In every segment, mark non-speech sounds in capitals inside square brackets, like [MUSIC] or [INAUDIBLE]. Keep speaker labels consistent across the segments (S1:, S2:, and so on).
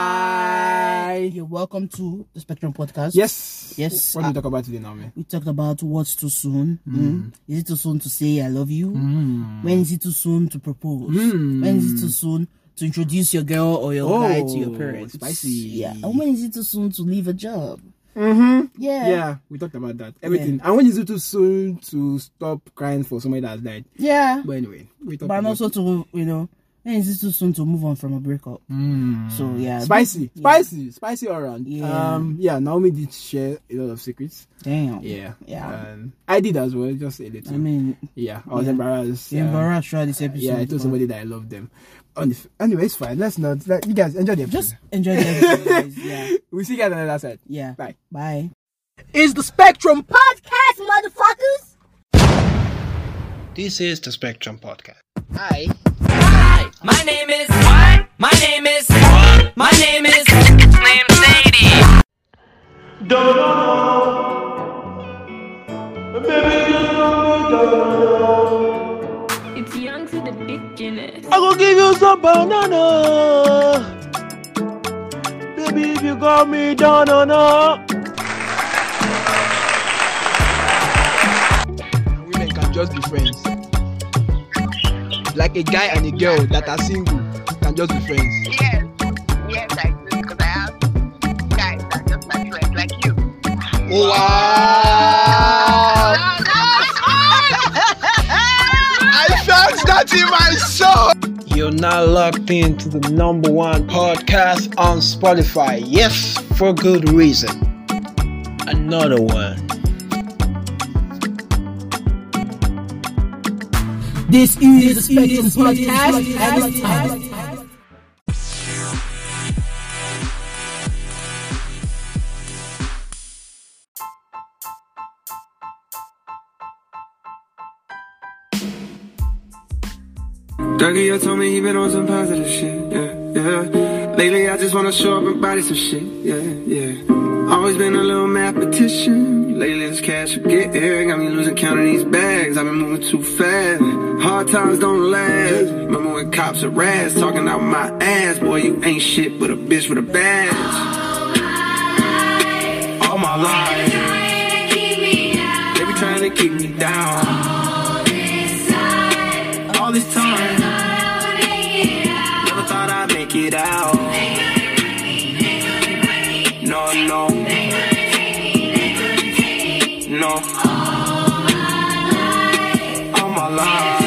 S1: Hi.
S2: You're welcome to the Spectrum Podcast.
S1: Yes.
S2: Yes.
S1: What do we talk about today now, man?
S2: We talked about what's too soon. Mm. Is it too soon to say I love you?
S1: Mm.
S2: When is it too soon to propose?
S1: Mm.
S2: When is it too soon to introduce your girl or your
S1: Oh,
S2: guy to your parents?
S1: spicy.
S2: Yeah. And when is it too soon to leave a job?
S1: Mm-hmm.
S2: Yeah.
S1: Yeah, we talked about that. Everything. And when is it too soon to stop crying for somebody that has died?
S2: Yeah.
S1: But anyway, we talked
S2: But and
S1: about
S2: also to you know, when is it too soon to move on from a breakup?
S1: Mm.
S2: So yeah.
S1: Spicy,
S2: Yeah.
S1: spicy, spicy all around.
S2: Yeah.
S1: Um, yeah, Naomi did share a lot of secrets.
S2: Damn.
S1: Yeah,
S2: Yeah.
S1: Um, I did as well, just a little.
S2: I mean,
S1: yeah, I was
S2: yeah.
S1: embarrassed.
S2: yeah.
S1: um,
S2: embarrassed throughout this episode.
S1: Yeah, I
S2: but
S1: told somebody that I love them. On the f- anyway, it's fine. Let's not. Let, you guys enjoy the episode. [LAUGHS]
S2: Just enjoy the episode. guys. yeah.
S1: We'll see you guys on the other side.
S2: Yeah.
S1: Bye.
S2: Bye.
S1: It's the Spectrum
S2: Podcast, motherfuckers.
S3: This is the Spectrum Podcast.
S2: Hi.
S4: My name is what? My name is what? My name is Slim Sadie.
S5: It's young to the beginning.
S6: I gonna give you some banana. Baby, if you call me Donna.
S1: Women can just be friends. Like a guy and a girl that are single can just be friends.
S7: Yes, yes, I do because I have guys that are just like friends, like you. [LAUGHS]
S3: Wow!
S7: I
S3: felt that in my soul! You're now locked into the number one podcast on Spotify. Yes, for good reason. Another one.
S2: This is the Spectrum Podcast.
S8: Dougie, yo told me he been on some positive shit, yeah, yeah. Lately, I just wanna show up and body some shit, yeah, yeah. Always been a little mathematician. Lately, this cash will get here. Got me losing count of these bags. I've been moving too fast. Hard times don't last. Remember when cops harassed, talking out my ass. Boy, you ain't shit but a bitch with a badge. All my life, they be trying to keep me down. All this time. Never thought I'd make it out. No, no. No. All my life.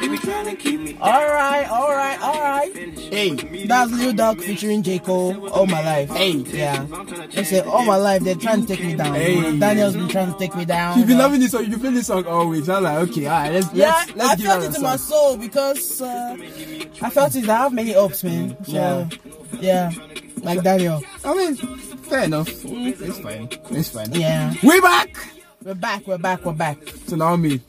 S8: They be trying to keep me down.
S2: All right, all right, all right.
S1: Hey,
S2: That's Lil Duck featuring J. Cole, All My Life. Hey. Yeah. They say, All My Life, they're trying to take me down.
S1: Hey.
S2: Daniel's been trying to take me down.
S1: you've been loving this song. You've been this song always. I'm like, okay, all right, let's
S2: yeah,
S1: let's, let's
S2: I
S1: give
S2: felt
S1: her
S2: it
S1: a
S2: in my
S1: song.
S2: soul because uh, I felt it. I have many ups, man. So,
S1: Yeah.
S2: yeah. Like Daniel.
S1: I mean, fair enough. It's fine. It's fine.
S2: Mm. Yeah.
S1: We back.
S2: We're back, we're back, we're back.
S1: So now me.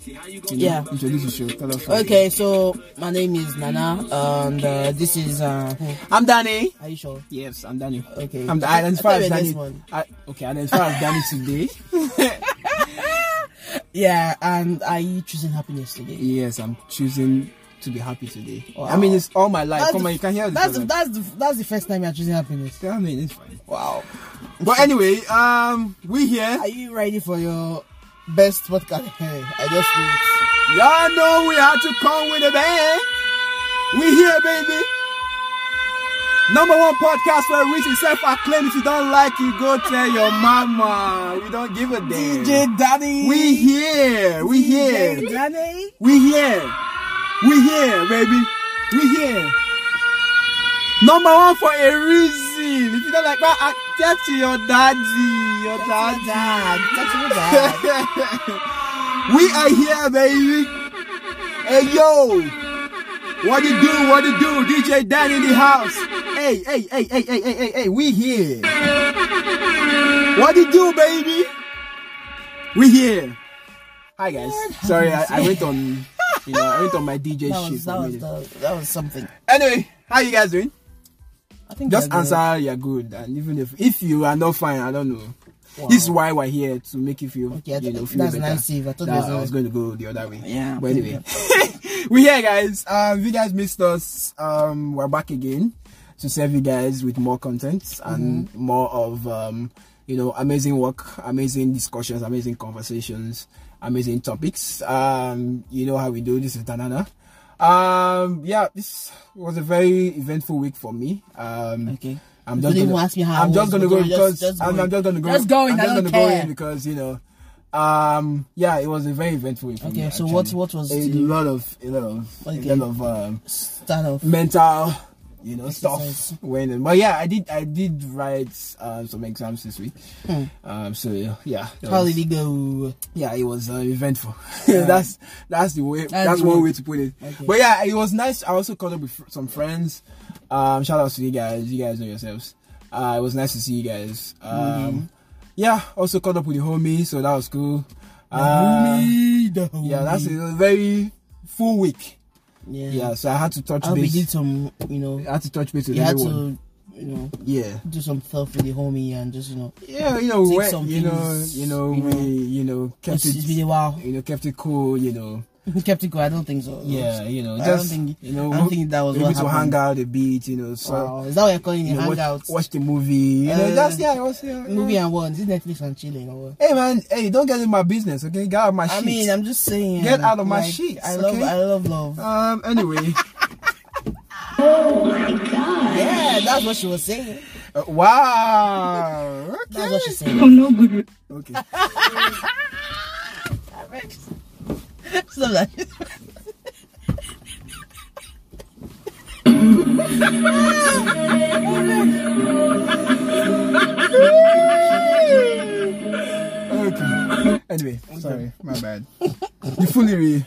S2: Yeah.
S1: Introduce your show. Tell us.
S2: Okay, so my name is Nana, and uh, this is. Uh, who?
S1: I'm Danny.
S2: Are you sure?
S1: Yes, I'm Danny.
S2: Okay.
S1: I'm and as far
S2: I
S1: as
S2: thought you were
S1: Danny.
S2: this one.
S1: I, okay, and as far as Danny today.
S2: Yeah, and are you choosing happiness today?
S1: Yes, I'm choosing to be happy today.
S2: Wow.
S1: I mean, it's all my life. Come
S2: the-
S1: on, you can hear this.
S2: That's the, that's the that's the first time you're choosing happiness.
S1: I mean, it's fine.
S2: Wow.
S1: But anyway, um, we here.
S2: Are you ready for your best podcast? Hey, I just knew it.
S1: Y'all know we had to come with a bang. We here, baby. Number one podcast where we reach itself acclaim. If you don't like it, go tell your mama. We don't give a damn.
S2: DJ Danny.
S1: We here. We here.
S2: DJ Danny.
S1: We here. We here, baby. We here. Number one for a reason. If you don't like that, I tell to your daddy. Your
S2: Dad,
S1: daddy.
S2: dad. That's [LAUGHS] your dad.
S1: [LAUGHS] we are here, baby. Hey, yo. What you do? What you do? DJ Dan in the house. Hey, hey, hey, hey, hey, hey, hey, hey. We here. What you do, baby? We here. Hi, guys. Sorry, I, I went on. You know, I went on my DJ
S2: [LAUGHS] That
S1: shit.
S2: was
S1: for
S2: that
S1: a
S2: was
S1: minute.
S2: the, that was something.
S1: Anyway, how you guys doing?
S2: I think
S1: Just
S2: we're good.
S1: answer. You're good, and even if if you are not fine, I don't know. This is why we're here to make you feel,
S2: Okay, I
S1: you
S2: th-
S1: know, feel
S2: that's
S1: better.
S2: nice, Steve. I thought
S1: Nah,
S2: there's
S1: I
S2: a-
S1: was going to go the other way.
S2: Yeah.
S1: But anyway, [LAUGHS] we're here, guys. Um, if you guys missed us, um, we're back again to serve you guys with more content
S2: Mm-hmm.
S1: and more of, um, you know, amazing work, amazing discussions, amazing conversations, amazing topics. Um, you know how we do. This is Danana. Um, yeah, this was a very eventful week for me. Um,
S2: Okay.
S1: I'm
S2: You
S1: just
S2: didn't
S1: gonna,
S2: ask me how
S1: I'm
S2: I
S1: just
S2: was,
S1: gonna
S2: but
S1: go
S2: you're
S1: because
S2: just- just
S1: I'm, I'm
S2: going.
S1: just gonna go.
S2: Just going,
S1: I'm
S2: I
S1: just
S2: don't
S1: gonna go
S2: care.
S1: in because you know, um, yeah, it was a very eventful week. for
S2: Okay,
S1: me,
S2: so
S1: actually.
S2: what- what was
S1: a
S2: the-
S1: lot of a lot of
S2: Okay.
S1: a lot of um,
S2: Start off.
S1: mental, you know,
S2: Exercise.
S1: stuff went. in. But yeah, I did I did write uh, some exams this week. Um, so yeah, yeah, that
S2: Hmm. How
S1: was-
S2: did it go?
S1: yeah, it was uh, eventful. [LAUGHS] that's that's the way. That's,
S2: the
S1: one
S2: way.
S1: way to put it.
S2: Okay.
S1: But yeah, it was nice. I also caught up with fr- some friends. Um, shout out to you guys. You guys know yourselves. Uh, it was nice to see you guys. Um,
S2: Mm-hmm.
S1: yeah, also caught up with the homie, so that was cool. Uh,
S2: Mm-hmm.
S1: yeah, that's it. It was a very full week.
S2: Yeah.
S1: Yeah, so I had to touch
S2: How we
S1: base.
S2: did some, you know,
S1: I had to touch base with
S2: you had
S1: everyone.
S2: to, you know,
S1: Yeah.
S2: do some stuff with the homie and just, you know,
S1: Yeah, you know,
S2: Take
S1: we-
S2: some
S1: you know,
S2: things,
S1: you know,
S2: you
S1: we,
S2: know.
S1: you know, kept
S2: it's,
S1: it,
S2: it's been a while. [LAUGHS]
S1: you know, kept it cool, you know.
S2: Kept it going. I don't think so.
S1: Yeah, you know,
S2: I
S1: just
S2: don't think-
S1: you know,
S2: I don't think that was
S1: able
S2: what
S1: to
S2: happened.
S1: hang out a bit, you know, so
S2: Wow. Is that what you're calling
S1: you
S2: it?
S1: know, watch,
S2: Hangout?
S1: watch the movie, you know,
S2: Uh,
S1: that's yeah, it was yeah.
S2: Movie and what? Is it Netflix and chilling or what?
S1: Hey man, hey, don't get in my business, okay? Get out of my
S2: I
S1: shit.
S2: mean, I'm just saying.
S1: Get out of my
S2: like,
S1: sheets,
S2: I love,
S1: okay?
S2: I love love.
S1: um, anyway, [LAUGHS]
S2: yeah, that's what she was saying.
S1: uh, wow.
S2: That's
S1: Okay.
S2: what she
S1: [LAUGHS]
S2: said. [LAUGHS]
S1: okay.
S2: so like,
S1: Okay. Anyway, sorry,
S2: [LAUGHS]
S1: my bad. you fully re-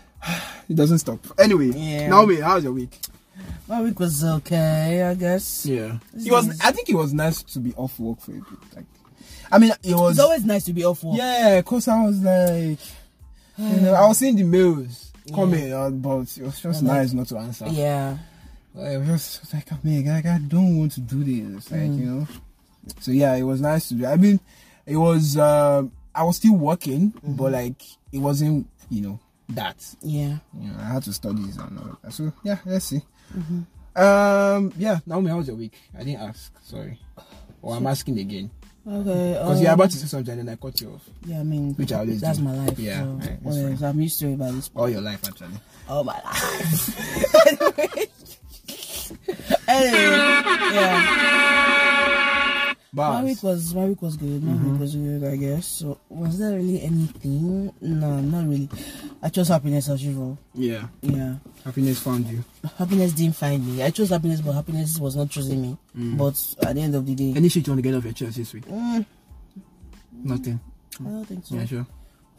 S1: [SIGHS] it doesn't stop. Anyway,
S2: Yeah.
S1: Naomi, how's your week?
S2: my week was okay, I guess.
S1: Yeah. It was I think it was nice to be off work for a bit. Like I mean it was
S2: It's always nice to be off work.
S1: Yeah, cause I was like, you know, I was seeing the
S2: [SIGHS]
S1: mails coming, uh, but it was just
S2: Yeah,
S1: nice not to answer.
S2: Yeah.
S1: Like, it was just like, oh, I mean, like, I don't want to do this, like you know. So yeah, it was nice to do. I mean, it was. um I was still working, but like it wasn't, you know, that.
S2: Yeah.
S1: You know, I had to study and all that. So yeah, let's see. Um, yeah, Naomi, how was your week? I didn't ask. Sorry. Or I'm asking again
S2: Okay.
S1: because
S2: um,
S1: you're about to say something and I cut you off.
S2: Yeah, I mean,
S1: Which I always
S2: that's
S1: do.
S2: my life.
S1: Yeah,
S2: so,
S1: right, that's
S2: whatever,
S1: fine.
S2: so I'm used to it by this point.
S1: All your life, actually.
S2: Oh my life. [LAUGHS] anyway. anyway, yeah. My
S1: Bars.
S2: week was my week was good. My week was good, I guess. So was there really anything? No, not really. I chose happiness as usual.
S1: Yeah.
S2: Yeah.
S1: Happiness found you.
S2: Happiness didn't find me. I chose happiness, but happiness was not choosing me. But at the end of the day,
S1: Mm. Any shit you want to get off your chest this week?
S2: mm,
S1: Nothing.
S2: I don't think so.
S1: Yeah, sure.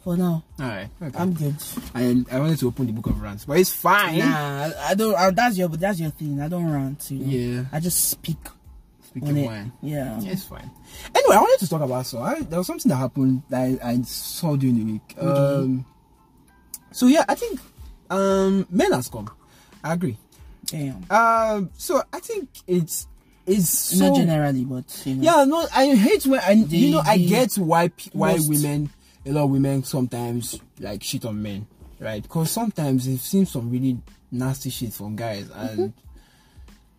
S2: For now,
S1: Alright. Okay.
S2: I'm good.
S1: I, I wanted to open the book of rants, but it's fine.
S2: Nah, I- I don't. I, that's your. That's your thing. I don't rant. You know?
S1: Yeah.
S2: I just speak
S1: Speak
S2: on
S1: of
S2: it.
S1: wine.
S2: Yeah.
S1: Yeah, it's fine. Anyway, I wanted to talk about so I, there was something that happened that I, I saw during the week. Um, so yeah, I think um, men has come. I agree.
S2: Damn.
S1: Um, so I think it's it's so
S2: Not generally, but you know.
S1: Yeah, no, I hate when I, you know, I
S2: Mm-hmm. the
S1: get why pe- why
S2: most-
S1: women, a lot of women sometimes like shit on men, right? Because sometimes they've seen some really nasty shit from guys, and
S2: Mm-hmm.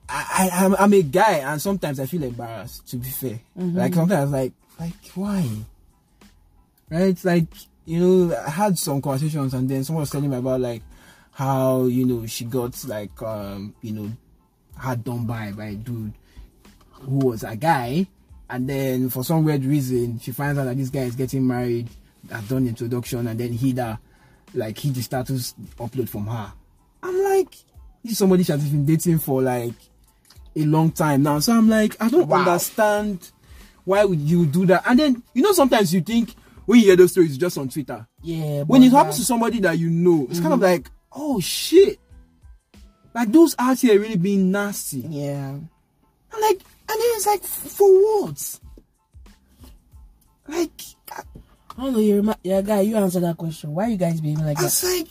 S1: I, I I'm, I'm a guy, and sometimes I feel embarrassed. To be fair,
S2: Mm-hmm.
S1: like sometimes like like why, right? Like you know, I had some conversations, and then someone was telling me about like how you know she got like um you know had done by by a dude who was a guy, and then for some weird reason she finds out that this guy is getting married, has done introduction, and then hid her, like hid the status upload from her. I'm like, this is somebody she has been dating for like a long time now, so I'm like, I don't understand why would you do that. And then you know sometimes you think when you hear those stories it's just on Twitter,
S2: Yeah.
S1: when
S2: but
S1: it happens
S2: yeah. Mm-hmm.
S1: to somebody that you know, it's kind of like, oh shit. Like those out here really being nasty.
S2: Yeah.
S1: I'm like, and then it's like, for what? Like, I
S2: I don't know. You remi- yeah, guy, you answer that question. Why you guys being like
S1: I was
S2: that?
S1: like,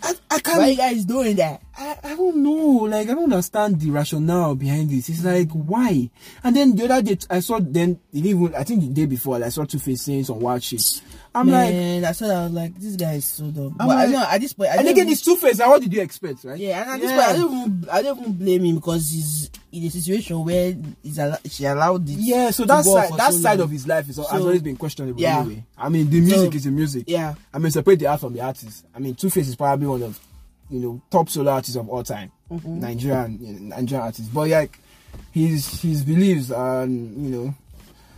S2: I, I can't. Why you guys doing that?
S1: I, I don't know. Like, I don't understand the rationale behind this. It's like, why? And then the other day, I saw them, they didn't even, I think the day before, like, I saw Two Face saying some wild shit. I'm like,
S2: Man, I saw that. I was like, this guy is so dumb. But I
S1: like-
S2: know at this point, I
S1: and
S2: don't
S1: again,
S2: even-
S1: it's Two Face. Like, what did you expect, right?
S2: Yeah, and at this
S1: Yeah.
S2: point, I don't even, I don't even blame him because he's in a situation where he's al- she allowed it.
S1: Yeah, so
S2: to
S1: that
S2: go on
S1: side,
S2: for
S1: that
S2: so
S1: side
S2: long.
S1: of his life is, has
S2: So-
S1: always been questionable.
S2: Yeah.
S1: Anyway, I mean, the music is the music.
S2: Yeah,
S1: I mean, separate the art from the artist. I mean, Two Face is probably one of, you know, top solo artists of all time, Nigerian you know, Nigerian artist. But like, his his beliefs and you know,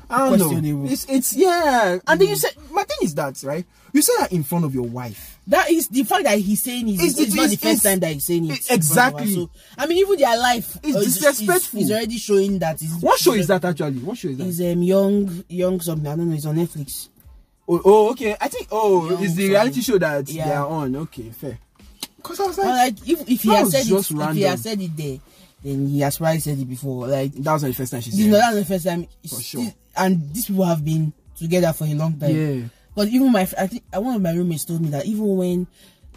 S1: I don't know.
S2: Questionable.
S1: It's it's yeah. Mm. And then you said my thing is that right. You said that in front of your wife.
S2: that is the fact that he's saying it.
S1: It's-
S2: It's,
S1: it
S2: not
S1: is-
S2: the first
S1: it's-
S2: time that he's saying it. in front of
S1: exactly.
S2: us. So, I mean, even their life
S1: It's
S2: is- is-
S1: disrespectful.
S2: Is, already showing that. It's,
S1: What show is that actually? What show is that?
S2: Is um young young something I don't know. It's on Netflix.
S1: oh, oh, okay. I think oh,
S2: Yeah,
S1: it's the
S2: sorry.
S1: reality show that
S2: Yeah.
S1: they are on. Okay, fair. Cause I was
S2: Or
S1: like,
S2: like if if he
S1: that
S2: has
S1: was
S2: said it,
S1: just
S2: if he
S1: random.
S2: has said it there, then he has probably said it before. Like
S1: that was not the first time she
S2: this
S1: said.
S2: is not
S1: it.
S2: that's the first time.
S1: For sure.
S2: And these people have been together for a long time.
S1: Yeah.
S2: But even my, I think uh, one of my roommates told me that even when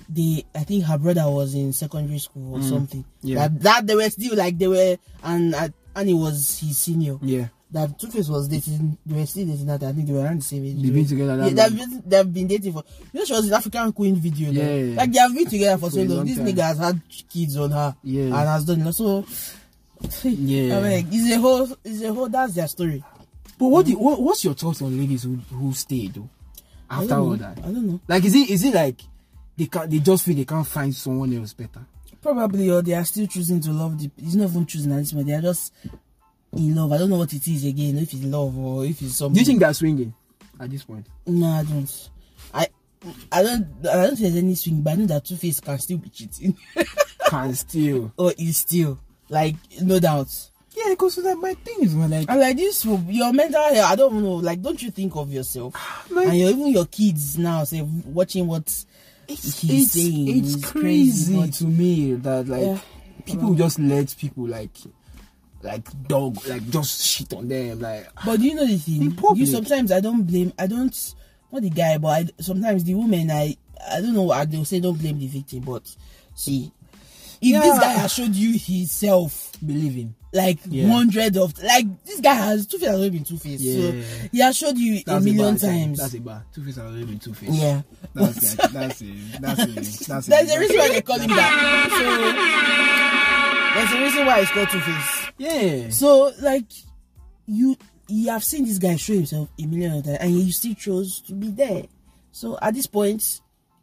S2: they, I think her brother was in secondary school or something.
S1: Mm. Yeah.
S2: That, that they were still like they were, and uh, and he was his senior.
S1: Yeah.
S2: That Two Face was dating. They were still dating. That I think they were around the same age.
S1: They've been together that
S2: Yeah, they've
S1: long.
S2: been, they've been dating for. You know, she was in African Queen video. though.
S1: Yeah.
S2: Like they have been together for,
S1: For
S2: so
S1: a
S2: long.
S1: long
S2: this
S1: time.
S2: nigga has had kids on her.
S1: Yeah.
S2: And has done it. So.
S1: Yeah.
S2: I mean, it's a whole. It's a whole. That's their story.
S1: But what, the, what what's your thoughts on ladies who who stay though?
S2: I
S1: After
S2: don't
S1: all
S2: know.
S1: that,
S2: I don't know.
S1: like is it is it like they can not they just feel they can't find someone else better?
S2: Probably, or they are still choosing to love the. It's not even choosing at this point. They are just in love. I don't know what it is again. If it's love or if it's something.
S1: Do you think they're swinging at this point?
S2: No, I don't. I. I don't. I don't think there's any swing, but I know that Two Face can still be cheating, [LAUGHS]
S1: Can still.
S2: or is still like no doubt.
S1: Yeah, because that my thing is man, like
S2: I'm like this. will- Your mental health. I don't know. Like, don't you think of yourself
S1: Like-
S2: and your, even your kids now? Say watching what
S1: it's
S2: he's
S1: it's,
S2: saying
S1: it's
S2: is
S1: crazy,
S2: crazy, but-
S1: to me that like
S2: Yeah.
S1: people just let people like like dog like just shit on them like ah,
S2: But do you know the
S1: In
S2: thing?
S1: public.
S2: You sometimes I don't blame. I don't not the guy, but I, sometimes the woman. I I don't know. I they'll say don't blame the victim, but see, if this
S1: Yeah.
S2: guy has showed you himself
S1: believing.
S2: like
S1: Yeah.
S2: hundred of like this guy has two face has already been two faced.
S1: Yeah.
S2: So he has showed you a million times.
S1: That's a bar. Two face are already two face.
S2: yeah.
S1: That's like that's it. That's it.
S2: [LAUGHS]
S1: That's it.
S2: There's a reason why they call him that. So there's a reason why it's called two face.
S1: Yeah.
S2: So like you you have seen this guy show himself a million of times and you still chose to be there. So at this point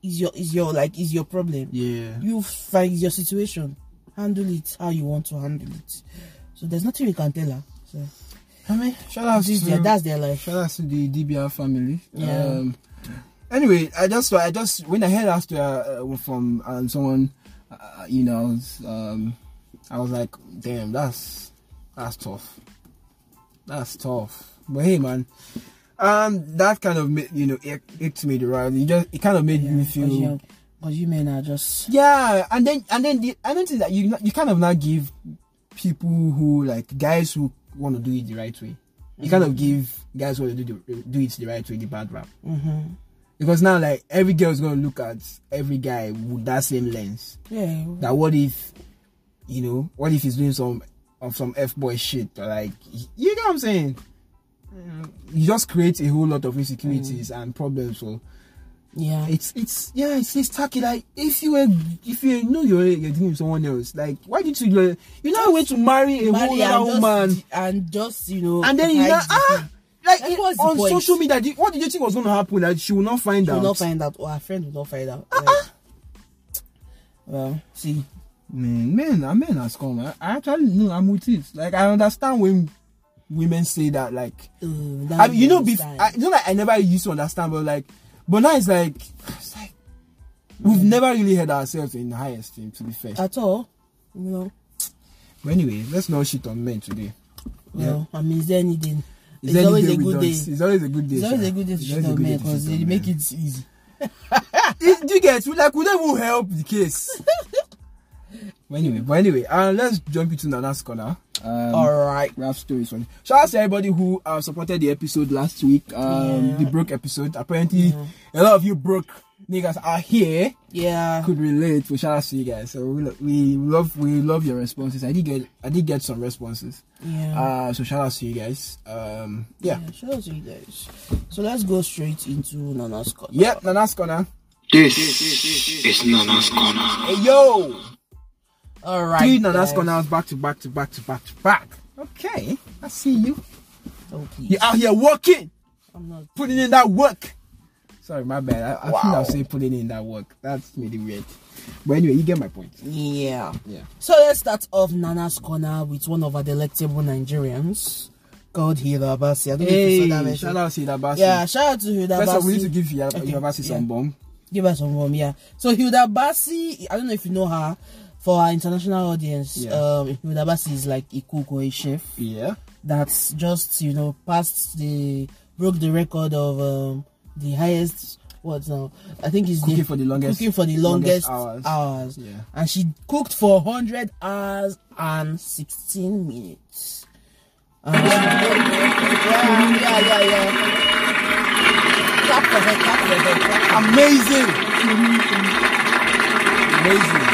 S2: is your is your like is your problem.
S1: Yeah.
S2: You find your situation. Handle it how you want to handle it. So there's nothing you can tell her. So
S1: I mean, shout out
S2: this is their, that's their life.
S1: shout out to the DBR family.
S2: Yeah.
S1: Um, anyway, I just I just when I heard that story uh, from um, someone, uh, you know, I was, um, I was like, damn, that's that's tough. That's tough. But hey, man. Um, that kind of made, you know it, it made it right. It just it kind of made me feel
S2: Because you, 'cause you men are just
S1: yeah, and then and then the I noticed that you you kind of now give people who like guys who want to do it the right way. You kind of give guys who want to do the, do it the right way the bad rap.
S2: Mhm.
S1: Because now like every girl is gonna look at every guy with that same lens.
S2: yeah.
S1: That what if you know what if he's doing some of some f boy shit or like you know what I'm saying. You just create a whole lot of insecurities and problems for
S2: Yeah.
S1: it's it's yeah, it's it's tacky. Like if you were if you know you're you're dealing with someone else, like why did you learn- you know went to marry a
S2: Marry
S1: whole other woman
S2: just, and just you know
S1: and then you know
S2: hide the
S1: ah
S2: thing.
S1: like
S2: Like, what's the
S1: on
S2: point?
S1: social media did- what did you think was gonna happen? Like she will not find
S2: she
S1: out.
S2: will not find out or her friend will not find out.
S1: Ah,
S2: Like, well, see.
S1: man, man, I mean has come. I, I actually no, I'm with it. Like I understand when women say that like
S2: Uh,
S1: I mean, you know, bef- I, you know, like I never used to understand, but like, but now it's like, [SIGHS] it's like we've never really had ourselves in high esteem, to be fair.
S2: at all. You know,
S1: But anyway, let's not shit on men today.
S2: well, I mean, is there anything?
S1: Is
S2: It's
S1: there any
S2: always
S1: day
S2: a
S1: we
S2: good
S1: don't-
S2: day.
S1: It's always a good day.
S2: It's always
S1: sha.
S2: a good day to
S1: It's
S2: shit
S1: always a
S2: on
S1: good
S2: men
S1: day to
S2: because
S1: shit
S2: they
S1: on
S2: make
S1: men.
S2: it easy.
S1: [LAUGHS] It- Do you get? We like we don't even help the
S2: [LAUGHS]
S1: case. but anyway, but anyway, uh, let's jump into the last corner. Um,
S2: All right.
S1: We have stories on. Shout out to everybody who uh, supported the episode last week, um,
S2: Yeah.
S1: the broke episode. Apparently, a lot of you broke niggas out here
S2: Yeah.
S1: could relate. We shout out to you guys. So we, lo- we love we love your responses. I did get I did get some responses.
S2: Yeah.
S1: Uh, so shout out to you guys. Um, yeah.
S2: yeah. Shout out to you guys. So let's go straight into Nana's corner.
S1: Yep, Nana's corner.
S9: This is Nana's Corner.
S1: Hey yo,
S2: All right.
S1: three Nana's
S2: guys.
S1: corners back to back to back to back to back. Okay, I see you.
S2: Oh, please.
S1: You out here working,
S2: I'm not.
S1: putting in that work. Sorry, my bad. I, I think I'll say putting in that work. That's really weird. But anyway, you get my point.
S2: Yeah.
S1: Yeah.
S2: So let's start off Nana's corner with one of our delectable Nigerians called Hida Abasi. I don't know if you saw that
S1: Hey,
S2: mention.
S1: shout out to Yabasi.
S2: Yeah, shout out to Hilda
S1: First
S2: Basi.
S1: of all, we need to give Yab-
S2: Okay,
S1: Yabasi some
S2: yeah.
S1: bomb.
S2: Give us some warm, yeah. So Hilda Basi, I don't know if you know her. For our international audience,
S1: Yeah.
S2: um, Hilda Basi is like a cook or a chef
S1: Yeah.
S2: that's just you know passed the broke the record of um, the highest. What now? I think it's
S1: Cooking for the longest-
S2: cooking for the
S1: longest
S2: longest,
S1: hours.
S2: hours.
S1: Yeah.
S2: and she cooked for hundred hours and sixteen minutes. Um, yeah, yeah, yeah, yeah. Clap for her, clap for her, clap for her.
S1: Amazing. Amazing. Amazing.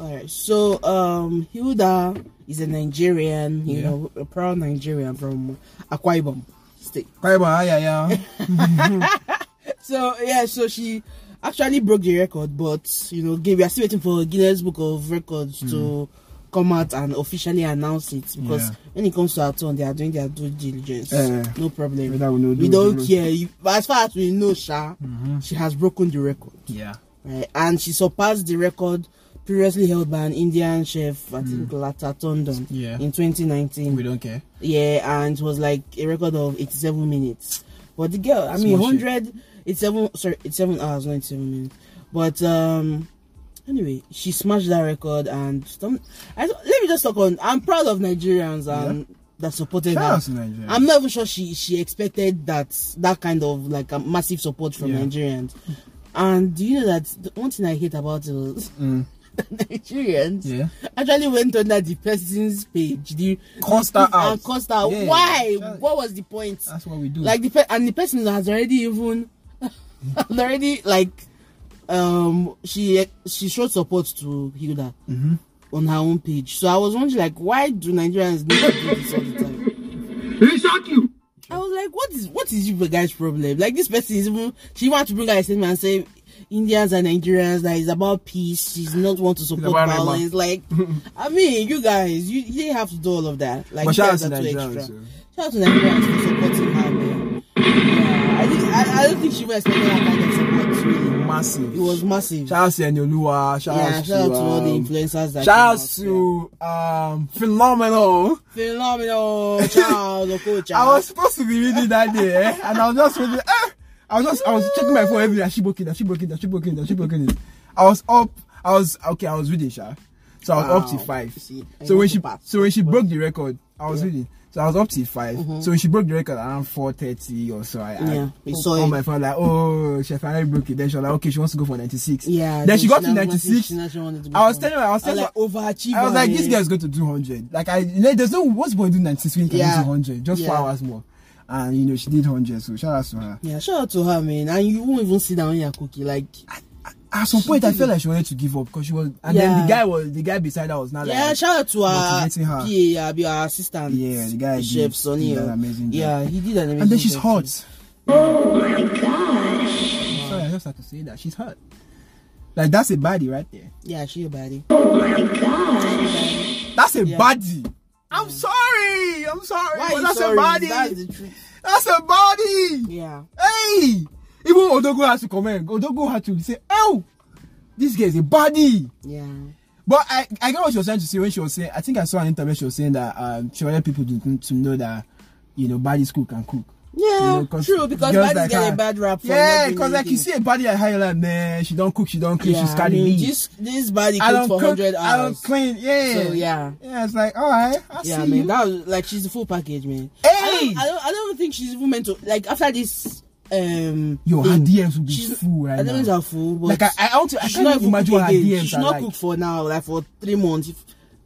S2: All right. So, um, Hilda is a Nigerian, you
S1: Yeah.
S2: know, a proud Nigerian from Akwa Ibom state.
S1: Bye bye, ah, yeah,
S2: [LAUGHS]
S1: yeah.
S2: So, yeah, so she actually broke the record, but, you know, we are still waiting for Guinness Book of Records to come out and officially announce it because
S1: Hmm. Yeah.
S2: when it comes to our turn, they are doing their due diligence.
S1: Eh.
S2: no problem.
S1: Whether we know, do Mm-hmm. we
S2: we don't
S1: know.
S2: care. You- but As far as we know, Sha, she has broken the record.
S1: Yeah.
S2: right? Eh, And she surpassed the record previously held by an Indian chef, I think Lata Tondon,
S1: Hmm. Yeah.
S2: in 2019.
S1: We don't care.
S2: yeah, and it was like a record of 87 minutes. But the girl, I mean,
S1: Small shit.
S2: 187, sorry, 87 hours, not 87 minutes. But, um, anyway, she smashed that record and don't, I don't, let me just talk on, I'm proud of Nigerians and that supported
S1: Shout
S2: her.
S1: out to Nigeria.
S2: I'm not even sure she she expected that that kind of like a massive support from
S1: Yeah.
S2: Nigerians. And do you know that the one thing I hate about those [LAUGHS]
S1: Mm.
S2: Nigerians
S1: Yeah.
S2: actually went under the person's page, the
S1: Cursed her out.
S2: and cursed her.
S1: Yeah.
S2: Why?
S1: That-
S2: What was the point?
S1: That's what we do.
S2: Like the pe- and the person has already even [LAUGHS] has already like um she she showed support to Hilda
S1: Mm-hmm.
S2: on her own page. So I was wondering like why do Nigerians need to do this all the time? I was like, what is what is you guys' problem? Like this person is even she wants to bring out a statement and say Indians and Nigerians that is about peace. She's not want to support
S1: about Rema. [LAUGHS]
S2: violence. Like I mean, you guys, you, you didn't have to do all of that. Like
S1: But
S2: you
S1: shout
S2: guys
S1: out to
S2: are too
S1: Nigerians,
S2: extra. Shout out to Nigerians for supporting her. Man. Yeah, I, think, I, I don't think she was expecting that kind of support. Really.
S1: massive.
S2: It was massive.
S1: Shout out to Enoluwa. Shout
S2: yeah,
S1: out
S2: shout out to
S1: to
S2: all the
S1: um,
S2: influencers that
S1: Shout out
S2: came out,
S1: to um phenomenal.
S2: yeah. phenomenal
S1: [LAUGHS]
S2: Charles Okocha.
S1: I was supposed to be reading that day, eh? and I was just reading. Ah! I was just I was checking my phone every day. She broke it. She broke it. She broke it. She broke it. I was up. I was okay. I was reading, Sha. So I was up till
S2: Wow.
S1: five.
S2: See, I
S1: so
S2: know
S1: when
S2: the
S1: she
S2: part.
S1: so when she broke the record, I was reading. So I was up till 5 So when she broke the record around four thirty or so, I,
S2: Mm-hmm. Yeah,
S1: I
S2: we saw
S1: on
S2: it.
S1: my phone like, oh, she finally broke it. Then she was like, okay, she wants to go for ninety six.
S2: Yeah.
S1: Then she got to
S2: now
S1: ninety
S2: wanted-
S1: six.
S2: she now she wanted to be
S1: I was
S2: from-
S1: telling her, I was
S2: I
S1: telling her,
S2: was like, overachiever.
S1: I was like, this
S2: eh.
S1: girl's going to do 100. Like, I, like, there's no, what's boy do 96 when you can
S2: Yeah.
S1: do 100? Just four
S2: Yeah.
S1: hours more. And, you know, she did 100, so shout out to her.
S2: Yeah, shout out to her, man. And you won't even sit down in your cookie. Like,
S1: At some point, I felt like she wanted to give up because she was, and then
S2: Yeah.
S1: the guy was, the guy beside her was not
S2: yeah,
S1: like,
S2: shout out to her.
S1: motivating her.
S2: PA, yeah, be her assistant.
S1: Yeah, the guy
S2: Chef
S1: did-
S2: Sonny.
S1: did an
S2: uh,
S1: amazing job.
S2: Yeah, he did an amazing
S1: and then she's
S2: job
S1: hot.
S2: too.
S1: Sorry, I just had to say that. She's hot. Like, that's a body right there.
S2: Yeah, she a baddie.
S1: That's a
S2: Yeah.
S1: body. I'm sorry. I'm sorry.
S2: Why
S1: but
S2: are you
S1: that's
S2: sorry?
S1: a body.
S2: That's the truth.
S1: That's a body.
S2: Yeah.
S1: Hey! Even Odogo has to comment. Odogo had to say, oh, this girl is a body.
S2: Yeah.
S1: But I, I get what she was trying to say when she was saying, I think I saw an interview she was saying that um, she wanted people to, to know that, you know, bodies cook and cook.
S2: Yeah,
S1: You know, 'cause
S2: true, because
S1: girls
S2: baddies
S1: like
S2: get
S1: her-
S2: a bad rap for not
S1: Yeah,
S2: doing
S1: because like you
S2: anything.
S1: see a body at high like, man, she don't cook, she don't clean,
S2: yeah,
S1: she's
S2: I
S1: carrying
S2: mean,
S1: me.
S2: this, this baddie
S1: I
S2: cooked
S1: don't
S2: for
S1: cook,
S2: 100
S1: I don't
S2: hours.
S1: clean. Yeah.
S2: So, yeah.
S1: Yeah, it's like, all right, I
S2: Yeah,
S1: see
S2: man,
S1: you.
S2: that was like she's the full package, man.
S1: Hey!
S2: I don't, I don't, I don't think she's even meant to like after this. Um,
S1: Yo, her
S2: thing,
S1: DMs will be
S2: she's-
S1: full right
S2: her DMs
S1: now.
S2: are full, but
S1: Like, I, I, I, I
S2: she should not
S1: can't
S2: even
S1: imagine
S2: cook
S1: what her
S2: again.
S1: DMs
S2: She should
S1: are
S2: not
S1: like.
S2: cook for now, like for three months, if,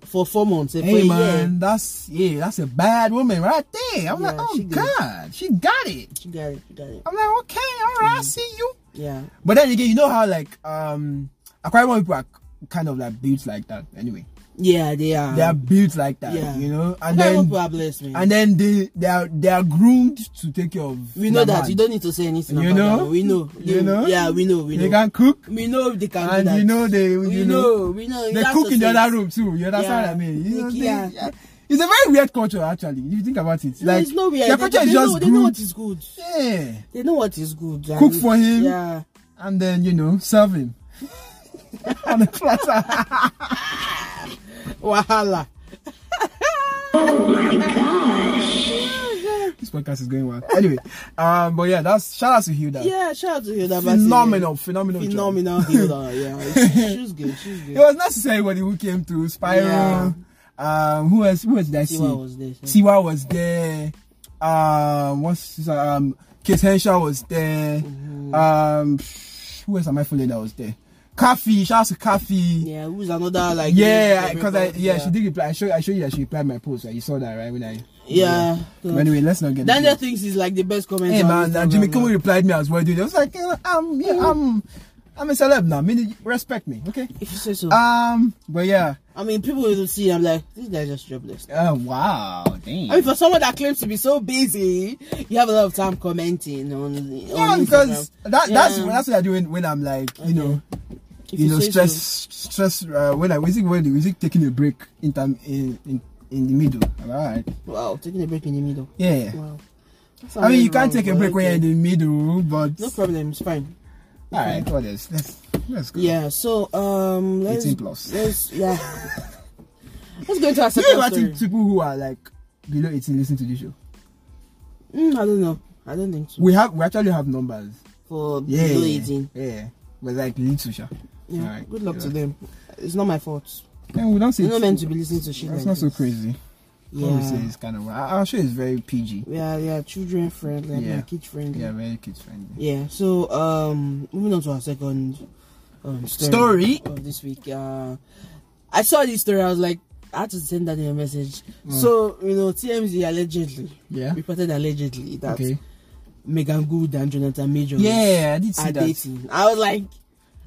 S2: for four months. eh, for
S1: Hey
S2: a
S1: man,
S2: year.
S1: that's yeah, that's a bad woman right there. I'm like,
S2: Yeah,
S1: oh
S2: she good.
S1: god, she got it.
S2: She got it. She got it.
S1: I'm like, okay, all right,
S2: Mm.
S1: I see you.
S2: Yeah.
S1: But then again, you know how like um, Aquarian people are kind of like built like that. Anyway,
S2: Yeah, they are.
S1: they are built like that.
S2: Um, yeah.
S1: You know, and
S2: And then, people
S1: then
S2: are blessed, man.
S1: and then they they are they are groomed to take care of.
S2: we know
S1: their
S2: that.
S1: man.
S2: You don't need to say anything.
S1: You
S2: about
S1: know?
S2: That. We know.
S1: You
S2: They-
S1: know?
S2: Yeah, we know. We know.
S1: They can cook
S2: we know they can do
S1: and
S2: that.
S1: you know they
S2: we
S1: you know,
S2: know, We know.
S1: they
S2: that's
S1: cook in the
S2: just
S1: other
S2: it.
S1: room too. You understand
S2: Yeah.
S1: what I mean? You know, they-
S2: Yeah.
S1: yeah. It's a very weird culture actually. If you think about it,
S2: No,
S1: like
S2: it's not weird.
S1: their
S2: They-
S1: culture is
S2: they, know,
S1: just
S2: they know
S1: good.
S2: what is good.
S1: Yeah.
S2: They know what is good. and-
S1: Cook for him.
S2: Yeah.
S1: and then you know serve him [LAUGHS] on the platter.
S2: Wahala.
S1: [LAUGHS] this podcast is going well. Anyway, um, but yeah, that's shout out to Hilda.
S2: Yeah, shout out to Hilda. Bassey.
S1: phenomenal, phenomenal, job.
S2: Phenomenal Hilda. Yeah,
S1: [LAUGHS]
S2: she's good. She's
S1: It
S2: good.
S1: was nice to see everybody who came through. Spiral. Um, who else? Who else did I see?
S2: Siwa was there. so-
S1: Siwa was there. Um, what's his- um, Kate Henshaw was there.
S2: Mm-hmm.
S1: Um, who else am I following that was there? Kafi, shout out to Kafi.
S2: Yeah, who's another like?
S1: Yeah,
S2: favorite
S1: because I
S2: person,
S1: yeah, she did reply. I showed I showed you that she replied my post. Right? You saw that right when I.
S2: Yeah.
S1: But anyway, let's not get.
S2: Mm. Daniel
S1: into-
S2: thinks he's like the best commenter.
S1: Hey
S2: on
S1: man,
S2: Instagram Mm.
S1: and Jimmy
S2: now.
S1: Kimmel replied me as well, dude. I was like, eh, I'm, yeah, I'm, I'm a celeb now. I mean, respect me, okay?
S2: If you say so.
S1: Um, but yeah.
S2: I mean, people will see. I'm like, this guy's just jobless.
S1: Oh wow, damn.
S2: I mean, for Oh, someone that claims to be so busy, you have a lot of time commenting on. on
S1: yeah, because
S2: Instagram.
S1: that that's
S2: Yeah.
S1: that's what I do when, when I'm like, you know,
S2: If
S1: you know,
S2: say
S1: stress,
S2: so.
S1: stress. Uh, when I was it when was it taking a break in time in in, in the middle? I'm like, All right.
S2: Wow, taking a break in the middle.
S1: Yeah.
S2: Wow. That's
S1: I mean, you
S2: amazing,
S1: can't take a
S2: but
S1: break when
S2: okay.
S1: you're in the middle, but
S2: No problem. It's fine.
S1: all right, what else? Let's let's go.
S2: Yeah. So um, let's
S1: 18 plus. [LAUGHS]
S2: let's yeah. let's go into our
S1: Do you
S2: second
S1: imagine
S2: story.
S1: people who are like below 18 listen to this show?
S2: Mm, I don't know. I don't think so.
S1: We have we actually have numbers.
S2: For
S1: Yeah.
S2: below 18.
S1: Yeah. But like little sha.
S2: Yeah.
S1: Alright,
S2: Good luck to
S1: alright.
S2: them. It's not my fault.
S1: And we don't say
S2: You're not
S1: it's-
S2: meant to be listening to shit
S1: That's
S2: like
S1: not so
S2: this.
S1: crazy. Yeah. What we say
S2: Yeah.
S1: is kind of our show is very PG.
S2: We are, we are children friendly. We
S1: Yeah.
S2: are kid friendly.
S1: Yeah,
S2: Yeah.
S1: very kids friendly.
S2: So um, moving on to our second um, story,
S1: Story.
S2: of this week. Uh, I saw this story. I was like, I had to send that in a message. So you know, TMZ allegedly
S1: Mm. Yeah.
S2: reported allegedly that um,
S1: Okay.
S2: Megan Good and Jonathan Major
S1: Yeah, I did see
S2: are
S1: that.
S2: dating. I was like,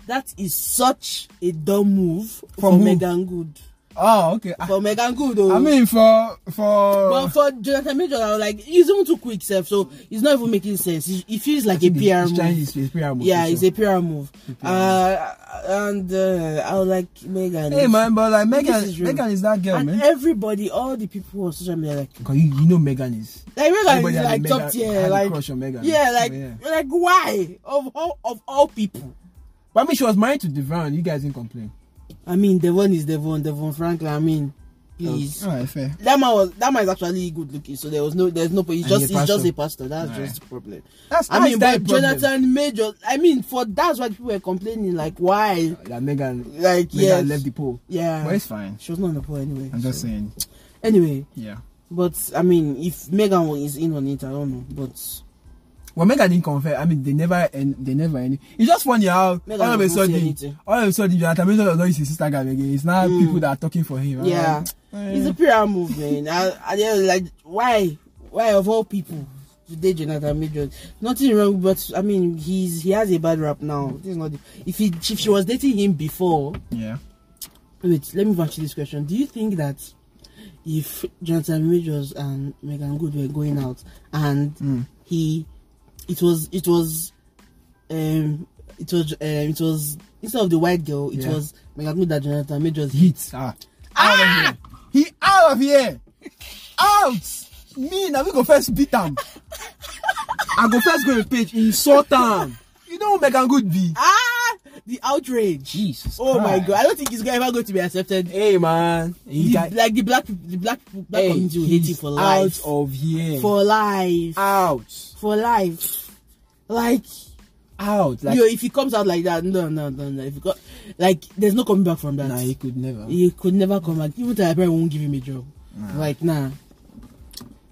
S2: that is such a dumb move for,
S1: who?
S2: Megan Good.
S1: Oh, okay. I,
S2: For Megan Good, though.
S1: I mean, uh, for for
S2: But for Jonathan Major, I was like, he's even too quick, self. So he's not even making sense. He, he feels like a
S1: It's
S2: PR move.
S1: Chinese, it's PR move,
S2: yeah,
S1: for
S2: it's
S1: sure.
S2: a PR move. Uh, and uh, I was like, Megan.
S1: Hey man, but like
S2: This
S1: Megan,
S2: is real.
S1: Megan is that girl,
S2: and
S1: man.
S2: everybody, all the people on social media, like,
S1: Because you, you know Megan is.
S2: like Megan
S1: Everybody
S2: is
S1: had a
S2: like
S1: Meghan-
S2: top
S1: had
S2: tier,
S1: a
S2: like,
S1: crush on Meghan.
S2: yeah, like,
S1: Yeah.
S2: like why of all of all people?
S1: But I mean, she was married to Devon. You guys didn't complain.
S2: I mean, Devon is Devon, Devon Franklin. I mean, please.
S1: All right, fair.
S2: That man was that man is actually good looking, so there was no there's no point. He's
S1: And
S2: just
S1: a
S2: he's just
S1: pastor.
S2: a pastor. That's
S1: Alright.
S2: just the problem.
S1: That's
S2: I
S1: that's
S2: mean,
S1: that
S2: but
S1: problem.
S2: Jonathan Major. I mean, for that's why people were complaining, like why,
S1: That Megan,
S2: like yeah,
S1: Megan left the poll.
S2: yeah.
S1: But it's fine.
S2: She was not on the poll anyway.
S1: I'm just
S2: so.
S1: saying.
S2: Anyway,
S1: Yeah.
S2: but I mean, if Megan is in on it, I don't know. But
S1: Well, Megan didn't confess. I mean, they never end. They never end. It's just funny how
S2: Megan
S1: all of a
S2: doesn't say
S1: sudden,
S2: anything. Hmm.
S1: all of a sudden, Jonathan Major does not use his Instagram again. It's now people that are talking for him. I'm
S2: yeah,
S1: like,
S2: it's
S1: eh.
S2: a PR move, man. I, I just like why, why of all people today, Jonathan Major. Nothing wrong, but I mean, he's he has a bad rap now. This is not the, if he if she was dating him before.
S1: yeah.
S2: Wait, let me back you this question. Do you think that if Jonathan Majors and Megan Good were going out and
S1: Hmm.
S2: he, it was it was, um, it was um, it was instead of the white girl, it
S1: Yeah.
S2: was Megan Good that Jonathan Majors hit.
S1: Hits. Ah. Out of here. He out of here. Out. Me now we go first beat him. I go first go to page insult him. You know who Megan Good be.
S2: Ah, the outrage!
S1: Jesus
S2: oh my
S1: Christ.
S2: God! I don't think he's ever going to be accepted.
S1: Hey man,
S2: The-
S1: he got
S2: like the black people, the black people, black
S1: hey,
S2: community will hate him
S1: he's
S2: for life.
S1: out of here.
S2: for life.
S1: out,
S2: for life. Like.
S1: out. Like
S2: Yo, if he comes out like that, no, no, no, no. If he got, like, there's no coming back from that.
S1: nah, he could never.
S2: he could never come back. Even Tyler Perry won't give him a job. Like, nah.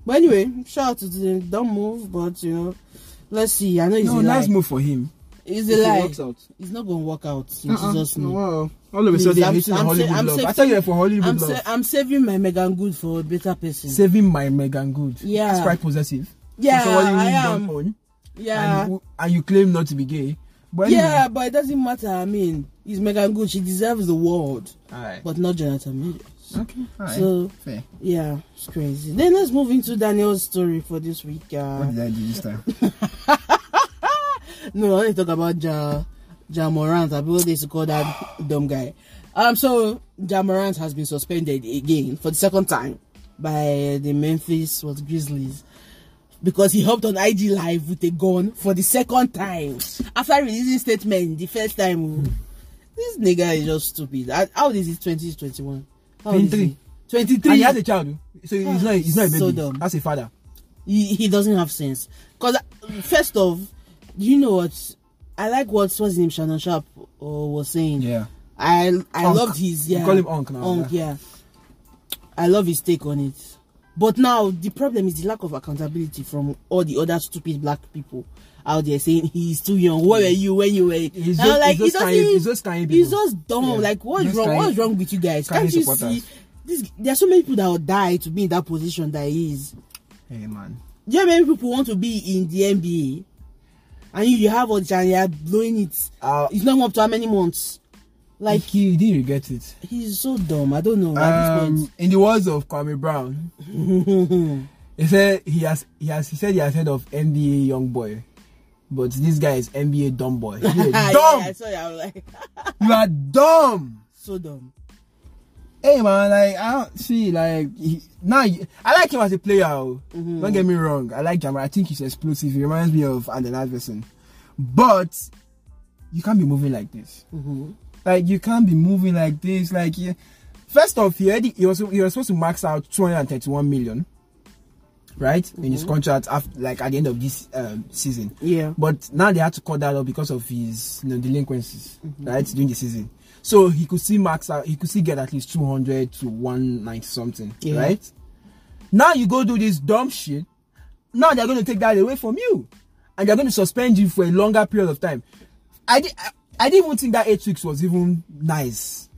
S2: But anyway, shout out to them. Don't move, but you know, let's see. I know he's
S1: no,
S2: a
S1: nice
S2: lie.
S1: move for him.
S2: It's
S1: If
S2: a
S1: it
S2: lie.
S1: works out.
S2: It's not going to work out. in
S1: Uh-uh.
S2: Jesus' name.
S1: Wow. All of a
S2: Please,
S1: sudden, I'm
S2: I'm-
S1: using
S2: I'm
S1: Hollywood
S2: sa- I'm
S1: love. I
S2: sa-
S1: tell you, for Hollywood
S2: I'm,
S1: love,
S2: sa- I'm saving my Megan Good for a better person.
S1: saving my Megan Good.
S2: Yeah.
S1: It's quite possessive.
S2: yeah,
S1: For somebody who
S2: I
S1: you
S2: am.
S1: don't own,
S2: yeah.
S1: and, you, and you claim not to be gay. But
S2: yeah, but it doesn't matter. I mean, it's Megan Good. She deserves the world,
S1: Anyway, all right.
S2: but not Jonathan Majors.
S1: Okay. All right.
S2: So,
S1: Fair.
S2: yeah, it's crazy. Then let's move into Daniel's story for this week.
S1: What
S2: Uh,
S1: did I do this
S2: [LAUGHS]
S1: time?
S2: no, I want to talk about Ja, ja Morant. I believe they used to call that dumb guy. Um, so Ja Morant has been suspended again for the second time by the Memphis what Grizzlies because he helped on IG Live with a gun for the second time after releasing statement the first time. oh. This nigga is just stupid. How- How old is he? Twenty twenty one. Twenty
S1: 23.
S2: twenty
S1: And he
S2: three.
S1: has a child, so he's not he's not a baby.
S2: So dumb.
S1: That's a father.
S2: he, he doesn't have sense. Cause uh, first off, you know what? I like what what's his name Shannon Sharp uh, was saying.
S1: Yeah.
S2: I I
S1: Unk.
S2: loved his
S1: We
S2: yeah.
S1: call him Unk now,
S2: Unk, yeah. I love his take on it. But now the problem is the lack of accountability from all the other stupid black people out there saying he's too young. Where were you when you were?
S1: He's
S2: And I'm
S1: just- he's
S2: like,
S1: just
S2: it doesn't-
S1: kind- he's just kind
S2: He's
S1: people.
S2: just dumb.
S1: Yeah.
S2: Like what's
S1: Just
S2: wrong?
S1: kind-
S2: what's wrong with you guys?
S1: kind
S2: Can't you
S1: supporters.
S2: see? This, there are so many people that will die to be in that position that he is
S1: Hey man.
S2: do you know how many people want to be in the NBA? And you, you have all and you are blowing it.
S1: Uh,
S2: it's not up to how many months. Like
S1: he didn't regret it.
S2: he's so dumb. I don't know at this
S1: Um,
S2: point.
S1: in the words of Kwame Brown, [LAUGHS] he said he has he has he said he has heard of NBA young boy, but this guy is NBA dumb boy. You
S2: [LAUGHS]
S1: are dumb.
S2: Ah, Yeah, I saw you. I was like, [LAUGHS]
S1: You are dumb.
S2: so dumb.
S1: Hey man, like I don't see like he, now you- I like him as a player. oh. Don't get me wrong, I like him. I think he's explosive. He reminds me of Allen Iverson, but you can't be moving like this. Like you can't be moving like this. Like yeah. first off, he already he was he was supposed to max out 231 million, right, in his contract after like at the end of this um, season.
S2: Yeah.
S1: But now they had to cut that off because of his you know, delinquencies,
S2: Mm-hmm.
S1: right, during the season. So he could see max out. He could see get at least 200 to 190 something,
S2: Yeah.
S1: right? Now you go do this dumb shit. Now they're going to take that away from you, and they're going to suspend you for a longer period of time. I did. I, I didn't even think that eight weeks was even nice.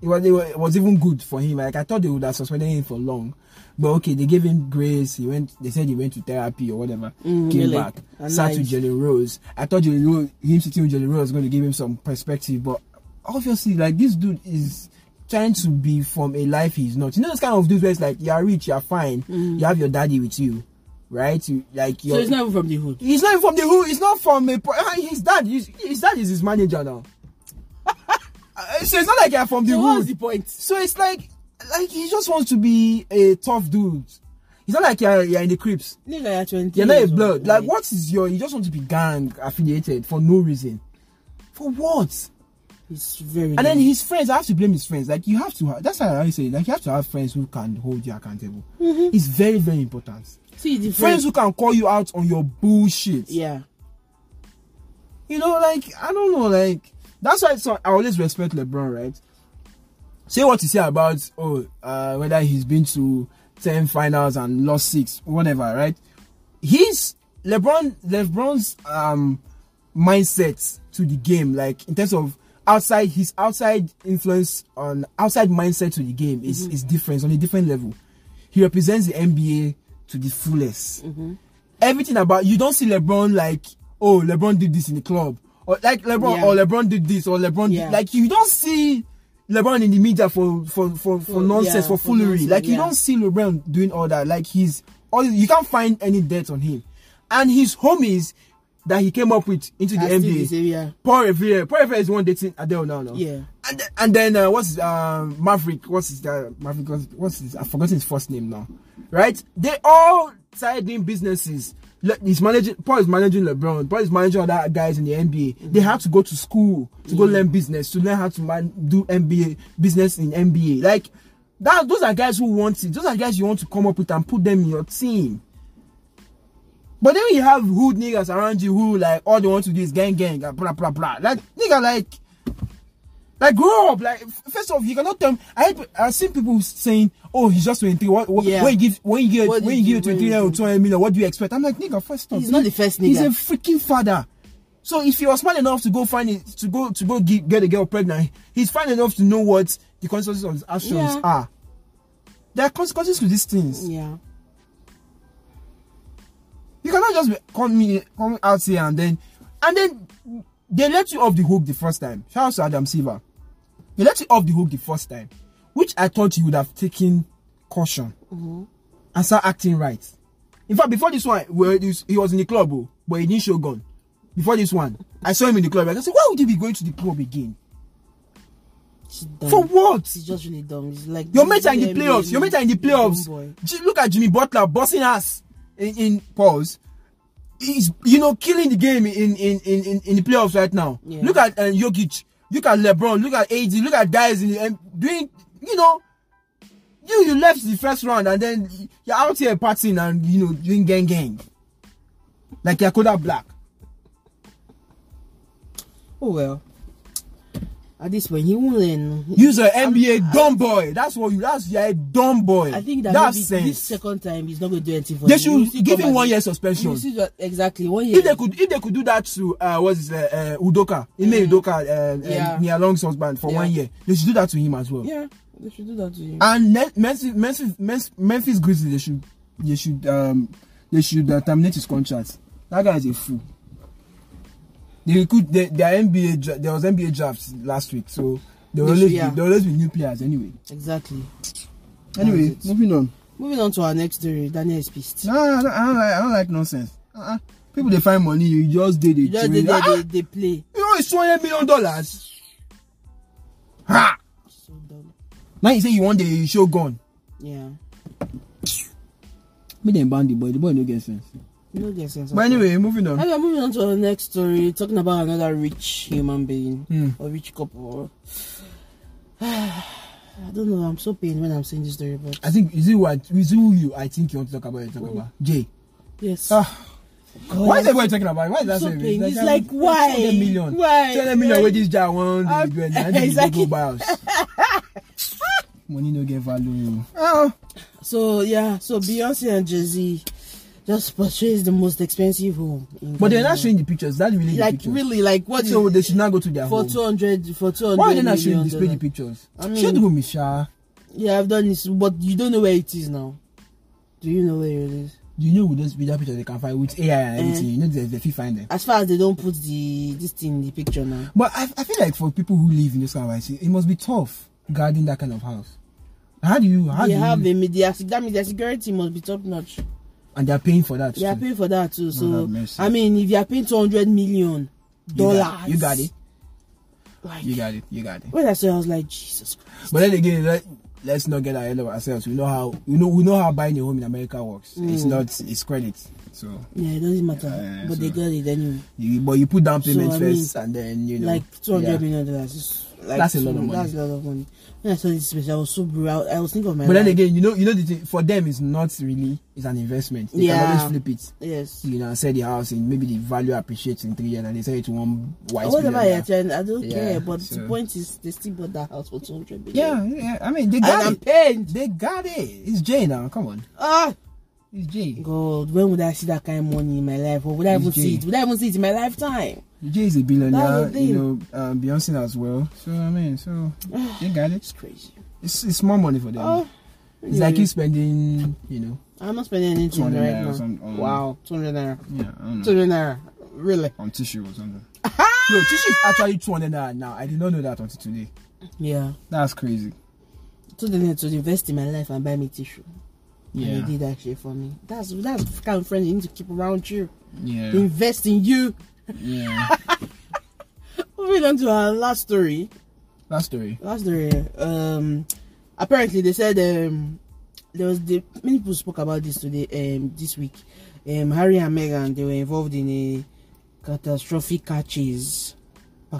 S1: It was, it was it was even good for him. Like I thought they would have suspended him for long, but okay, they gave him grace. He went. They said he went to therapy or whatever. came
S2: really?
S1: back,
S2: Ah,
S1: sat
S2: nice.
S1: with Jelly Rose. I thought Jelly Rose, him sitting with Jelly Rose, was going to give him some perspective, but obviously, like this dude is trying to be from a life he's not. You know, those kind of dudes where it's like you are rich, you are fine, you have your daddy with you, right? You like
S2: Mm. so
S1: you're.
S2: it's not even from the hood.
S1: He's not even from the who. He's not from a. pro- ah, His dad. His, his dad is his manager now. [LAUGHS] Uh, so it's not like you're from the
S2: So
S1: hood.
S2: what's the point?
S1: so it's like, like he just wants to be a tough dude. It's not like you're, you're in the creeps.
S2: Nigga, you're twenty.
S1: You're not a
S2: years old.
S1: blood. Like what is your? You just want to be gang affiliated for no reason. For what?
S2: It's very.
S1: And then
S2: dumb.
S1: his friends, I have to blame his friends. Like you have to. ha- That's how I say. it. Like you have to have friends who can hold you accountable. It's very very important.
S2: see the
S1: Friends
S2: friends.
S1: who can call you out on your bullshit.
S2: Yeah.
S1: You know, like I don't know, like that's why so I always respect LeBron, right? Say what you say about oh uh, whether he's been to ten finals and lost six, whatever, right? His LeBron LeBron's um mindset to the game, like in terms of outside his outside influence on outside mindset to the game is is different on a different level. He represents the NBA to the fullest everything about you don't see LeBron like oh LeBron did this in the club or like LeBron
S2: Yeah.
S1: or LeBron did this or LeBron
S2: Yeah.
S1: did, like you don't see LeBron in the media for for for, for, nonsense
S2: yeah,
S1: for
S2: for
S1: foolery
S2: nonsense,
S1: like you
S2: yeah.
S1: don't see LeBron doing all that like he's all you can't find any dirt on him and his homies that he came up with into the
S2: I still
S1: NBA
S2: say, yeah.
S1: Paul Revere Paul Revere is the one dating Adele now no
S2: Yeah.
S1: and, th- and then uh, what's his, um Maverick? What's his uh, Maverick? What's, what's his? I've forgotten his first name now. Right? They all started doing businesses. Le- he's managing. Paul is managing LeBron. Paul is managing other guys in the NBA. They had to go to school to go learn business to learn how to man, do NBA business in NBA. Like that. Those are guys who want it. Those are guys you want to come up with and put them in your team. But then you have hood niggas around you who like all they want to do is gang gang and blah blah blah. Like nigga like like grow up. Like f- first off, you cannot tell. Me, I had, I seen people saying, "Oh, he's just 23. What, what
S2: Yeah.
S1: when you give when you give
S2: What
S1: when
S2: did
S1: you
S2: you
S1: give
S2: do?
S1: twenty three or twenty million? What do you expect?" I'm like, "Nigga, first off,
S2: He's not the first
S1: Oh, He's a
S2: nigga.
S1: freaking father. So if he was smart enough to go find it, to go to go get, get a girl pregnant, he's fine enough to know what the consequences of his actions
S2: Yeah.
S1: are. There are consequences to these things.
S2: Yeah.
S1: You cannot just be coming coming out here and then and then they let you off the hook the first time. Shout out to Adam Silver. They let you off the hook the first time, which I thought you would have taken caution and start acting right. In fact, before this one, well, this, he was in the club, oh, but he didn't show gun. Before this one, I saw him in the club. I said, "Why would he be going to the club again?
S2: She's dumb.
S1: For what?"
S2: She's just really dumb. It's like
S1: Your mates are in the playoffs. Your mates are in the playoffs.
S2: Homeboy.
S1: Ji- Look at Jimmy Butler bossing ass in, in pause. He's you know killing the game in in in, in, in the playoffs right now.
S2: Yeah.
S1: Look at uh, Jokic. Look at LeBron. Look at AD. Look at guys in the, um, doing. You know, you you left the first round and then you're out here partying and you know doing gang gang like Yakuda Black.
S2: Oh well. At this point, he won't learn.
S1: You're an NBA dumb boy. That's what you. That's you're a dumb boy.
S2: I think that
S1: that's
S2: maybe
S1: sense.
S2: this second time he's not going to do anything for
S1: they
S2: him. He will still
S1: should give
S2: come
S1: him
S2: back.
S1: one year
S2: He will
S1: suspension.
S2: still do- Exactly one year.
S1: if they could if they could do that to uh what's his uh, uh Udoka Ime Udoka uh,
S2: Mm-hmm. Yeah.
S1: uh, Nia Long's husband for
S2: Yeah.
S1: one year they should do that to him as well
S2: Yeah, they should do that to him.
S1: and Ne- Memphis Memphis Memphis, Memphis Grizzlies they should they should um they should uh, terminate his contract that guy is a fool they recruit they, their NBA dra- there was NBA drafts last week so there will
S2: They should,
S1: always
S2: yeah.
S1: be, there will always be new players anyway
S2: Exactly.
S1: anyway
S2: That's it.
S1: moving on
S2: Moving on to our next story. Daniel is pissed.
S1: nah, I, don't, I don't like I don't like nonsense uh-uh. people they find money you just did
S2: You
S1: it Ah,
S2: just they, they, they, they play.
S1: You know it's two hundred million dollars. Ha!
S2: So dumb.
S1: Now you say you want the show gone.
S2: Yeah.
S1: Make them ban the boy. The boy no get sense.
S2: No get sense. at
S1: But
S2: all.
S1: anyway, moving on.
S2: Anyway, moving on to our next story, talking about another rich human being
S1: Hmm.
S2: or rich couple. [SIGHS] I don't know. I'm so pained when I'm saying this story, but
S1: I think is it what is it who you I think you want to talk about you talk about Jay.
S2: yes.
S1: Ah,
S2: God.
S1: why is everybody talking about it? Why is that
S2: So
S1: so
S2: pain. It's like, why?
S1: 200 million.
S2: Why?
S1: 200 million
S2: Why?
S1: where this guy won
S2: Ah,
S1: the grand I think
S2: exactly.
S1: exactly. go buy house. [LAUGHS] Money no get value. Oh.
S2: So yeah, so Beyonce and Jay Z just purchased the most expensive home. in
S1: But they're
S2: Canada.
S1: not showing the pictures. That really the
S2: Like
S1: pictures.
S2: really, like what?
S1: So they should not go to their
S2: for
S1: home.
S2: two hundred for two hundred.
S1: Why are they not showing display the pictures?
S2: I mean-
S1: Show the home, Isha.
S2: Yeah, I've done this, but you don't know where it is now. Do you know where it is?
S1: you know with those video pictures they can find with AI and
S2: Eh.
S1: everything, you know they, they fit find them.
S2: As far as they don't put the this thing in the picture now.
S1: But I, I feel like for people who live in those kind of houses, it must be tough guarding that kind of house. How do you? How
S2: they
S1: do
S2: have
S1: you?
S2: a media that means their security must be top notch.
S1: and they're paying for that.
S2: They are
S1: too.
S2: paying for that too. So
S1: have mercy.
S2: I mean if you are paying two hundred million
S1: You
S2: dollars
S1: got- You got it.
S2: Like
S1: You got it. You got it.
S2: when I saw it, I was like, Jesus Christ.
S1: But then again, let, let's not get ahead of ourselves. We know how we know we know how buying a home in America works.
S2: Mm.
S1: It's not it's credit. So
S2: Yeah, it doesn't matter.
S1: Yeah,
S2: but
S1: so-
S2: they got it anyway.
S1: you but you put down
S2: So,
S1: payment
S2: I mean,
S1: first and then you know
S2: like two hundred
S1: yeah.
S2: million dollars. It's Like
S1: That's a lot of
S2: so- That's a lot of money. When I saw this special, I was so brutal. I was thinking of my
S1: But then
S2: life.
S1: again, you know you know the thing, for them it's not really it's an investment. They
S2: Yeah.
S1: can always flip it.
S2: Yes.
S1: you know, sell the house and maybe the value appreciates in three years and they sell it to one white
S2: Whatever
S1: billionaire.
S2: I attend, I don't
S1: Yeah,
S2: care. But the
S1: so-
S2: point is, they still bought that house for two hundred million.
S1: Yeah, yeah. I mean, they
S2: and
S1: got
S2: I'm
S1: it.
S2: pained.
S1: They got it. It's Jay now. Come on,
S2: Ah,
S1: it's Jay.
S2: God, when would I see that kind of money in my life? Or would I even
S1: Okay.
S2: see it? Would I even see it in my lifetime?
S1: Jay is a
S2: That's
S1: billionaire.
S2: the
S1: You know, um, Beyonce as well. So I mean, [SIGHS] so they got it.
S2: It's crazy.
S1: It's it's more money for them.
S2: Oh,
S1: It's like you spending, you know,
S2: I'm not spending anything
S1: 200
S2: right
S1: naira or
S2: now.
S1: some- or-
S2: wow, 200 naira.
S1: yeah, I don't know,
S2: 200 naira. Really?
S1: on tissue or [LAUGHS] something. no, tissue is actually two hundred naira now. I did not know that until today.
S2: Yeah.
S1: That's crazy.
S2: 200 naira to invest in my life and buy me tissue. And
S1: Yeah,
S2: they did that shit for me. That's that's the kind of friend you need to keep around you.
S1: yeah,
S2: Invest in you.
S1: [LAUGHS] yeah.
S2: Moving on to our last story.
S1: that story.
S2: Last story. Um, apparently they said um, there was the many people spoke about this today um this week. Um, Harry and Meghan they were involved in a catastrophic car chase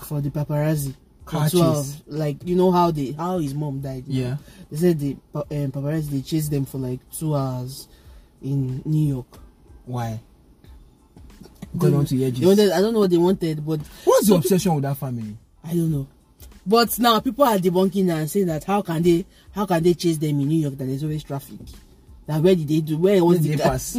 S2: for the paparazzi.
S1: Car
S2: As well,
S1: chase?
S2: like you know how they how his mom died. you know?
S1: Yeah.
S2: they said the pa- um, paparazzi they chased them for like two hours in New York.
S1: Why? Because I want to hear
S2: They
S1: Jesus.
S2: wanted, I don't know what they wanted, but
S1: What's the obsession with that family?
S2: I don't know. But now people are debunking and saying that how can they how can they chase them in New York that there's always traffic? That where did they do where was
S1: Did
S2: the
S1: they pass?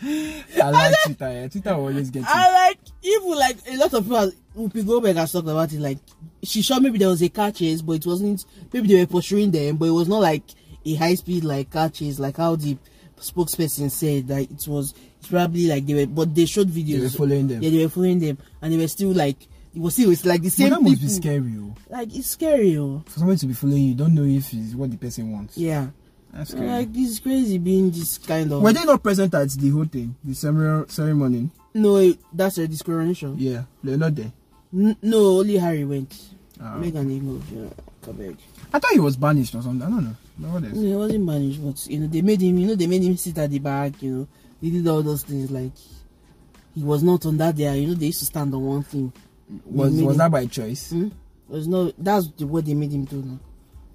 S1: I like Twitter. Yeah. Twitter will always get you.
S2: [LAUGHS] I like even like a lot of people has, Whoopi Goldberg has talked about it. Like she sure maybe there was a car chase, but it wasn't. Maybe they were pursuing them, but it was not like a high speed like car chase, like how the spokesperson said. Like it was it's probably like they were, but they showed videos.
S1: They were following them.
S2: Yeah, they were following them, and they were still like it was still it's like the same
S1: Well, that must be
S2: people.
S1: scary. Oh.
S2: Like it's scary, oh
S1: For somebody to be following you, you don't know if it's what the person wants.
S2: yeah.
S1: That's
S2: I'm
S1: scary.
S2: Like it's crazy being this kind of.
S1: Were they not present at the whole thing? The ceremonial ceremony?
S2: no, it- that's a discoronation.
S1: Yeah, they're not there.
S2: N- no, only Harry went.
S1: Ah.
S2: Meghan didn't go. Yeah, Quebec.
S1: I thought he was banished or something. I don't know. Nowadays.
S2: No, he wasn't banished, but you know they made him. You know they made him sit at the back. You know they did all those things like he was not on that there. You know they used to stand on one thing.
S1: Was
S2: They made
S1: was
S2: him-
S1: that by choice?
S2: Hmm? There's no. That's the, what they made him do now.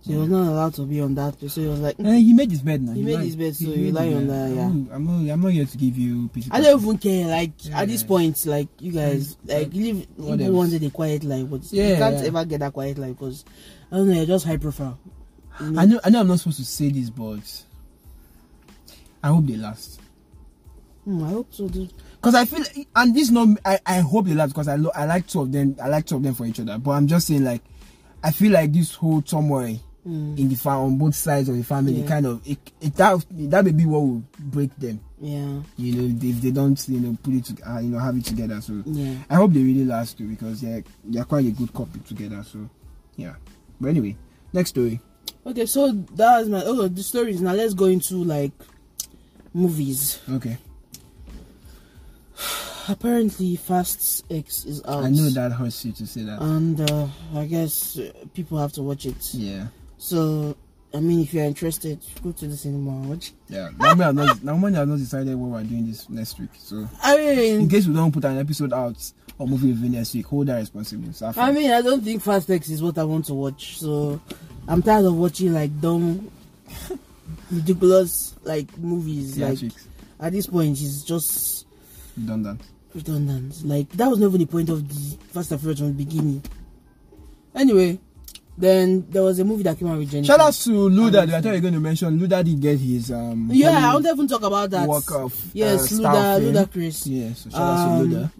S2: So
S1: Mm.
S2: he was not allowed to be on that. place. So he was like,
S1: Eh, he made his bed now.
S2: He made
S1: lied.
S2: his bed,
S1: He
S2: so
S1: made
S2: you
S1: his
S2: lie on
S1: bed.
S2: that, yeah.
S1: I'm not- I'm not, I'm not here to give you pity.
S2: I don't even care. Like
S1: Yeah.
S2: at this point, like you guys,
S1: Yeah.
S2: like live.
S1: Mm. What
S2: People
S1: else?
S2: wanted a quiet life, but you
S1: Yeah,
S2: can't
S1: yeah.
S2: ever get that quiet life because I don't know. You're just high profile.
S1: I know. I know. I'm not supposed to say this, but I hope they last.
S2: Hmm, I hope so. Dude.
S1: Cause I feel, and this not. I, I hope they last because I lo- I like two of them. I like two of them for each other. But I'm just saying, like, I feel like this whole turmoil
S2: Mm.
S1: in the fam on both sides of the family,
S2: Yeah.
S1: kind of it, it that that may be what will break them.
S2: Yeah,
S1: You know, if they don't, you know, put it, to, uh, you know, have it together. So
S2: yeah.
S1: I hope they really last too because they're they're quite a good couple together. So yeah. But anyway, next story.
S2: Okay, so that was my oh the stories. Now let's go into like movies.
S1: Okay,
S2: Apparently, Fast X is out.
S1: I know that hurts you to say that.
S2: And uh, I guess uh, people have to watch it.
S1: yeah.
S2: So, I mean, if you're interested, go to the cinema and watch.
S1: Yeah, now me have not now money have not decided what we're doing this next week. So
S2: I
S1: in
S2: mean,
S1: case we don't put an episode out or movie review next week, hold that responsible. So
S2: I mean, I don't think Fast X is what I want to watch. So, I'm tired of watching like dumb, [LAUGHS] ridiculous like movies.
S1: yeah,
S2: like
S1: chicks,
S2: at this point, it's just
S1: you done that.
S2: redundant. Like that was not even the point of the Fast and Furious from the beginning. Anyway, then there was a movie that came out with Jennifer.
S1: Shout out to Luda. I thought you were going to mention Luda did get his um
S2: Yeah, I
S1: Hollywood
S2: won't even talk about that.
S1: walk of
S2: Yes,
S1: uh,
S2: Luda,
S1: star fame.
S2: Luda Chris.
S1: Yeah, so shout out to
S2: Um,
S1: Luda.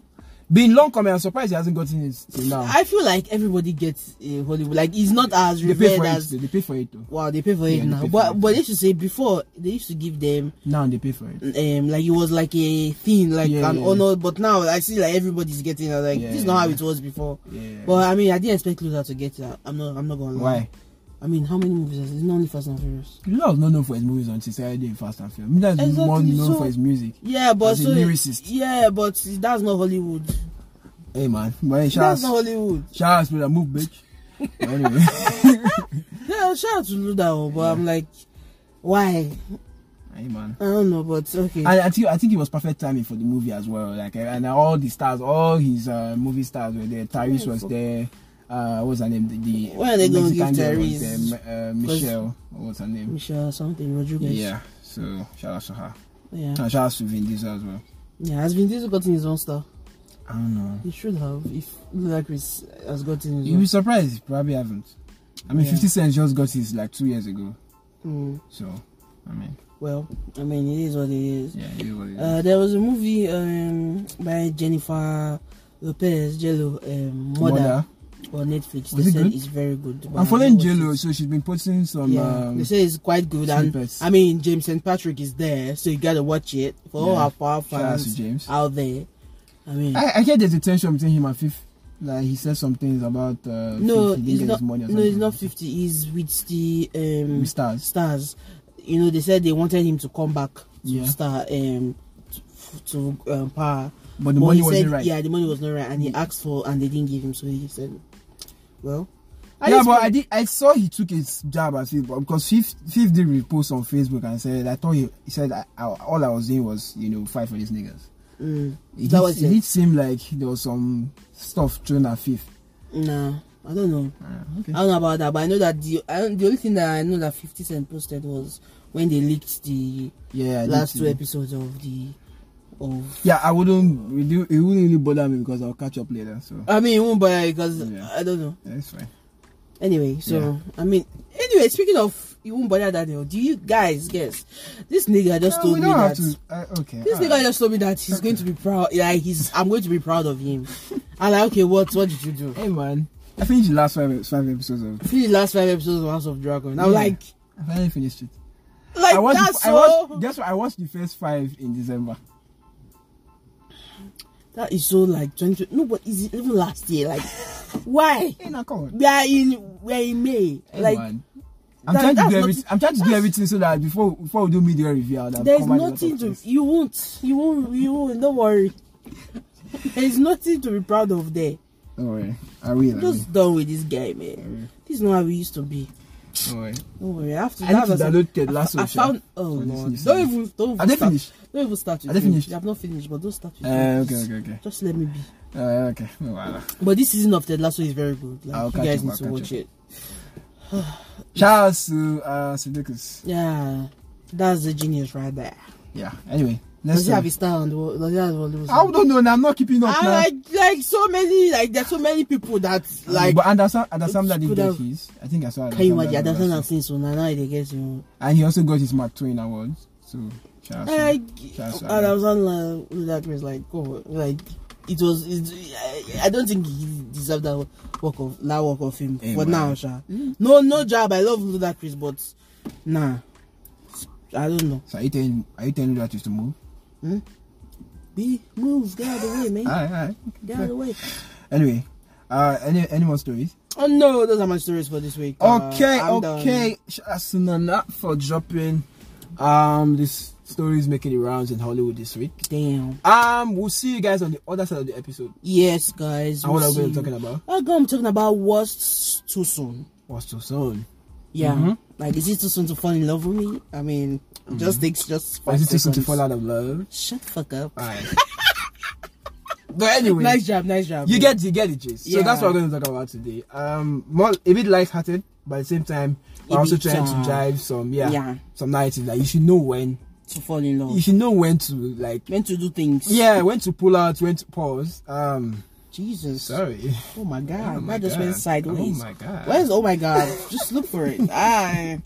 S1: Been long coming. I'm surprised he hasn't gotten it till now.
S2: I feel like everybody gets a Hollywood. Like it's not as
S1: they pay
S2: revered
S1: for it.
S2: as
S1: though. They pay for it though.
S2: wow. They pay for it
S1: Yeah, they
S2: now,
S1: pay
S2: but
S1: for it.
S2: but they used to say before they used to give them
S1: Now they pay for it.
S2: um like it was like a thing like
S1: Yeah,
S2: an
S1: yeah,
S2: honor. But now I see like everybody's getting it. Like
S1: Yeah,
S2: this is not how
S1: yeah.
S2: it was before.
S1: Yeah.
S2: But I mean, I didn't expect Luda to get that. I'm not. I'm not gonna lie.
S1: Why?
S2: I mean, how many movies? has- It's not only Fast and Furious.
S1: Luda was not known for his movies until Saturday in Fast and Furious. Luda is
S2: Exactly,
S1: more known
S2: so-
S1: for his music.
S2: Yeah, but
S1: As a
S2: so
S1: lyricist.
S2: yeah, but that's not Hollywood.
S1: Hey man, but shout out
S2: That's not Hollywood.
S1: Shout out to the move,
S2: [LAUGHS]
S1: bitch. But anyway,
S2: Yeah, shout out to Luda, oh, but I'm like, why?
S1: hey man.
S2: I don't know, but okay.
S1: And I think I think it was perfect timing for the movie as well. Like eh, and all the stars, all his uh, movie stars were there. Tyrese was there. Uh, what's her name? The, the
S2: When are they gonna
S1: Mexican
S2: give
S1: girl was
S2: Tyrese?
S1: there, M- uh, Michelle. What's her name?
S2: Michelle something Rodriguez.
S1: Yeah. So shout out to her.
S2: yeah,
S1: And shout out to Vin Diesel as well.
S2: yeah. Has Vin Diesel gotten his own star?
S1: I don't know.
S2: He should have. If Luda Chris has gotten his
S1: You'll be
S2: own.
S1: surprised. Probably haven't. I mean,
S2: Yeah.
S1: 50 Cent just got his like two years ago.
S2: Mm,
S1: So I mean,
S2: well, I mean, it is what it is.
S1: yeah, it is what it is.
S2: Uh, there was a movie um, by Jennifer Lopez Jello, um, Mother,
S1: Mother.
S2: on
S1: Was
S2: Netflix. they
S1: it
S2: said
S1: good?
S2: it's very good. but
S1: I'm
S2: I've
S1: following
S2: not watched
S1: JLo,
S2: it.
S1: so she's been posting some.
S2: Yeah,
S1: um,
S2: they say it's quite good,
S1: snippets.
S2: and I mean James St. Patrick is there, so you gotta watch it for all
S1: Yeah.
S2: our power
S1: Shout out to
S2: fans
S1: James. Um,
S2: out there. I mean,
S1: I, I hear there's a tension between him and Fifth. Like he said some things about uh,
S2: no,
S1: Fifth, he didn't
S2: it's
S1: get
S2: not.
S1: his money or
S2: No, it's
S1: something.
S2: not fifty. He's with the um,
S1: With stars.
S2: Stars, you know, they said they wanted him to come back to
S1: Yeah.
S2: star um to, to um, power,
S1: But the
S2: But
S1: money
S2: he
S1: wasn't
S2: said-
S1: right. Mm.
S2: Yeah, the money was not right, and he asked for, and they didn't give him, so he said, "Well, I
S1: Ah, yeah,
S2: just
S1: but I
S2: want-
S1: did. I saw he took his job as Fifth, but because Fifth, Fifth did repost on Facebook and said, I thought he, he said I, I, all I was doing was you know fight for these niggas.
S2: mm,
S1: It,
S2: That
S1: did,
S2: was
S1: it
S2: it.
S1: did seem like there was some stuff thrown at Fifth.
S2: nah." I don't know.
S1: okay.
S2: I don't know about that, but I know that the I don't, the only thing that I know that 50 Cent posted was when they leaked the
S1: Yeah, I did
S2: last
S1: see
S2: two
S1: that.
S2: episodes of the of
S1: Yeah, I wouldn't. we do- It wouldn't really bother me because I'll catch up later. So
S2: I mean, it won't bother because
S1: Yeah.
S2: I don't know.
S1: that's fine.
S2: Anyway, so I mean, anyway, speaking of you won't bother that deal. Do you guys guess? This nigga just
S1: No,
S2: told
S1: we
S2: me
S1: don't have
S2: that.
S1: to. Uh, okay.
S2: This
S1: alright.
S2: nigga just told me that he's going to be proud. Like he's, I'm going to be proud
S1: [LAUGHS]
S2: of him. I'm like, okay, what? What did you do?
S1: Hey man, I finished the last five, five episodes of.
S2: Finish the last five episodes of House of Dragon. I'm
S1: Yeah.
S2: like,
S1: I finally finished it.
S2: like
S1: I watched.
S2: that's
S1: I
S2: so.
S1: watched. Guess what? I watched the first five in December.
S2: that is so like 20. No, but is it even last year?
S1: [LAUGHS]
S2: Like, why?
S1: Hey, now come on.
S2: We are in we are in May.
S1: Hey,
S2: like
S1: man. I'm
S2: that-
S1: trying to
S2: that's
S1: do
S2: not-
S1: everything. I'm trying to do
S2: that's-
S1: everything so that before before we do media review, I'll have
S2: there's
S1: covered a lot of
S2: nothing to
S1: things.
S2: you won't you won't you won't
S1: [LAUGHS]
S2: don't worry. There's nothing to be proud of there.
S1: Don't worry, I will. I will.
S2: Just done with this guy, man. This is not how we used to be.
S1: Don't worry.
S2: Don't worry, I have to.
S1: I need
S2: that
S1: to
S2: was-
S1: download Ted
S2: I-
S1: Lasso,
S2: I
S1: sha.
S2: found. Oh
S1: So this
S2: lord!
S1: is-
S2: Don't even. Don't even
S1: Are they
S2: start,
S1: finished?
S2: Don't even start. with
S1: Are they
S2: me.
S1: finished?
S2: They have not finished, but don't start. With
S1: Uh,
S2: me.
S1: okay, okay, okay.
S2: Just let me be.
S1: Uh, okay. No, wahala.
S2: But this season of Ted Lasso is very good. Like
S1: I'll
S2: you
S1: catch
S2: guys
S1: up,
S2: need
S1: I'll
S2: to
S1: catch
S2: watch
S1: up.
S2: it.
S1: Shout out to uh, Sudokus.
S2: Yeah, that's the genius right there.
S1: Yeah. Anyway,
S2: Does
S1: let's.
S2: he have his style on the wall? Does he have his Hollywood
S1: I
S2: style?
S1: don't know. now, I'm not keeping up
S2: I
S1: now.
S2: like like so many like there's so many people that like.
S1: but Anderson, Anderson
S2: It's
S1: did
S2: good
S1: get
S2: of-
S1: his. I think I saw.
S2: Can you imagine?
S1: Anderson Landa
S2: That's not
S1: last
S2: thing. So now now they get you. Know,
S1: year. And he also got his Mark Twain award. So shout out. to
S2: I
S1: him. Shout out to
S2: and I was on like, with that was like, oh, like it was. It, I, I don't think he deserved that work of that work of him
S1: Hey,
S2: for
S1: man.
S2: now, sha. No, no job. I love Ludacris, but nah, I don't know.
S1: So are you telling are you telling Ludacris to move?
S2: B moves, get out of the way, man.
S1: Alright, alright.
S2: Get out of the way.
S1: Anyway, uh, any any more stories?
S2: Oh no, those are my stories for this week. Uh,
S1: okay,
S2: I'm done.
S1: okay. Shout out to Nana for dropping um this stories making the rounds in Hollywood this week.
S2: Damn.
S1: Um, we'll see you guys on the other side of the episode.
S2: Yes, guys.
S1: And what
S2: we'll
S1: are we
S2: see
S1: going
S2: you.
S1: to talking about?
S2: Oh, God, I'm talking about what's too soon.
S1: What's too soon?
S2: Yeah.
S1: Mm-hmm.
S2: Like, is it too soon to fall in love with me? I mean, it just takes just
S1: Or
S2: five
S1: Mm-hmm. is it too soon to
S2: seconds.
S1: fall out Ah, of love?
S2: Shut the fuck up.
S1: [LAUGHS] Alright. but anyway,
S2: Nice job, nice job.
S1: you get you get the gist. So that's
S2: Yeah.
S1: what we're going to talk about today. Um, more a bit light-hearted, but at the same time, we're
S2: A
S1: also
S2: bit,
S1: trying
S2: uh,
S1: to drive some yeah,
S2: yeah.
S1: some narrative that you should know when
S2: to fall in love.
S1: you should know when to like
S2: When to do things.
S1: yeah when to pull out when to pause. Um,
S2: Jesus.
S1: sorry. [LAUGHS]
S2: Oh my god.
S1: Oh my
S2: that just
S1: God.
S2: went sideways.
S1: Oh my God.
S2: Where's oh my god? just look for it. [LAUGHS] I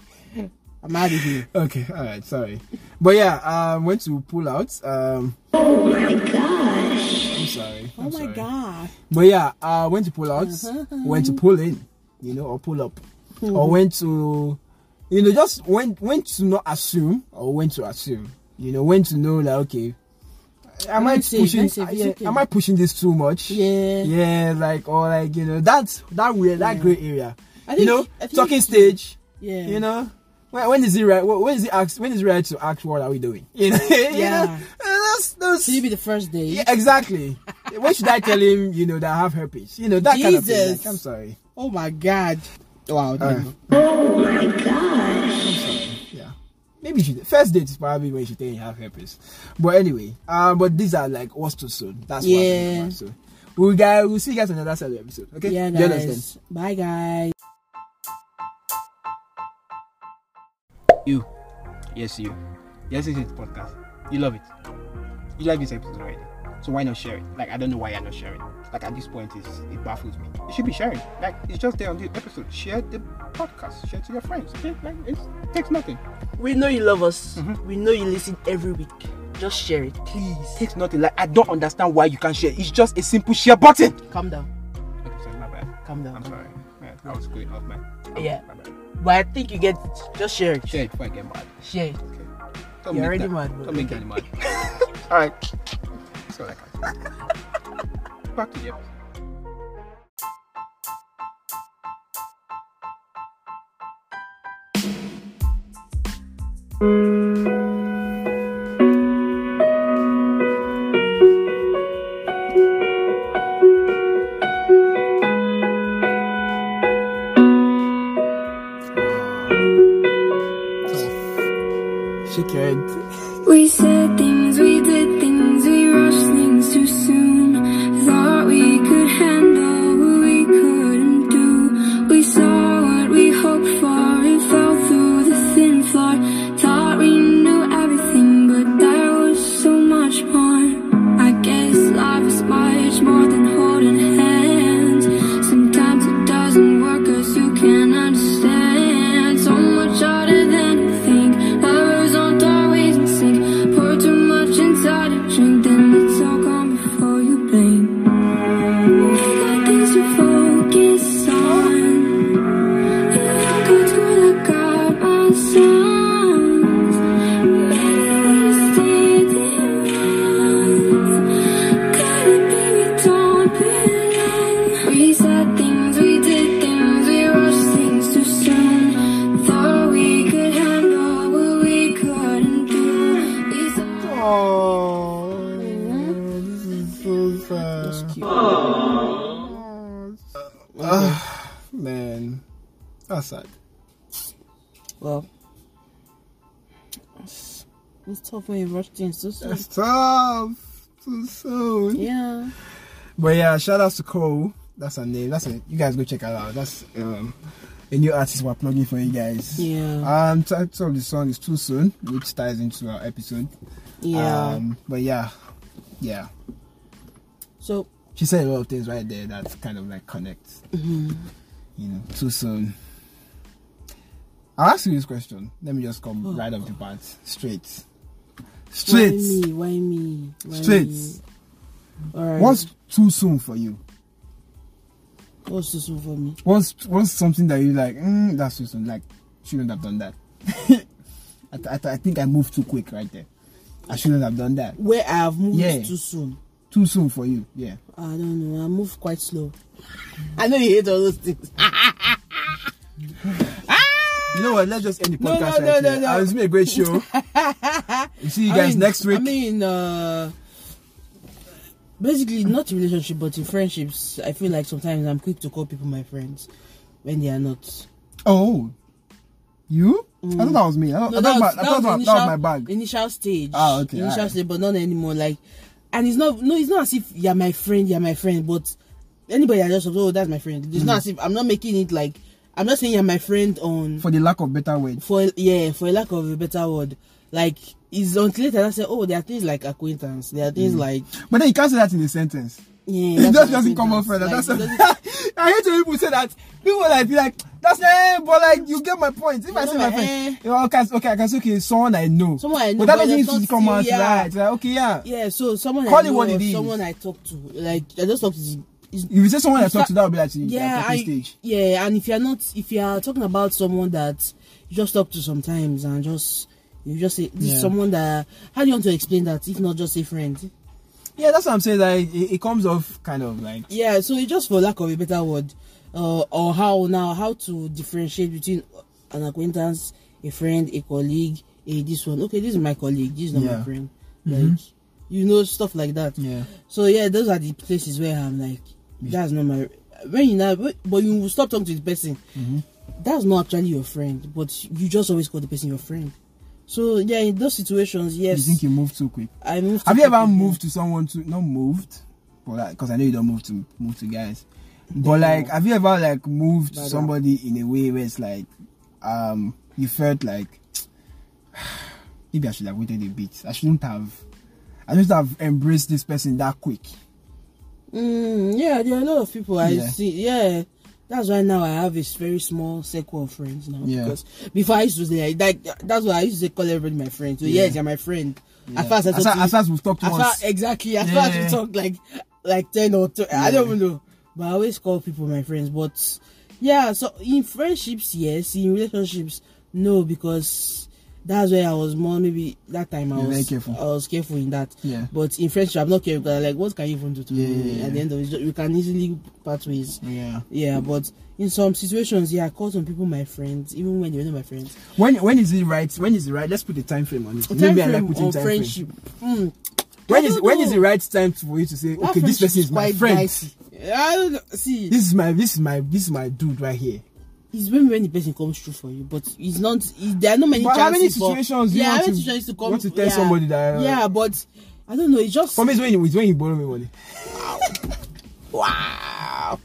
S2: I'm out of here.
S1: [LAUGHS] Okay, all right, sorry, but yeah, um, when to pull out. Um, oh my gosh. I'm sorry.
S2: Oh my Uh-huh. god.
S1: But yeah, uh, when to pull out, when to pull in, you know, or pull up,
S2: Hmm.
S1: or when to, you know, just when when to not assume or when to assume, you know, when to know like okay, am I
S2: Nice save,
S1: pushing?
S2: nice save,
S1: yeah,
S2: it's okay.
S1: Am I pushing this too much?
S2: Yeah.
S1: yeah, like or like you know that's that weird that gray area.
S2: I
S1: you
S2: think-
S1: know,
S2: I think-
S1: talking stage.
S2: Yeah.
S1: You know. When, when is it right? When is it ask? When is it right to ask? What are we doing? [LAUGHS] You know, you know? Uh,
S2: Yeah.
S1: that's that's
S2: Should it be the first day?
S1: yeah, exactly. [LAUGHS] Why should I tell him, you know, that I have herpes? You know, that kind of thing.
S2: Jesus.
S1: Like, I'm sorry.
S2: Oh my god. Wow.
S1: right.
S2: no.
S1: Yeah. Maybe she first date is probably when she tell you have herpes. But anyway, um, but these are like what's too soon. That's what I'm thinking
S2: Yeah.
S1: about, so we'll guys we'll see you guys on the other side of the episode. Okay?
S2: Yeah,
S1: You understand?
S2: guys. Bye, guys.
S3: You. Yes, you. Yes, this is podcast. You love it. You like this episode already. So why not share it? Like, I don't know why you're not sharing. Like, at this point, it's, it baffles me. You should be sharing. Like, it's just there on the episode. Share the podcast. Share to your friends. Okay? Like, it takes nothing.
S10: We know you love us. We know you listen every week. Just share it, please.
S3: takes nothing. Like, I don't understand why you can't share. It's just a simple share button.
S10: Calm down.
S3: Okay, sorry, my bad.
S10: Calm down.
S3: I'm sorry. Yeah, I was going off my.
S10: Yeah.
S3: My bad.
S10: But I think you get it. Just share it.
S3: Share it before I get mad.
S10: Share it.
S3: Don't
S10: You're
S3: make
S10: already
S3: that-
S10: mad, bro.
S3: Don't make any mad. [LAUGHS] All right. So like. Back to the episode.
S1: Shake your head.
S5: We said things, we did things, we rushed things too soon. Thought we could handle what we couldn't do. We saw what we hoped for and fell through the thin floor. Thought we knew everything, but there was so much more. I guess life is much more than holding hands. Sometimes it doesn't work 'cause you can't understand. So much out
S1: Ah, man, that's sad.
S2: Well, it's, it's tough when you rush things so soon.
S1: That's tough. Too soon.
S2: Yeah.
S1: But yeah, shout out to Cole. That's her name. That's it. You guys go check her out. That's um, a new artist we're plugging for you guys.
S2: Yeah.
S1: Um, title of the song is Too Soon, which ties into our episode.
S2: Yeah.
S1: Um, but yeah, yeah.
S2: so,
S1: She said a lot of things right there that kind of like connect.
S2: mhm.
S1: You know, too soon. I'll ask you this question. Let me just come
S2: Oh,
S1: right off the bat, straight,
S2: why
S1: straight,
S2: me? Why me? Why
S1: straight.
S2: me? All right.
S1: What's too soon for you?
S2: What's too soon for me?
S1: What's what's something that you like? Mm, that's too soon. Like shouldn't have done that. [LAUGHS] I, th- I, th- I think I moved too quick right there. I shouldn't have done that.
S2: Where I have moved
S1: Yeah.
S2: too soon.
S1: Too soon for you. Yeah.
S2: I don't know. I move quite slow. I know you hate all those things.
S1: You know what? Let's just end the
S2: No, no,
S1: podcast
S2: no,
S1: right
S2: no,
S1: here.
S2: no.
S1: Uh, It's been a
S2: [LAUGHS]
S1: great show. you see you
S2: I
S1: guys
S2: mean-
S1: next week.
S2: I mean, uh, basically, not in relationship, but in friendships, I feel like sometimes I'm quick to call people my friends when they are not.
S1: oh, you?
S2: Mm.
S1: I thought that was me. I thought, I thought my, I thought that, that was my bag.
S2: Initial stage.
S1: Ah, okay,
S2: Initial
S1: alright.
S2: stage, but not anymore. Like, and it's not no, it's not as if you're my friend, you're my friend, but anybody I just oh that's my friend. It's not
S1: Hmm.
S2: as if I'm not making it like I'm not saying you're my friend on
S1: For the lack of better word.
S2: for yeah for lack of a better word like it's until later that I say oh there are things like acquaintance there are things like
S1: But then you can't say that in a sentence.
S2: [LAUGHS] yeah
S1: Mm. [LAUGHS] It just
S2: that's my
S1: doesn't come up
S2: acquaintance.
S1: further.
S2: Like,
S1: That's
S2: it doesn't-
S1: [LAUGHS] I hate when people say that. People like be like, that's eh, but like you get my point. If I
S2: know
S1: say my
S2: my eh.
S1: friend, yeah, okay, okay, I can say okay, someone I know.
S2: Someone I know,
S1: But that
S2: but
S1: doesn't
S2: it's
S1: need to
S2: not
S1: come out
S2: serious.
S1: right. Like, okay, yeah.
S2: yeah so someone
S1: Call
S2: I
S1: it
S2: know
S1: what it
S2: or
S1: is.
S2: someone I talk to like I just talk to the- is
S1: If you say someone I talk to, that would be like yeah,
S2: yeah
S1: at
S2: I,
S1: this stage.
S2: yeah and if you're not if you're talking about someone that you just talk to sometimes and just you just say this
S1: Yeah.
S2: is someone that how do you want to explain that if not just a friend
S1: Yeah, that's what I'm saying. Like it, it comes off kind of like
S2: yeah so it's just for lack of a better word uh, or how now how to differentiate between an acquaintance a friend a colleague a this one okay this is my colleague this is not
S1: Yeah. Mm-hmm.
S2: my friend like you know stuff like that
S1: yeah.
S2: so yeah those are the places where i'm like that's not my when you now but you will stop talking to the person
S1: Mm-hmm.
S2: that's not actually your friend but you just always call the person your friend so yeah in those situations
S1: You
S2: yes
S1: think you move too quick?
S2: i moved to
S1: Have you ever
S2: people-
S1: moved to someone to not moved, but because I know you don't move to move to guys, but like have you ever like moved to somebody in a way where it's like, um, you felt like [SIGHS] maybe I should have waited a bit. I shouldn't have. I just have embraced this person that quick.
S2: Mm, yeah, there are a lot of people I
S1: Yeah.
S2: see. Yeah, that's why now I have a very small circle of friends now.
S1: Yeah.
S2: Because before I used to say like that- that's why I used to call everybody my friend. So
S1: Yeah.
S2: yes, you're my friend.
S1: Yeah.
S2: As far as I
S1: as, far,
S2: talk to
S1: as
S2: you- eh,
S1: far as we've talked
S2: as far
S1: once,
S2: exactly as far as
S1: Yeah.
S2: we talk like like ten or tw- I don't
S1: Yeah.
S2: even know, but I always call people my friends. But yeah, so in friendships yes, in relationships no because. That's where I was more maybe that time I
S1: You're
S2: was
S1: very careful.
S2: I was careful in that.
S1: Yeah.
S2: But in friendship I'm not careful because like what can you even do to
S1: Yeah,
S2: me
S1: yeah, yeah.
S2: at the end of it? You can easily part ways.
S1: yeah.
S2: Yeah, but in some situations, yeah, I call some people my friends, even when they were not my friends.
S1: When when is it right? When is it right? Let's put the time frame on it.
S2: Time
S1: Maybe I like
S2: frame
S1: putting
S2: on
S1: time frame.
S2: friendship. Mm,
S1: When
S2: I
S1: is
S2: don't
S1: when
S2: know.
S1: is the right time to- for you to say
S2: that
S1: okay, this
S2: friendship
S1: person is my
S2: quite
S1: friend.
S2: dicey. I don't know. See,
S1: This is my this is my this is my dude right here.
S2: it's when when the person comes through for you, but it's not. It, there are not many.
S1: But
S2: chances
S1: how many
S2: for-
S1: situations do you
S2: yeah,
S1: want
S2: how many
S1: to-
S2: situations to come?
S1: want to tell
S2: yeah,
S1: somebody that- uh,
S2: Yeah, but I don't know. It just
S1: For me, it's when you, it's when you borrow me money.
S2: wow,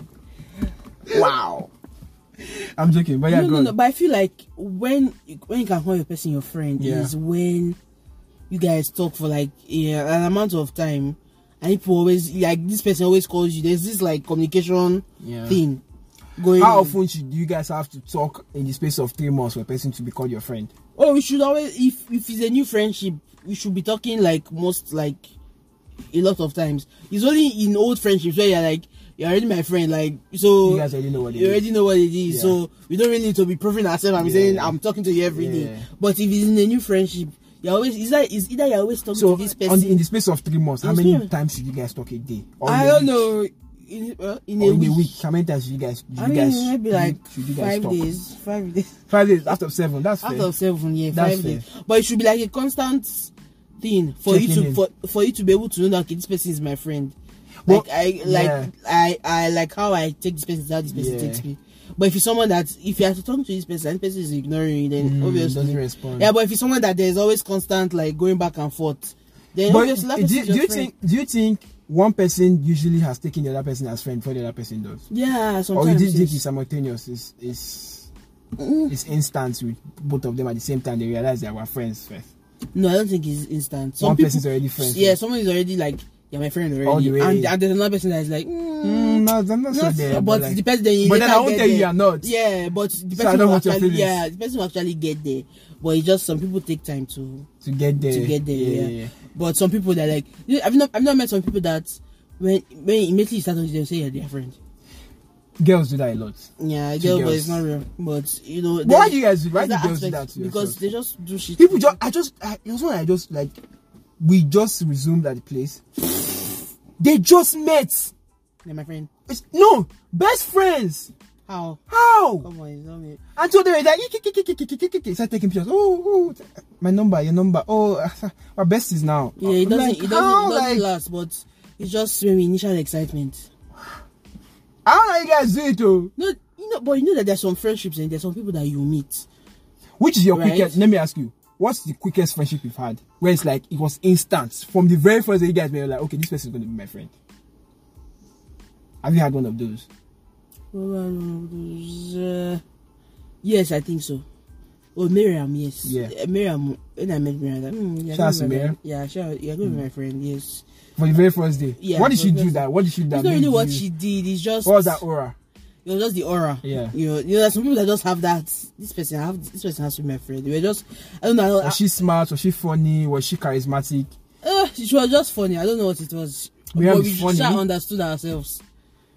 S2: wow.
S1: I'm joking, but yeah,
S2: no,
S1: go
S2: no,
S1: on.
S2: no. But I feel like when when you can call your person your friend
S1: Yeah.
S2: is when you guys talk for like yeah, an amount of time, and people always like this person always calls you. There's this like communication
S1: Yeah.
S2: thing going.
S1: How
S2: on.
S1: often should you guys have to talk in the space of three months for a person to be called your friend?
S2: Oh, we should always if if it's a new friendship, we should be talking like most like a lot of times. It's only in old friendships where you're like you're already my friend, like so
S1: You guys already know what it
S2: you already know what it is.
S1: Yeah.
S2: So we don't really need to be proving ourselves. I'm
S1: Yeah.
S2: saying I'm talking to you every day.
S1: Yeah.
S2: But if it's in a new friendship, you're always is that is either you're always talking
S1: So,
S2: to this
S1: on
S2: person.
S1: the, in the space of three months, how
S2: Yes,
S1: many
S2: yeah.
S1: times should you guys talk a day? Or in
S2: I
S1: a
S2: don't
S1: week?
S2: know in, uh, in,
S1: Or
S2: a,
S1: in
S2: week.
S1: a week, how many times should you guys? Should
S2: I
S1: you
S2: mean,
S1: guys
S2: maybe
S1: should-
S2: like
S1: should you guys
S2: five
S1: talk?
S2: days, five days.
S1: Five days after seven. That's fair.
S2: out of seven yeah
S1: That's
S2: five
S1: fair.
S2: days but it should be like a constant thing for
S1: Checking
S2: you to
S1: in.
S2: for, for you to be able to know that okay this person is my friend Like I like
S1: yeah.
S2: I I like how I take this person is how this person
S1: Yeah.
S2: takes me. But if it's someone that if you have to talk to this person and this person is ignoring you, then
S1: Mm,
S2: obviously
S1: doesn't respond.
S2: Yeah, but if it's someone that there's always constant like going back and forth, then
S1: but
S2: obviously that
S1: do,
S2: person is
S1: do
S2: your
S1: you
S2: friend.
S1: think do you think one person usually has taken the other person as friend before the other person does?
S2: Yeah,
S1: or you
S2: sometimes.
S1: just think
S2: yes.
S1: it's simultaneous? It's it's
S2: Mm.
S1: it's instant with both of them at the same time. They realize they were friends first.
S2: No, I don't think it's instant. Some
S1: one
S2: people,
S1: person's already friends.
S2: yeah,
S1: first.
S2: someone is already like, yeah, my friend
S1: All
S2: already,
S1: the way.
S2: and, and there's another person that is like, mm,
S1: Mm, no, I'm not so
S2: not-
S1: there.
S2: but
S1: like-
S2: the person then,
S1: but then
S2: later
S1: I won't
S2: get
S1: tell you
S2: there.
S1: you're not.
S2: Yeah, but the
S1: So I
S2: person
S1: don't
S2: will
S1: want your
S2: actually,
S1: feelings.
S2: yeah, the person will actually get there. But it's just some people take time to
S1: to get there.
S2: to get there. Yeah,
S1: yeah.
S2: But some people that like, you know, I've not I've not met some people that when when immediately you start talking to them say yeah, they're friends.
S1: Girls do that a lot.
S2: Yeah, I
S1: To
S2: get, but
S1: girls.
S2: it's not real. But you know,
S1: But why
S2: there's-
S1: do you guys? Why
S2: there's
S1: do girls do that?
S2: aspect
S1: To
S2: Because
S1: themselves?
S2: they just do shit.
S1: people just, I just, I, it was when I just like, we just resumed at the place. [LAUGHS] They just met.
S2: Yeah, my friend.
S1: It's, no, best friends.
S2: How?
S1: How?
S2: Come on, it's not me.
S1: And so they were like, "Iki, iki, iki, iki, iki, iki, iki," start taking pictures. Oh, oh, my number, your number. Oh, [LAUGHS] our best is now.
S2: Yeah, it
S1: I'm
S2: doesn't,
S1: like,
S2: it doesn't,
S1: how,
S2: it doesn't
S1: like,
S2: last, but it's just maybe initial excitement.
S1: How are you guys do it though?
S2: No, you know, but you know that there's some friendships and there's some people that you meet.
S1: Which is your
S2: Right.
S1: quickest? Let me ask you. What's the quickest friendship you've had? Where it's like it was instant from the very first day you guys were like, okay, this person is going to be my friend. Have you had one of those?
S2: Uh, yes, I think so. Oh, Miriam, yes.
S1: Yeah.
S2: Uh, Miriam, when I met Miriam, I was like, mm, yeah,
S1: Shout out to Miriam. Hmm.
S2: gonna be my friend. Yeah, shout out, you're going to be my friend, yes.
S1: For the very first day.
S2: Yeah,
S1: What did
S2: for
S1: she
S2: the
S1: do
S2: first
S1: that? What did she do that?
S2: It's not really
S1: made
S2: what
S1: you-
S2: she did, it's just.
S1: What was that aura?
S2: It was just the aura.
S1: Yeah.
S2: You know, you know, there's some people that just have that. This person, I have, this person has to be my friend. They were just, I don't know. I don't-
S1: Was she smart? Was she funny? Was she charismatic?
S2: Uh, it was just funny. I don't know what it was.
S1: We
S2: but
S1: have
S2: we
S1: it funny.
S2: just understood ourselves.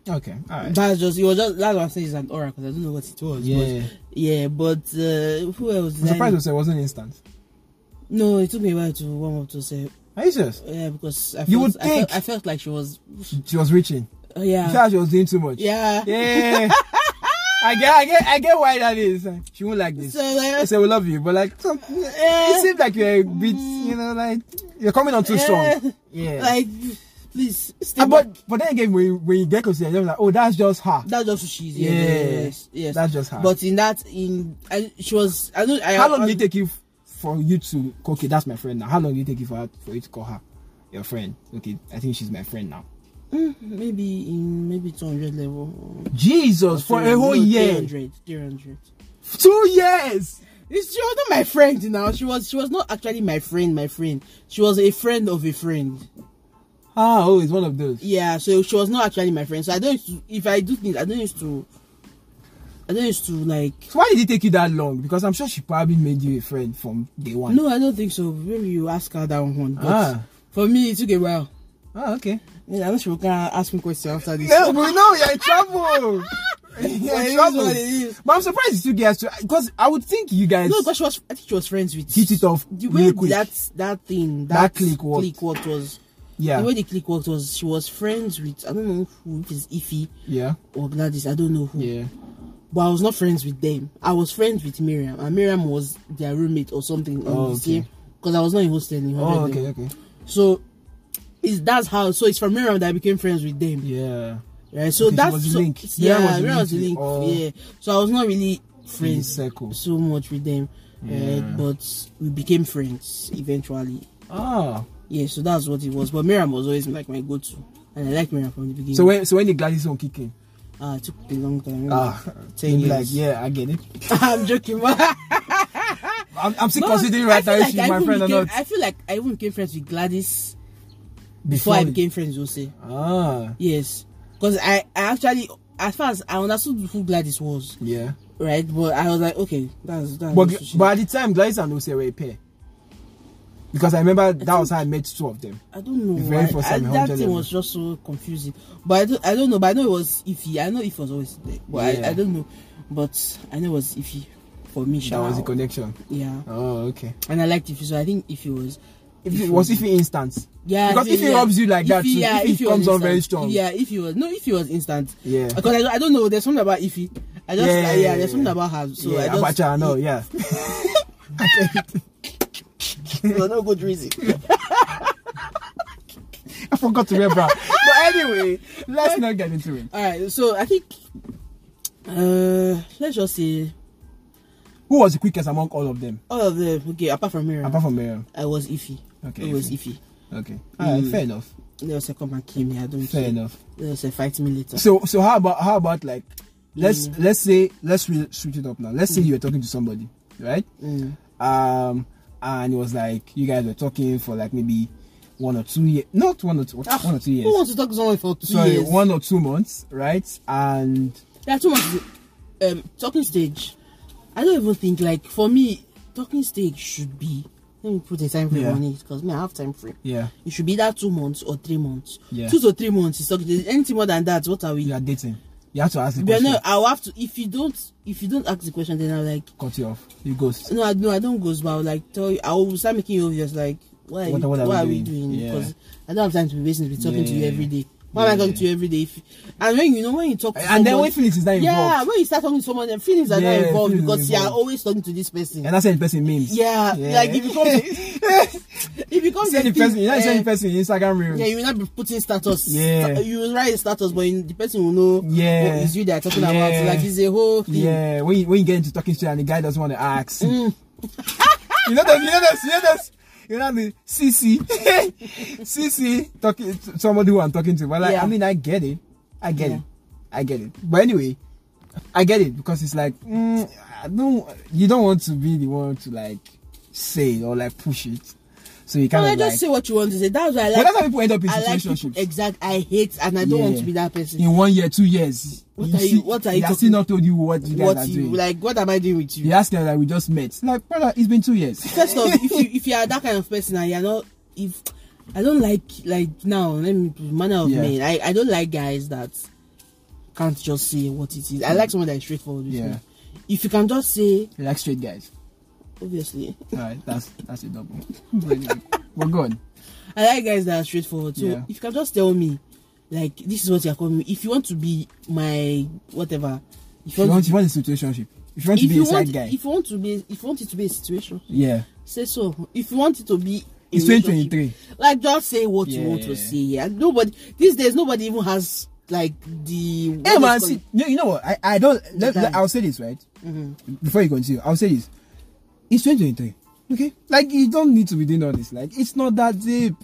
S1: Okay, alright.
S2: That's just it was just that's what I'm saying is an aura because I don't know what it was.
S1: Yeah.
S2: But, yeah, but uh, who else?
S1: I'm
S2: did I-
S1: surprised you said it wasn't instant.
S2: No, it took me a while to warm up to say
S1: Are you serious?
S2: yeah because I felt,
S1: You would
S2: I, felt
S1: think-
S2: I felt like she was
S1: She was reaching.
S2: oh
S1: She
S2: yeah
S1: felt she was doing too much.
S2: yeah
S1: Yeah. [LAUGHS] I get, I get, I get why that is. She won't like this.
S2: So
S1: I
S2: like
S1: said we love you, but like some, it seems like you're a bit, you know, like you're coming on too strong. Yeah.
S2: like please stay
S1: Ah,
S2: back.
S1: but but then again, when you, when you get close, you're like, oh, that's just her.
S2: That's just who she is.
S1: Yeah.
S2: Yes, yes.
S1: That's just her.
S2: But uh, in that in I, she was I don't I
S1: How long
S2: I,
S1: did it take you f- for you to okay? That's my friend now. How long did it take you for her, for you to call her your friend? Okay, I think she's my friend now.
S2: maybe in maybe 200 level
S1: Jesus, for a whole
S2: No,
S1: year,
S2: 300 300
S1: two years.
S2: It's- she was not my friend now. She was she was not actually my friend, my friend. She was a friend of a friend.
S1: Ah, oh, it's one of those.
S2: Yeah, so she was not actually my friend. So I don't used to, if I do things, I don't used to I don't used to like
S1: So why did it take you that long? Because I'm sure she probably made you a friend from day one.
S2: No, I don't think so. Maybe you ask her that one. But
S1: Ah.
S2: for me it took a while.
S1: Ah, okay.
S2: Yeah, I know she will kind of ask me questions after this.
S1: No, we know you're in
S2: [LAUGHS]
S1: trouble. you're
S2: But it
S1: in
S2: is
S1: trouble.
S2: what it is.
S1: But I'm surprised you two guys, because I would think you guys
S2: No, because she was I think she was friends with
S1: hit it off
S2: the way
S1: real quick.
S2: that that thing
S1: That
S2: that,
S1: click worked.
S2: was
S1: yeah,
S2: the way the click worked was she was friends with I don't know who if it's Ify
S1: yeah,
S2: or Gladys, I don't know who.
S1: yeah.
S2: but I was not friends with them. I was friends with Miriam, and Miriam was their roommate or something.
S1: Oh, okay.
S2: Because I was not in hostel in
S1: Oh,
S2: 100
S1: okay,
S2: level.
S1: okay.
S2: So it's that's how. So it's from Miriam that I became friends with them.
S1: Yeah.
S2: Right. So
S1: Okay, she
S2: that's
S1: was the
S2: so-
S1: link.
S2: Yeah,
S1: Miriam was the
S2: Miriam was the
S1: link
S2: link.
S1: to all-
S2: Yeah. So I was not really friends
S1: circle.
S2: so much with them.
S1: Yeah.
S2: Right. But we became friends eventually.
S1: Ah.
S2: Yeah. So that's what it was. But Miriam was always like my go-to. And I liked Miriam from the beginning.
S1: So when so when the Gladys one kick in?
S2: Ah, it took a long time.
S1: Ah,
S2: ten years.
S1: like yeah, I get it.
S2: [LAUGHS] I'm joking.
S1: I'm, I'm still
S2: No,
S1: considering right
S2: I
S1: now
S2: feel
S1: if she's
S2: I
S1: my
S2: even
S1: friend or
S2: became-
S1: not.
S2: I feel like I even became friends with Gladys before I
S1: it-
S2: became friends with Jose.
S1: Ah,
S2: Yes, because I, I actually as far as I understood who Gladys was,
S1: yeah.
S2: right? But I was like, okay, that's that's.
S1: But
S2: what she-
S1: but at the time, Gladys and Ose were a pair. Because I remember that was how I met two of them.
S2: I don't know.
S1: the very
S2: why.
S1: first
S2: I-
S1: time I
S2: that
S1: heard
S2: thing
S1: them.
S2: was just so confusing. But I don't, I don't know. But I know it was iffy. I know if was always there. But
S1: Yeah.
S2: I, I don't know. But I know it was iffy for me.
S1: That was the
S2: sha.
S1: connection.
S2: Yeah,
S1: Oh, okay.
S2: and I liked iffy, so I think iffy was.
S1: If it was if it instance.
S2: Yeah,
S1: Because if he
S2: yeah.
S1: rubs you like that
S2: he-
S1: too, if he
S2: was
S1: comes on very
S2: instant.
S1: strong.
S2: Yeah, if he was no, if he was instant.
S1: Yeah.
S2: Because I, don't- I don't know, there's something about Ify. I just
S1: Yeah.
S2: yeah, yeah, there's something about her. So
S1: yeah,
S2: I just,
S1: Abacha, I know, yeah. [LAUGHS] [LAUGHS]
S2: for no good reason.
S1: forgot to wear bra. but anyway, let's not get into it.
S2: All right, so I think uh let's just say
S1: Who was the quickest among all of them?
S2: all of them. Okay, apart from Miriam,
S1: Apart from Miriam.
S2: I was iffy.
S1: Okay,
S2: it was
S1: Ife.
S2: iffy.
S1: Okay. Alright,
S2: Mm.
S1: fair enough.
S2: They say come and kill me. I don't
S1: Fair
S2: care.
S1: enough.
S2: They say fight me later.
S1: So so how about how about like
S2: Mm.
S1: let's let's say let's re- switch it up now. Let's say you were talking to somebody, right?
S2: Mm.
S1: Um and it was like you guys were talking for like maybe one or two years not one or two
S2: Ah,
S1: one or two
S2: Who
S1: years.
S2: wants to talk to someone for two
S1: Sorry,
S2: years?
S1: one or two months, right? And
S2: Yeah, too much. Um, talking stage. I don't even think like for me, talking stage should be. Let me put a time frame
S1: Yeah.
S2: on it because me I have time frame.
S1: yeah,
S2: It should be that two months or three months.
S1: Yeah.
S2: Two to three months is talking. stage. Anything more than that, what are we?
S1: you are dating. You have to ask the
S2: But
S1: question.
S2: no, I'll have to. If you don't, if you don't ask the question, then I'll like.
S1: Cut you off. You ghost.
S2: No, I, no, I don't ghost, but I'll like tell you. I will start making you obvious. Like, why? Are
S1: What-
S2: you,
S1: what are we
S2: why are we
S1: doing?
S2: doing?
S1: Yeah.
S2: Because I don't have time to be wasting to be talking to you
S1: Yeah.
S2: every day. Why am I talking
S1: Yeah.
S2: to you every day? If, and when you know when you talk to
S1: And then
S2: someone-
S1: when Felix is not
S2: Yeah,
S1: involved,
S2: when you start talking to someone, then feelings are
S1: Yeah,
S2: not involved
S1: feelings are
S2: because you are
S1: involved.
S2: always talking to this person.
S1: and that's the person memes.
S2: yeah,
S1: Yeah.
S2: like it becomes it becomes
S1: Send
S2: a
S1: the
S2: thing,
S1: person, [LAUGHS] you know, send
S2: eh,
S1: the person Instagram reels.
S2: yeah, you will not be putting status.
S1: Yeah.
S2: Sta- you will write a status, but you- the person will know.
S1: Yeah.
S2: what is you that are talking about?
S1: Yeah.
S2: So, like it's a whole thing.
S1: Yeah, when you, when you get into talking shit and the guy doesn't want to ask.
S2: Mm.
S1: [LAUGHS] you know that, you know that, you know that. You know the [LAUGHS] CC, CC talking to somebody who I'm talking to, but like
S2: Yeah.
S1: I mean I get it, I get
S2: Yeah.
S1: it, I get it. But anyway, I get it because it's like mm, I don't, you don't want to be the one to like say it or like push it, so you
S2: Well,
S1: kind
S2: I
S1: of
S2: just
S1: like.
S2: say what you want to say. That's why I like.
S1: but that's how people end up in
S2: I like people.
S1: situationships.
S2: Exact. I hate, and I don't want
S1: Yeah.
S2: to be that person.
S1: in one year, two years.
S2: What are you- what are you
S1: He has
S2: talking-
S1: still not told you what you guys
S2: what
S1: are
S2: you
S1: doing.
S2: like? What am I doing with you?
S1: You ask him like we just met. Like brother, it's been two
S2: [LAUGHS]
S1: years.
S2: First off, if you if you are that kind of person and you're not if I don't like like now let me manner of
S1: Yeah.
S2: men. I I don't like guys that can't just say what it is. I like someone that is straightforward. With
S1: Yeah.
S2: me. If you can just say,
S1: You like straight guys.
S2: obviously, [LAUGHS]
S1: Alright, that's that's a double. [LAUGHS] But anyway, We're gone.
S2: I like guys that are straightforward. So
S1: Yeah.
S2: if you can just tell me, like this is what you're calling me. If you want to be my whatever, if
S1: If you want you want a situationship. If you want to
S2: if
S1: be
S2: you
S1: a side
S2: want,
S1: guy.
S2: if you want to be, if you want it to be a situation,
S1: yeah.
S2: say so. If you want it to be, a
S1: It's
S2: relationship,
S1: 2023.
S2: like just say what you want
S1: Yeah.
S2: to say. Yeah, nobody these days nobody even has like the. what
S1: Hey man,
S2: is called-
S1: see, you you know what? I, I don't let, let-
S2: guy.
S1: I'll say this, right?
S2: Mm-hmm.
S1: Before you continue, I'll say this. It's twenty twenty three. Okay? Like you don't need to be doing all this. Like it's not that deep.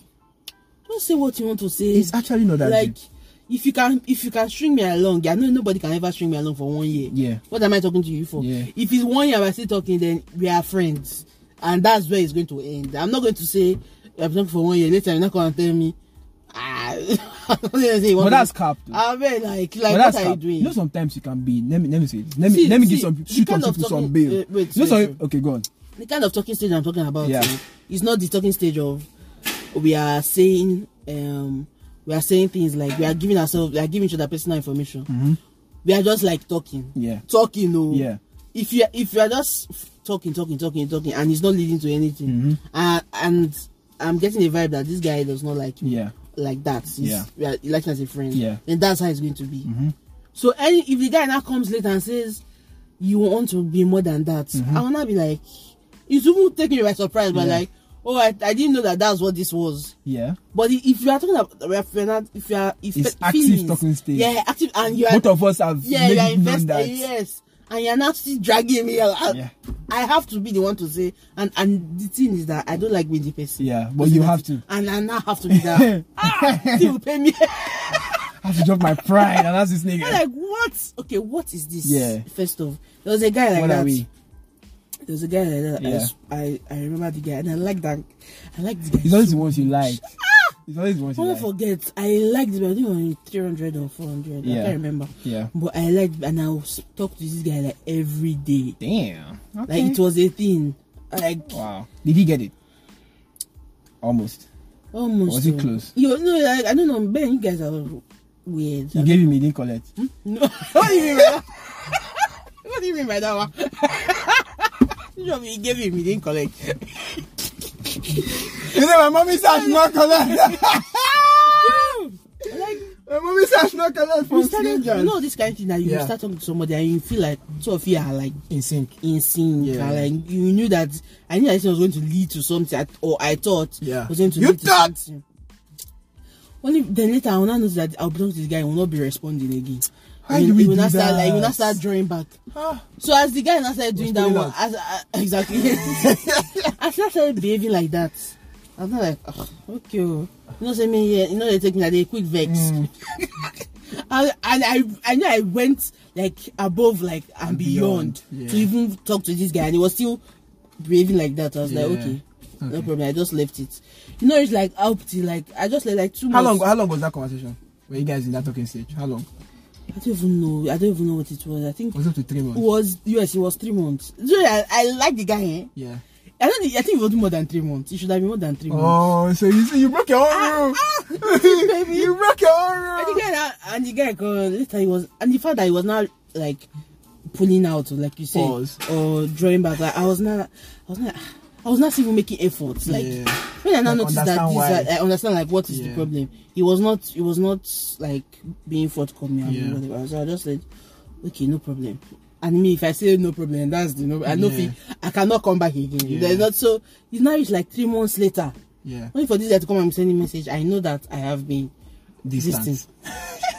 S2: Just say what you want to say.
S1: It's actually not that
S2: like.
S1: deep.
S2: If you can, if you can string me along, yeah, no, nobody can ever string me along for one year.
S1: Yeah.
S2: What am I talking to you for?
S1: Yeah.
S2: If it's one year and we're still talking, then we are friends, and that's where it's going to end. I'm not going to say we have talking for one year. Later, you're not going to tell me. Ah, [LAUGHS] I'm not gonna say you
S1: But
S2: want to-
S1: that's capped. though.
S2: I mean, like, like,
S1: But
S2: what
S1: that's
S2: are you
S1: cap.
S2: doing?
S1: You know, sometimes you can be. Let me let me say. This. Let me
S2: See-
S1: let me
S2: see,
S1: give some
S2: the
S1: shoot on
S2: kind of
S1: people some
S2: talking-
S1: bail.
S2: uh, wait,
S1: you know,
S2: wait,
S1: some,
S2: wait.
S1: okay, go on.
S2: the kind of talking stage I'm talking about
S1: Yeah.
S2: eh, is not the talking stage of we are saying um we are saying things like we are giving ourselves we are giving each other personal information. We are just like talking.
S1: Mm-hmm. Yeah.
S2: Talking oh.
S1: Yeah.
S2: If you if you are just f- talking, talking, talking, talking and it's not leading to anything.
S1: Mm-hmm.
S2: Uh, and I'm getting a vibe that this guy does not like me.
S1: Yeah.
S2: Like that. He's-
S1: Yeah.
S2: We are he likes me as a friend.
S1: Yeah. Mm-hmm.
S2: And that's how it's going to be. So any if the guy now comes later and says you want to be more than that, I wanna be like, it's even taking you by surprise, but
S1: Mm-hmm. Yeah.
S2: like, oh, I, I didn't know that that's what this was.
S1: Yeah.
S2: But i- if you are talking about if you're not if you are if
S1: It's
S2: fe-
S1: active talking stage.
S2: yeah, active and you are
S1: Both of us have
S2: yeah
S1: made
S2: you are
S1: it known
S2: invested
S1: that.
S2: yes, and you're not still dragging me. out. I,
S1: Yeah.
S2: I have to be the one to say, and and the thing is that I don't like being the person.
S1: Yeah, but you have to.
S2: and I now have to
S1: [LAUGHS]
S2: be that. ah, [LAUGHS] you pay me.
S1: I have to drop my pride and ask this
S2: I'm
S1: nigga.
S2: like, what? Okay, what is this?
S1: Yeah.
S2: First off, there was a guy like
S1: What
S2: that.
S1: are we?
S2: There was a guy like that. I
S1: Yeah.
S2: s- I, I, remember the guy, and I like that. I like the guy.
S1: It's always
S2: so
S1: the ones you
S2: much.
S1: like.
S2: Ah!
S1: It's always the ones you
S2: Don't
S1: like.
S2: forget, I liked him. I think on 300 or 400. I
S1: Yeah.
S2: can't remember.
S1: Yeah.
S2: But I liked, and I was talk to this guy like every day.
S1: Damn.
S2: Like it was a thing. Like
S1: Wow. Did he get it? Almost.
S2: almost.
S1: Was it
S2: um,
S1: close?
S2: You know, like, I don't know. Ben, you guys are weird.
S1: You gave him, he didn't collect.
S2: Hmm?
S1: [LAUGHS]
S2: No. what do you mean by that? [LAUGHS] what do you mean by that one? [LAUGHS] you know, he gave him, he didn't
S1: [LAUGHS]
S2: collect. [LAUGHS]
S1: You
S2: You
S1: know, my mommy said I should not
S2: [LAUGHS]
S1: collect.
S2: like,
S1: my mommy said I should not collect
S2: you
S1: from
S2: started, you know, this kind of thing that you
S1: Yeah.
S2: start talking to somebody and you feel like two of you are like
S1: In sync.
S2: in sync.
S1: Yeah.
S2: and, like you knew that I knew that this was going to lead to something, I- or I thought
S1: Yeah.
S2: was going to
S1: You
S2: lead
S1: thought!
S2: to something. Only then later I will not know that I'll belong to this guy. He will not be responding again.
S1: Why
S2: He-
S1: do we
S2: he will
S1: do
S2: not Start, like, he will
S1: that?
S2: not start drawing back.
S1: Ah.
S2: So as the guy now started doing that
S1: pulling
S2: one, as [LAUGHS] I, exactly, as [LAUGHS] I started behaving like that, I'm not like, "Ugh, okay, oh." you know, say me here, you know, they take me like a quick vex.
S1: Hmm.
S2: [LAUGHS] I, and I, I know I went like above, like and beyond,
S1: beyond,
S2: to
S1: yeah.
S2: even talk to this guy, and he was still behaving like that. I was like,
S1: Yeah.
S2: okay, no
S1: Okay.
S2: problem. I just left it. You know, it's like up to like I just left like two.
S1: How long?
S2: months.
S1: How long was that conversation? Were you guys in that talking stage? How long?
S2: I don't even know. I don't even know what it was. I think
S1: Was it up to three months?
S2: it was yes, it was three months. So I, I like the guy. Eh?
S1: Yeah.
S2: I don't. think- I think it was more than three months. It should have been more than three months.
S1: Oh, so you see, you broke your own [LAUGHS] rule.
S2: baby.
S1: you broke your own rule.
S2: And the guy, now- and the guy, got, later he was, and the fact that he was not like pulling out, or like you said,
S1: Pause.
S2: or drawing back. Like I was not. I was not. I was not even making efforts. Like
S1: Yeah.
S2: when I now
S1: Like,
S2: noticed that
S1: understand
S2: this, uh,
S1: why.
S2: I, I understand like what is
S1: Yeah.
S2: the problem. He was not. He was not like being forthcoming.
S1: Yeah.
S2: And whatever. So I just said, okay, no problem. And me, if I say no problem, that's the no. I know
S1: Yeah.
S2: I cannot come back again.
S1: Yeah.
S2: There's not so. It's now it's like three months later.
S1: Yeah.
S2: Only for this guy to come and send me message. I know that I have been
S1: Distance.
S2: distance.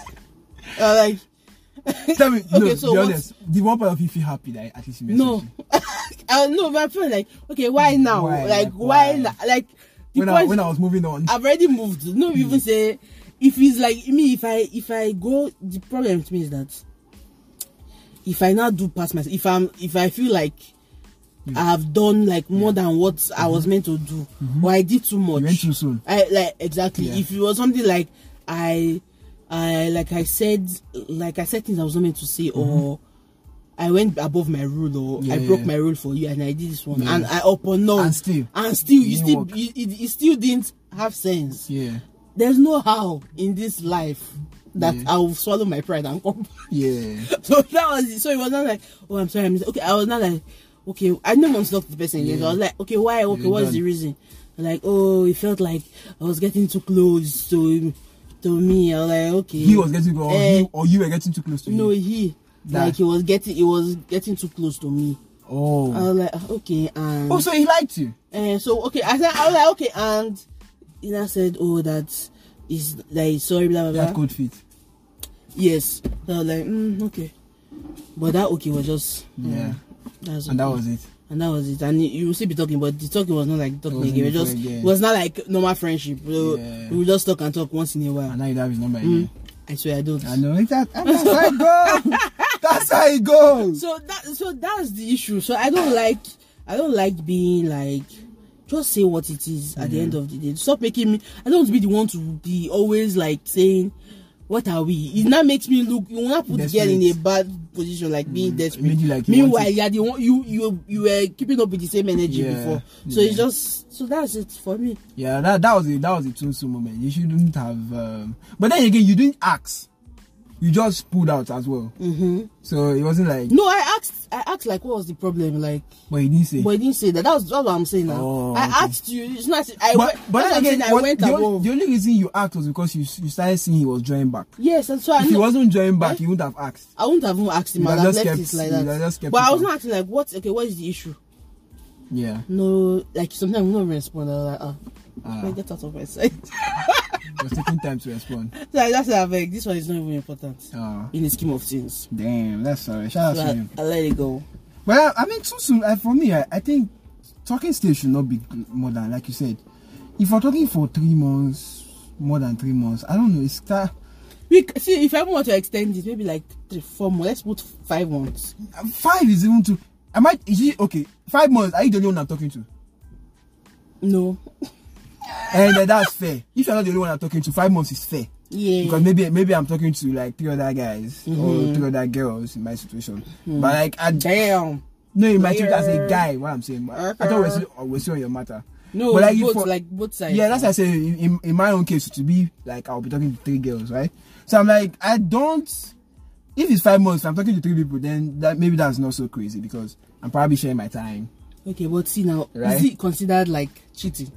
S2: Uh, like
S1: Tell [LAUGHS] me, no,
S2: Okay, so
S1: be
S2: what-
S1: honest. The one part of you feel happy that at least you messaged
S2: no,
S1: me.
S2: [LAUGHS] I no, but I feel like okay, why now?
S1: Why?
S2: Like
S1: Like,
S2: why?
S1: why?
S2: now? Like the
S1: When I
S2: point-
S1: when I Hmm. was moving on.
S2: I've already moved. No, you even say if it's like me, if I if I go, the problem with me is that if I now do past myself, if I'm if I feel like
S1: Hmm.
S2: I have done like more than what I was meant to do, or I did too much,
S1: Mm-hmm. You went too soon.
S2: I like exactly.
S1: Yeah.
S2: If it was something like I, I like I said, like I said things I was not meant to say, or I went above my rule, or
S1: Mm-hmm. Yeah,
S2: I broke
S1: yeah.
S2: my rule for you, and I did this one,
S1: Yeah.
S2: and I up or no,
S1: And still.
S2: and still, you
S1: Didn't
S2: still,
S1: work.
S2: you, it, it still didn't have sense.
S1: Yeah.
S2: There's no how in this life that
S1: Yeah.
S2: I will swallow my pride and come. back.
S1: Yeah.
S2: [LAUGHS] so that was it. So it was not like, oh, I'm sorry, I'm okay. I was not like, okay, I didn't want to talk to the person again. So I was like, okay, why? Okay,
S1: You're
S2: what is
S1: done.
S2: the reason? Like, oh, it felt like I was getting too close to him, to me. I was like, okay,
S1: He was getting or,
S2: Eh.
S1: you, or you were getting too close to
S2: no,
S1: him.
S2: he.
S1: Nah.
S2: Like he was getting, he was getting too close to me. I
S1: Oh.
S2: was like, ah, okay, and
S1: oh, so he liked you.
S2: And so okay, I said I was like okay, and Ina said, oh that is like sorry blah blah
S1: That
S2: blah.
S1: could fit.
S2: Yes, so I was like mm, okay, but that okay was just mm,
S1: Yeah.
S2: That's
S1: And that
S2: okay.
S1: was it.
S2: and that was it. And you- you will still be talking, but the talking was not like talking
S1: wasn't
S2: again. It
S1: before
S2: just
S1: again.
S2: it was not like normal friendship. We will
S1: Yeah.
S2: we will just talk and talk once in a while.
S1: And now you don't have his number
S2: Mm,
S1: again.
S2: I swear I don't.
S1: I know. It's that, and that's how it [LAUGHS] goes. That's how it goes.
S2: so that so that's the issue so i don't like i don't like being like just say what it is at the end of the day stop making me i don't want to be the one to be always like saying what are we it now makes me look you wanna put the girl in a
S1: Desperate.
S2: bad position like being desperate
S1: made you like you
S2: meanwhile
S1: want it.
S2: yeah the one you you you were keeping up with the same energy
S1: Yeah,
S2: before so
S1: yeah.
S2: it's just so that's it for me
S1: Yeah, that that was a that was a too soon moment. You shouldn't have. Um, but then again, you didn't ask. You just pulled out as well.
S2: mm-hmm.
S1: So it wasn't like.
S2: no i asked i asked like what was the problem like
S1: But he didn't say.
S2: but you didn't say that that's, that's what i'm saying now
S1: Oh,
S2: i
S1: okay.
S2: asked you it's not i
S1: but,
S2: went,
S1: but then
S2: that's what I'm
S1: again,
S2: saying, i
S1: what-
S2: went
S1: the,
S2: above
S1: only, the only reason you asked was because you you started seeing he was drawing back.
S2: Yes, and so I
S1: If he
S2: know,
S1: wasn't drawing back,
S2: Eh?
S1: you wouldn't have asked.
S2: I wouldn't have even asked him.
S1: You
S2: I'd
S1: have
S2: have
S1: just
S2: left
S1: kept-
S2: it like
S1: you have
S2: that.
S1: just kept
S2: but I
S1: it
S2: was
S1: on.
S2: not acting like what? Okay, what is the issue?
S1: Yeah.
S2: No, like sometimes I wouldn't respond. I was like, ah,
S1: Ah,
S2: [LAUGHS] well,
S1: it
S2: get out of my sight.
S1: was taking time to respond.
S2: so I just said, like, this one is not even important
S1: Ah,
S2: in the scheme of things.
S1: damn, that's sorry. Shout
S2: So
S1: out to
S2: I,
S1: him.
S2: I let it go.
S1: Well, I mean, too soon. I, for me, I, I think talking stage should not be more than, like you said, if we're talking for three months, more than three months, I don't know. It's that.
S2: We c- see if I want to extend it, maybe like three, four more. Let's put five months.
S1: Five is even too. Am I? Is he okay? Five months. Are you the only one I'm talking to?
S2: No.
S1: And uh, that's fair. If you're not the only one I'm talking to, five months is fair.
S2: Yeah.
S1: Because maybe maybe I'm talking to like three other guys
S2: Mm-hmm.
S1: or three other girls in my situation. But like, I,
S2: Damn.
S1: no, in my situation as a
S2: Player.
S1: guy, what I'm saying. But I thought we're
S2: Okay.
S1: still, oh, we're still on your matter.
S2: Uh-huh. No,
S1: But, like,
S2: like
S1: you
S2: both,
S1: for-
S2: like both sides.
S1: Yeah, that's what I say. In, in, in my own case, to be like, I'll be talking to three girls, right? So I'm like, I don't. If it's five months, I'm talking to three people, then that maybe that's not so crazy because I'm probably sharing my time.
S2: okay. But see now,
S1: Right.
S2: is it considered like cheating?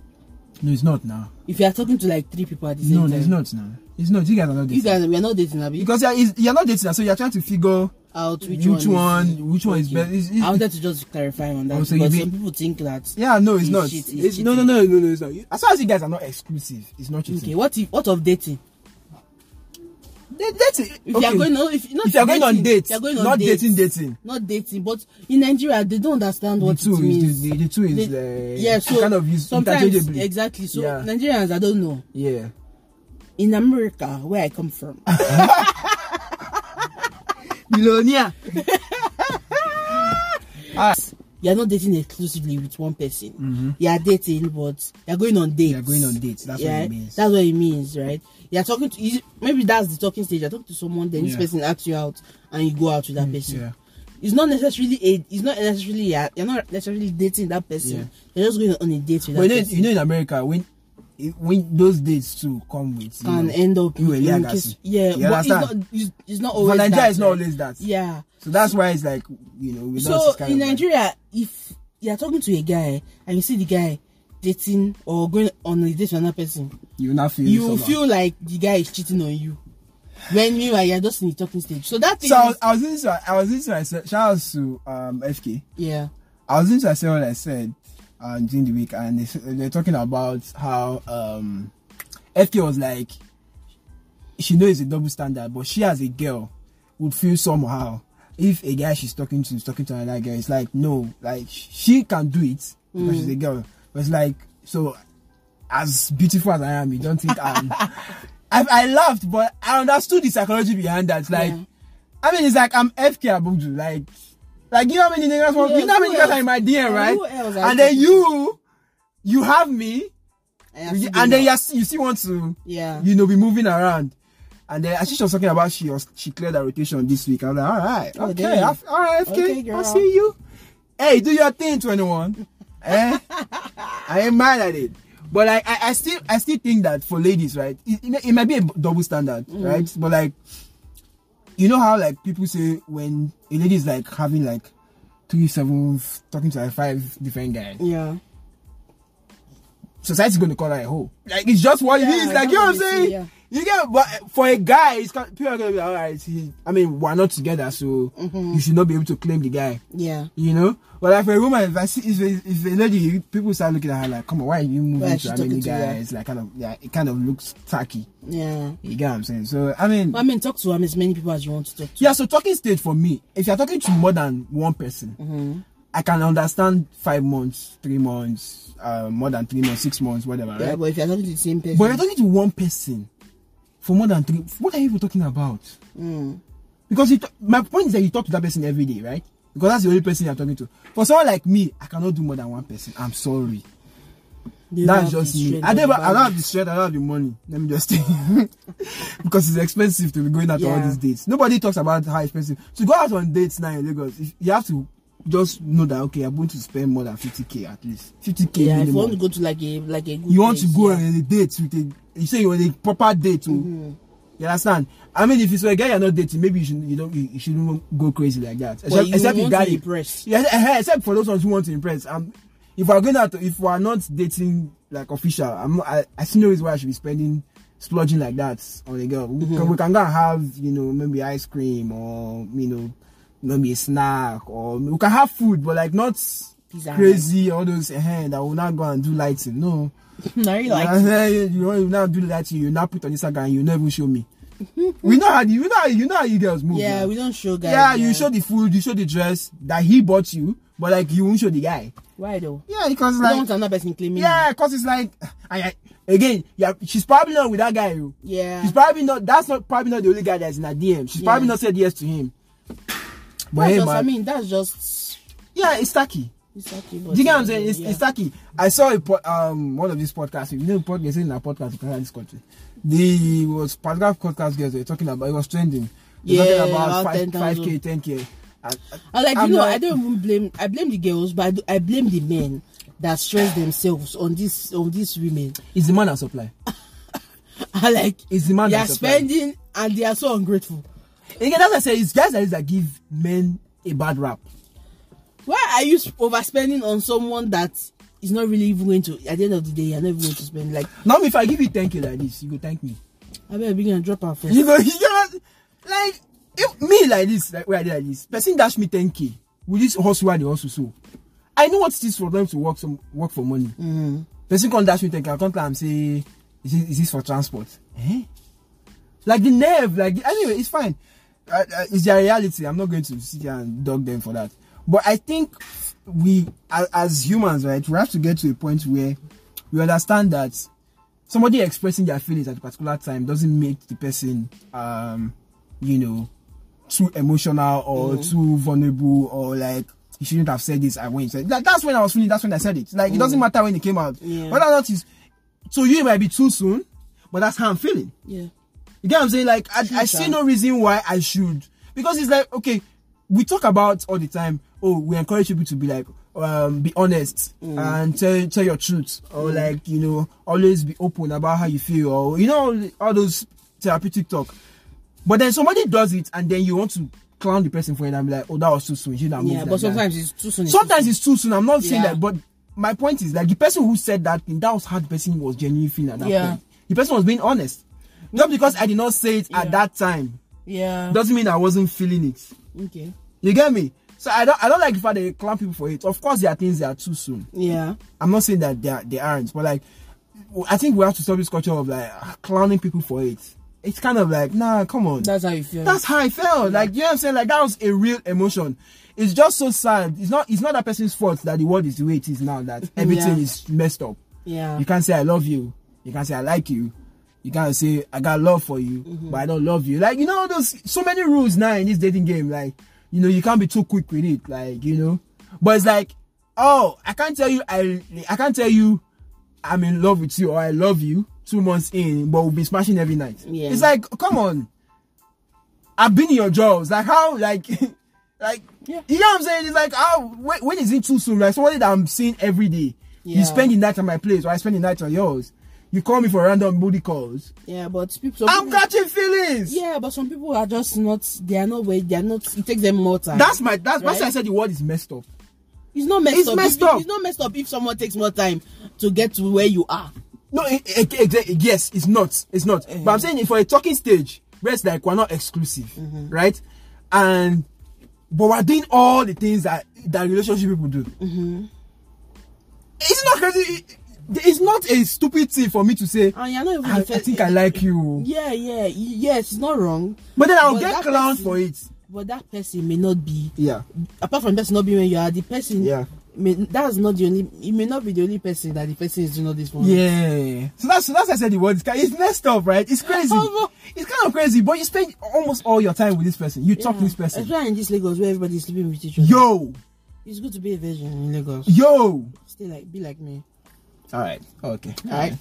S1: No, it's not now.
S2: If you are talking to like three people at the same
S1: No,
S2: time,
S1: it's not now. It's not. You guys are not
S2: You
S1: dating.
S2: guys, we are not dating, Abi.
S1: because you're, is- you're not dating, so you're trying to figure
S2: out which,
S1: Which
S2: one, is-
S1: one- which one is better? It's- it's-
S2: I wanted to just clarify on that
S1: Oh, so you
S2: because
S1: mean-
S2: some people think that
S1: Yeah, no, it's
S2: it's
S1: not.
S2: cheat- it's
S1: It's- no, no,
S2: cheating.
S1: no, no, no, it's not. As far as you guys are not exclusive, it's not cheating.
S2: okay what if what of dating
S1: They- that's it.
S2: if you
S1: Okay.
S2: are going on if, not
S1: If you are going on
S2: dating,
S1: dates,
S2: if you are going on
S1: not
S2: dates,
S1: dating, dating.
S2: not dating but in nigeria they don't understand
S1: The
S2: what
S1: two
S2: it
S1: is
S2: means
S1: the, the, the two is
S2: They-
S1: uh,
S2: yeah so
S1: kind of used
S2: sometimes
S1: interchangeably.
S2: exactly so
S1: Yeah.
S2: nigerians i don't know
S1: Yeah.
S2: in america where i come from
S1: Millionaire.
S2: you're not dating exclusively with one person. You are dating, but you're going on dates.
S1: Mm-hmm. You're going on dates. That's what it
S2: Yeah?
S1: means.
S2: That's what it means, right? You're talking to is it- maybe that's the talking stage. You're talking to someone, then
S1: Yeah. Mm,
S2: this person asks you out, and you go out with that person.
S1: yeah.
S2: It's not necessarily a. It's not necessarily you're, you're not necessarily dating that person.
S1: Yeah.
S2: You're just going on a date with
S1: But you
S2: that
S1: know,
S2: person.
S1: you know in America when when those dates too come with you
S2: can
S1: know,
S2: end up
S1: you were
S2: in
S1: young
S2: case-
S1: as-
S2: yeah,
S1: you
S2: but it's not,
S1: understand?
S2: it's, it's not
S1: For
S2: always
S1: Nigeria,
S2: that,
S1: it's not
S2: right?
S1: always that.
S2: Yeah.
S1: So that's why it's like you know. with us,
S2: so
S1: it's kind
S2: in
S1: of like-
S2: Nigeria, if you're talking to a guy and you see the guy dating or going on a date with another person,
S1: you not feel
S2: you will
S1: somehow.
S2: feel like the guy is cheating on you. When you are you're just in the talking stage. So that thing
S1: So I was, I was
S2: is,
S1: listening to I was listening to shout out to um FK.
S2: yeah.
S1: I was listening to myself what I said um, during the week, and they, s- they're talking about how um, FK was like, she knows it's a double standard, but she as a girl would feel somehow if a guy she's talking to is talking to another girl. It's like no, like she can do it because she's a
S2: Mm.
S1: girl. But it's like so, as beautiful as I am, you don't think I'm. [LAUGHS] I, I laughed, but I understood the psychology behind that. Like, I mean, it's like I'm FK Abudu, like. Like you know how many niggas want,
S2: Yeah,
S1: you know how many
S2: who
S1: niggas
S2: else?
S1: are in my DM,
S2: Who
S1: right?
S2: else are
S1: And then
S2: talking
S1: you, you have me,
S2: And,
S1: you- and then you s- you still want to,
S2: yeah.
S1: you know, be moving around. And then as she was talking about she was she cleared her rotation this week. I was like, all right,
S2: Oh,
S1: okay,
S2: damn.
S1: I've- all right, FK,
S2: Okay, girl.
S1: I'll see you. Hey, do your thing, twenty
S2: [LAUGHS]
S1: one. eh? I ain't mad at it. But like, I, I still, I still think that for ladies, right, it, it, may- it might be a b- double standard,
S2: Mm.
S1: right? But like, you know how like people say when a lady is like having like three, seven, f- talking to like five different guys,
S2: yeah.
S1: society's going to call her a hoe. Like it's just what it
S2: Yeah,
S1: is. Like you know what I'm
S2: that's what they
S1: saying?
S2: say, yeah.
S1: You get but for a guy, it's kind people are going to be like, all right. He, I mean, we're not together, so
S2: Mm-hmm.
S1: you should not be able to claim the guy.
S2: Yeah.
S1: You know, but like for a woman, if I see if a, if a lady, people start looking at her like, come on, why are you moving
S2: Why
S1: to
S2: is she
S1: how many
S2: talking to you?
S1: guys? Like kind of, yeah, it kind of looks tacky.
S2: Yeah.
S1: You get what I'm saying? So I mean,
S2: But I mean talk to um, as many people as you want to talk to.
S1: yeah. So talking stage for me, if you're talking to more than one person,
S2: Mm-hmm.
S1: I can understand five months, three months, uh, more than three months, six months, whatever.
S2: Yeah,
S1: right?
S2: but if you're talking to the same person
S1: But you're talking to one person for more than three. What are you even talking about?
S2: Hmm.
S1: Because you t- my point is that you talk to that person every day, right? Because that's the only person you're talking to. For someone like me, I cannot do more than one person. I'm sorry.
S2: they don't
S1: that's
S2: have the
S1: just me.
S2: strength
S1: I
S2: or
S1: never.
S2: the
S1: I don't
S2: balance.
S1: have the strength. I don't have the money. Let me just say, [LAUGHS] because it's expensive to be going out on all
S2: Yeah.
S1: these dates. Nobody talks about how expensive to go out on dates now in Lagos. If, you have to just know that okay, I'm going to spend more than fifty k at least. Fifty k.
S2: Yeah, if you want to go to like a like a good
S1: you want to
S2: place, [LAUGHS]
S1: go
S2: yeah. Mm-hmm.
S1: on a date with a you say you want a proper date oh. you understand i mean if it's a guy you're not dating maybe you should you don't you, you shouldn't go crazy like that
S2: But
S1: except,
S2: you
S1: except the
S2: want
S1: guy
S2: to impress.
S1: yeah eh, eh, except for those ones who want to impress um if we're going out if we're not dating like official i'm not, I, I still know is why i should be spending splurging like that on a girl
S2: Mm-hmm.
S1: we, can, we can go and have you know maybe ice cream or you know maybe a snack or we can have food but like not
S2: Pizza.
S1: crazy all those eh, that will not go and do lighting no
S2: No, you [LAUGHS] like
S1: and then you, you, know, you now do that thing, you now put on Instagram and you never show me. [LAUGHS] we know how the, we know how, you know how you girls move.
S2: Yeah,
S1: man.
S2: we don't show guys.
S1: yeah, you show the food, you show the dress that he bought you, but like you won't show the guy.
S2: why though?
S1: Yeah, because
S2: You don't
S1: like
S2: want another person claiming.
S1: yeah, because it's like [SIGHS] I, I, again, yeah, she's probably not with that guy. oh.
S2: you. Yeah.
S1: She's probably not. That's not probably not the only guy that's in her DM. She's probably
S2: Yeah.
S1: not said yes to him. But
S2: That's
S1: hey,
S2: just,
S1: man,
S2: I mean, that's just.
S1: yeah, it's tacky.
S2: It's okay,
S1: Do you get what I'm saying? It's, it's tacky. I saw a po- um one of these podcasts. You know, pod, they say in our podcast you can hear this country. The was paragraph podcast girls. They were talking about it was trending. They're
S2: Yeah,
S1: talking about
S2: about
S1: five
S2: 10,000.
S1: five k, ten k. And-
S2: I like
S1: I'm
S2: you know
S1: like-
S2: I don't even blame I blame the girls but I, do, I blame the men that stress themselves on this on these women. [LAUGHS]
S1: It's the man and supply.
S2: I like
S1: It's the man
S2: they are
S1: that supply.
S2: spending and they are so ungrateful.
S1: Again, that's what I say. It's guys like this that give men a bad rap.
S2: Why are you sp- overspending on someone that is not really even going to at the end of the day you're not even going to spend like
S1: Now, if I give you ten k like this, you go thank me. [LAUGHS]
S2: I better begin and drop her first.
S1: You go, you know, like if me like this, like where I dey like this, person dash me 10k with this hustle and the hustle so. I know what it is for them to work some work for money. Mm-hmm. Person come dash me 10k, I come tell am say, is this, is this for transport? Eh? Like the nerve, like anyway, it's fine. Uh, uh, it's their reality. I'm not going to sit here and dog them for that. But I think we, as, as humans, right, we have to get to a point where we understand that somebody expressing their feelings at a particular time doesn't make the person um you know too emotional or too vulnerable or like you shouldn't have said this I when you said like, that's when I was feeling that's when I said it like it doesn't matter when it came out
S2: Yeah.
S1: whether or not it's so you might be too soon but that's how I'm feeling
S2: Yeah.
S1: you get what I'm saying? Like, I, I
S2: sha.
S1: see no reason why I should. Because it's like, okay, we talk about all the time, oh, we encourage people to be like, um, be honest
S2: Mm.
S1: and tell, tell your truth. Or like, you know, always be open about how you feel. Or, you know, all those therapeutic talk. But then somebody does it and then you want to clown the person for it and be like, oh, that was too soon. You should have moved
S2: Yeah,
S1: like
S2: but
S1: that."
S2: sometimes it's too soon.
S1: sometimes it's too soon. I'm not saying
S2: Yeah.
S1: that, but my point is like the person who said that thing, that was how the person was genuinely feeling at that
S2: Yeah.
S1: point. The person was being honest. Not because I did not say it at that time
S2: Yeah.
S1: doesn't mean I wasn't feeling it.
S2: Okay.
S1: You get me? So I don't I don't like the fact that they clown people for it. Of course, there are things that are too soon.
S2: Yeah.
S1: I'm not saying that they, are, they aren't, but like I think we have to stop this culture of like ah, clowning people for it. It's kind of like nah, come on.
S2: That's how you feel.
S1: That's how I felt. Like you know what I'm saying? Like that was a real emotion. It's just so sad. It's not it's not that person's fault that the world is the way it is now, that everything
S2: Yeah.
S1: is messed up.
S2: yeah.
S1: You can't say I love you. You can't say I like you. You can't say I got love for you,
S2: Mm-hmm.
S1: but I don't love you. Like you know, there's so many rules now in this dating game. Like you know, you can't be too quick with it. Like you know, but it's like, oh, I can't tell you I I can't tell you I'm in love with you or I love you two months in, but we'll be smashing every night.
S2: Yeah.
S1: It's like, come on, I've been in your jaws. Like how like. [LAUGHS] Like
S2: Yeah.
S1: you know what I'm saying? It's like how when, when is it too soon? Like somebody that I'm seeing every day,
S2: Yeah.
S1: you spend the night at my place or I spend the night at yours. You call me for random booty calls.
S2: Yeah, but people. some
S1: I'm
S2: people-
S1: catching feelings.
S2: Yeah, but some people are just not. They are not. where- They are not. It takes them more time.
S1: That's my that's why I
S2: Right.
S1: said the word is messed up.
S2: It's not messed
S1: It's
S2: up.
S1: messed
S2: If-
S1: up.
S2: It's not messed up if someone takes more time to get to where you are.
S1: No, it, it, it, it- yes, it's not. It's not. But
S2: Uh-huh.
S1: I'm saying it for a talking stage where it's like we're not exclusive,
S2: Mm-hmm.
S1: right? And but we're doing all the things that that relationship people do.
S2: Mm-hmm.
S1: It's not crazy. It- it's not a stupid thing for me to say.
S2: And you're not even.
S1: I, I
S2: the first-
S1: think I like you.
S2: Yeah, yeah, y- yes, it's not wrong.
S1: But then I'll
S2: But
S1: get
S2: that
S1: clowned
S2: person-
S1: for it.
S2: But that person may not be.
S1: Yeah.
S2: Apart from person not being where you are, the person.
S1: Yeah.
S2: May, that's not the only. It may not be the only person that the person is doing all this for.
S1: Yeah. So that's so that's why I said the word. is ki- It's messed up, right? It's
S2: [LAUGHS]
S1: crazy.
S2: Oh,
S1: It's kind of crazy, but you spend almost all your time with this person. You talk to this person.
S2: Especially in this Lagos where everybody is sleeping with each other.
S1: Yo,
S2: It's good to be a virgin in Lagos.
S1: yo.
S2: Stay like, be like me.
S1: All right. Okay.
S2: All right,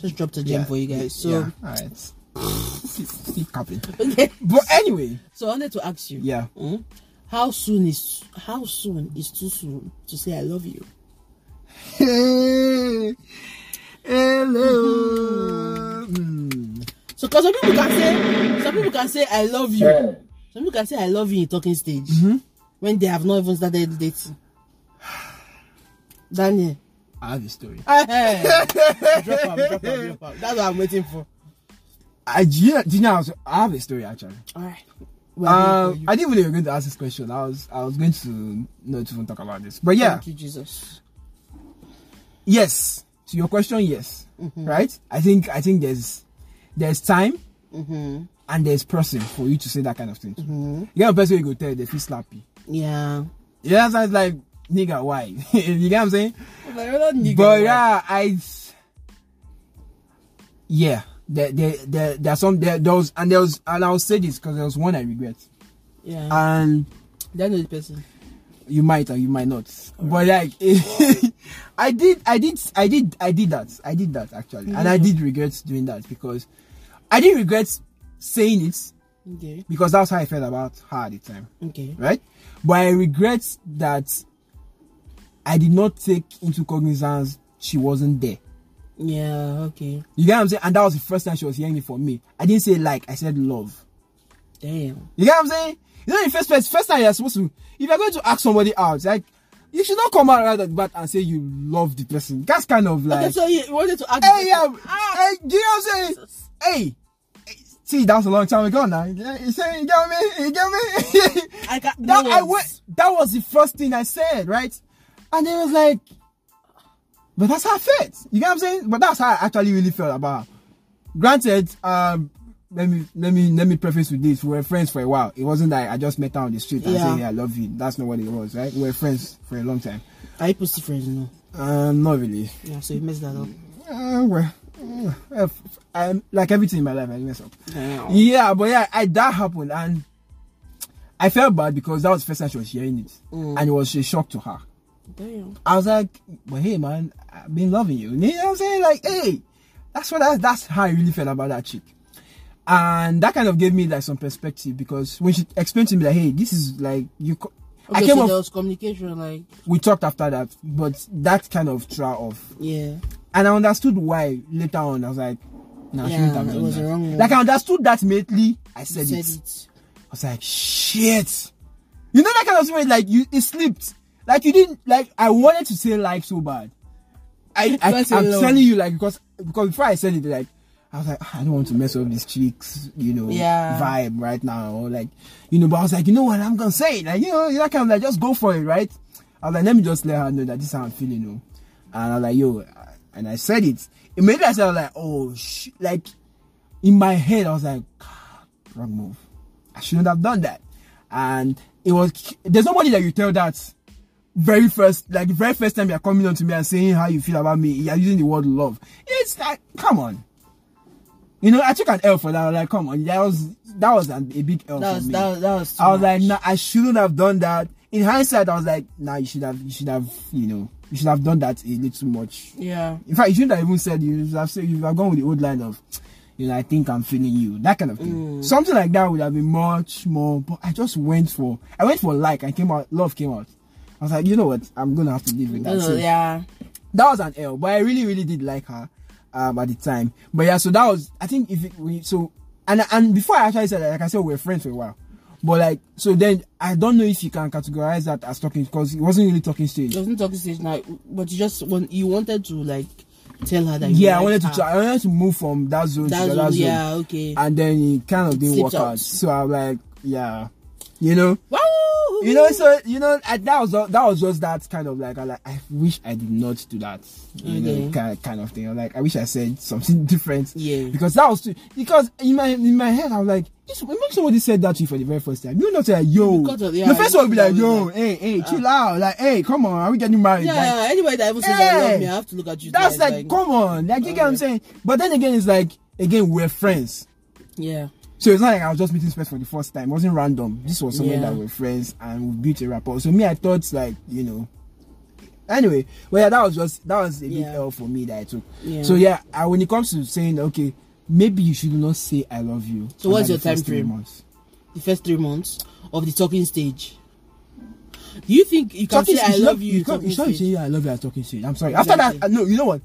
S2: just dropped a gem for you guys. So, [LAUGHS]
S1: yeah. all right. Keep capping.
S2: okay.
S1: But anyway,
S2: So I wanted to ask you. [LAUGHS]
S1: yeah.
S2: hmm, How soon is how soon is too soon to say I love you?
S1: Hello. [LAUGHS] Mm.
S2: So, because some people can say some people can say I love you. Some people can say I love you in talking stage when they have not even started dating. Daniel,
S1: I have a story.
S2: hey, hey. [LAUGHS] drop am, drop am, drop am. That's what I'm waiting for.
S1: I, do you know- do you know, I was- I have a story actually.
S2: All right. We are
S1: Uh,
S2: waiting for
S1: I
S2: you.
S1: didn't even know you were going to ask this question. I was I was going to not even talk about this. But yeah,
S2: Thank you, Jesus.
S1: yes. To your question, yes.
S2: Mm-hmm.
S1: Right? I think I think there's there's time
S2: Mm-hmm.
S1: and there's person for you to say that kind of thing. to. You get a person you go tell they feel slappy.
S2: Yeah.
S1: Yeah, that's like nigga, why? [LAUGHS] you get what I'm saying?
S2: But
S1: But yeah, I yeah. There, there, there, there are some there, there was and there was and I'll say this because there was one I regret
S2: yeah.
S1: and
S2: They're not the person.
S1: you might or you might not but like [LAUGHS] i did i did i did i did that i did that actually and i did regret doing that because i didn't regret saying it
S2: Okay.
S1: because that's how i felt about her at the time
S2: Okay.
S1: right but i regret that i did not take into cognizance she wasn't there
S2: Yeah. Okay.
S1: you get what i'm saying and that was the first time she was hearing it from me i didn't say like i said love
S2: Damn.
S1: You get what I'm saying? You know, the first place, first time you're supposed to, if you're going to ask somebody out, like, you should not come out right at the back and say you love the person. That's kind of like,
S2: okay. So you wanted to ask.
S1: hey, yeah, hey, do you know what I'm saying? Hey, See, that was a long time ago now. You get you see, you get me? You get me? [LAUGHS]
S2: I got
S1: that, I
S2: would.
S1: went, that was the first thing I said, right? And it was like, but that's how I felt. You get what I'm saying? But that's how I actually really felt about her. Granted, um, let me let me let me preface with this. We were friends for a while. It wasn't that I just met her on the street and
S2: Yeah.
S1: say, Yeah, I love you. That's not what it was, right? We were friends for a long time.
S2: Are you pussy friends, you know?
S1: Um, not really.
S2: Yeah, so you messed that up.
S1: Uh, well, uh, f- I'm, like everything in my life, I mess up. Yeah, but yeah, I, that happened and I felt bad because that was the first time she was hearing it,
S2: Mm.
S1: and it was a shock to her.
S2: Damn.
S1: I was like, "But hey, man, I've been loving you." You know what I'm saying? Like, hey, that's what I, that's how I really felt about that chick, and that kind of gave me like some perspective because when she explained to me that, "Hey, this is like you," co-
S2: Okay,
S1: I came
S2: so
S1: up.
S2: there was communication, like,
S1: We talked after that, but that kind of trial of
S2: yeah.
S1: and I understood why later on. I was like, nah, she
S2: Yeah,
S1: shouldn't have
S2: it
S1: done
S2: was
S1: that.
S2: the wrong one.
S1: Like I understood that immediately. I
S2: You
S1: said,
S2: said
S1: it.
S2: it.
S1: I was like, shit. You know that kind of situation, like you it slipped. Like you didn't like I wanted to say like so bad. I, I I'm
S2: That's a lot.
S1: telling you like because because before I said it like I was like "Ah, I don't want to mess up this chicks you know
S2: Yeah.
S1: vibe right now or like you know but I was like you know what I'm gonna say it like you know that kind of like just go for it right I was like let me just let her know that this is how I'm feeling you know and I was like yo and I said it immediately I said I was like oh sh-, like in my head I was like "Ah, wrong move I shouldn't have done that and it was there's nobody that you tell that very first, like the very first time you're coming on to me and saying how you feel about me, you're using the word love. It's like, come on. You know, I took an L for that. I was Like, come on, that was that was an, a big L
S2: That
S1: for
S2: was,
S1: me.
S2: that was, that was too
S1: I was
S2: much.
S1: like, nah, I shouldn't have done that. In hindsight, I was like, nah, you should have, you should have, you know, you should have done that a little much.
S2: yeah.
S1: In fact, you shouldn't have even said you should have said you have gone with the old line of, you know, I think I'm feeling you, that kind of
S2: Mm.
S1: thing. Something like that would have been much more. But I just went for, I went for like, I came out, love came out. I was like, you know what, I'm gonna have to live with that.
S2: No,
S1: So
S2: Mm, yeah.
S1: That was an L, but I really, really did like her um, at the time. But yeah, so that was, I think if it, we so and and before I actually said that, like I said, we were friends for a while. But like, so then I don't know if you can categorize that as talking because it wasn't really talking stage.
S2: It wasn't talking stage now, but you just want, you wanted to, like, tell her that you
S1: Yeah, I
S2: liked
S1: wanted to
S2: her.
S1: try, I wanted to move from that zone
S2: That's,
S1: to the other zone.
S2: yeah, okay.
S1: and then it kind of didn't
S2: Slipped
S1: work out.
S2: out.
S1: So I'm like, yeah, you know,
S2: Wow!
S1: you know, so you know, I, that was that was just that kind of like I like I wish I did not do that, you know,
S2: Okay.
S1: kind, kind of thing. I'm like I wish I said something [LAUGHS] different,
S2: Yeah.
S1: because that was too, because in my in my head I was like, if when somebody said that to you for the very first time, you not say, yo,
S2: Because of- yeah,
S1: the first one would be like,
S2: because of
S1: yo,
S2: like- ah.
S1: hey, hey, chill out, like, hey, come on, are we getting married?
S2: yeah,
S1: Like,
S2: anybody that even says I love me,
S1: Hey!
S2: I have to look at you.
S1: that's
S2: twice,
S1: like, come on, like you get what I'm saying. But then again, it's like again we're friends.
S2: yeah.
S1: So it's not like I was just meeting space for the first time. It wasn't random. This was something
S2: Yeah.
S1: that we're friends and we built a rapport. So me, I thought like you know. Anyway, well yeah, that was just that was a big
S2: Yeah.
S1: L for me that I took.
S2: Yeah.
S1: So yeah, I, when it comes to saying okay, maybe you should not say I love you.
S2: So what's
S1: after
S2: your
S1: the first
S2: time
S1: three
S2: frame?
S1: months.
S2: The first three months of the talking stage. Do you think you can
S1: Talking
S2: say I
S1: stage,
S2: love you?
S1: You can't, you
S2: talking
S1: can't
S2: stage?
S1: say I love you. at Talking stage. I'm sorry. After
S2: Exactly.
S1: that, uh, no. You know what?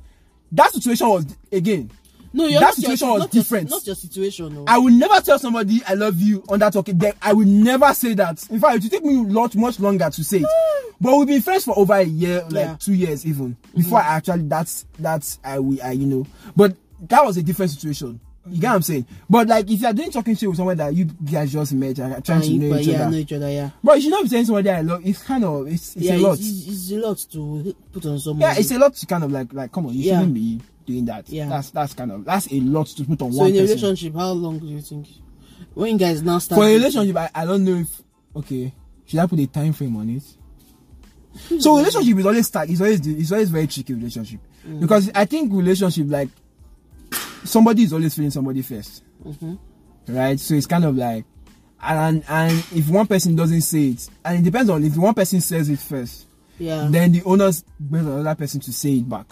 S1: That situation was again.
S2: No, you're
S1: eh? That
S2: not your-
S1: situation was
S2: not your-
S1: different.
S2: Not your situation, oh. no.
S1: I will never tell somebody I love you on that talking. Then I will never say that. In fact, it will take me lot much longer to say it. But we've been friends for over a year, like
S2: Hmm. Yeah. Mm-hmm.
S1: two years even. Before I actually that's that's I we I you know. But that was a different situation. You get what I'm saying? But like if you're doing talking shit with someone that you guys just met and are trying
S2: And
S1: to
S2: you-
S1: know
S2: but
S1: each
S2: yeah,
S1: other.
S2: know each other, yeah.
S1: But you should not be saying somebody I love it's kind of it's, it's
S2: yeah,
S1: a lot.
S2: It's, it's, it's a lot to put on someone.
S1: yeah, it's a lot to kind of like like come on, you
S2: Yeah.
S1: shouldn't be doing that.
S2: Yeah.
S1: That's that's kind of that's a lot to put on
S2: so
S1: one
S2: in a
S1: person.
S2: relationship, how long do you think? When you guys now start
S1: for a relationship I, I don't know if okay should i put a time frame on it so relationship is always start it's always the- it's always very tricky relationship because i think relationship like somebody is always feeling somebody 1st right so it's kind of like and and if one person doesn't say it and it depends on if one person says it first
S2: yeah,
S1: then the owners brings another person to say it back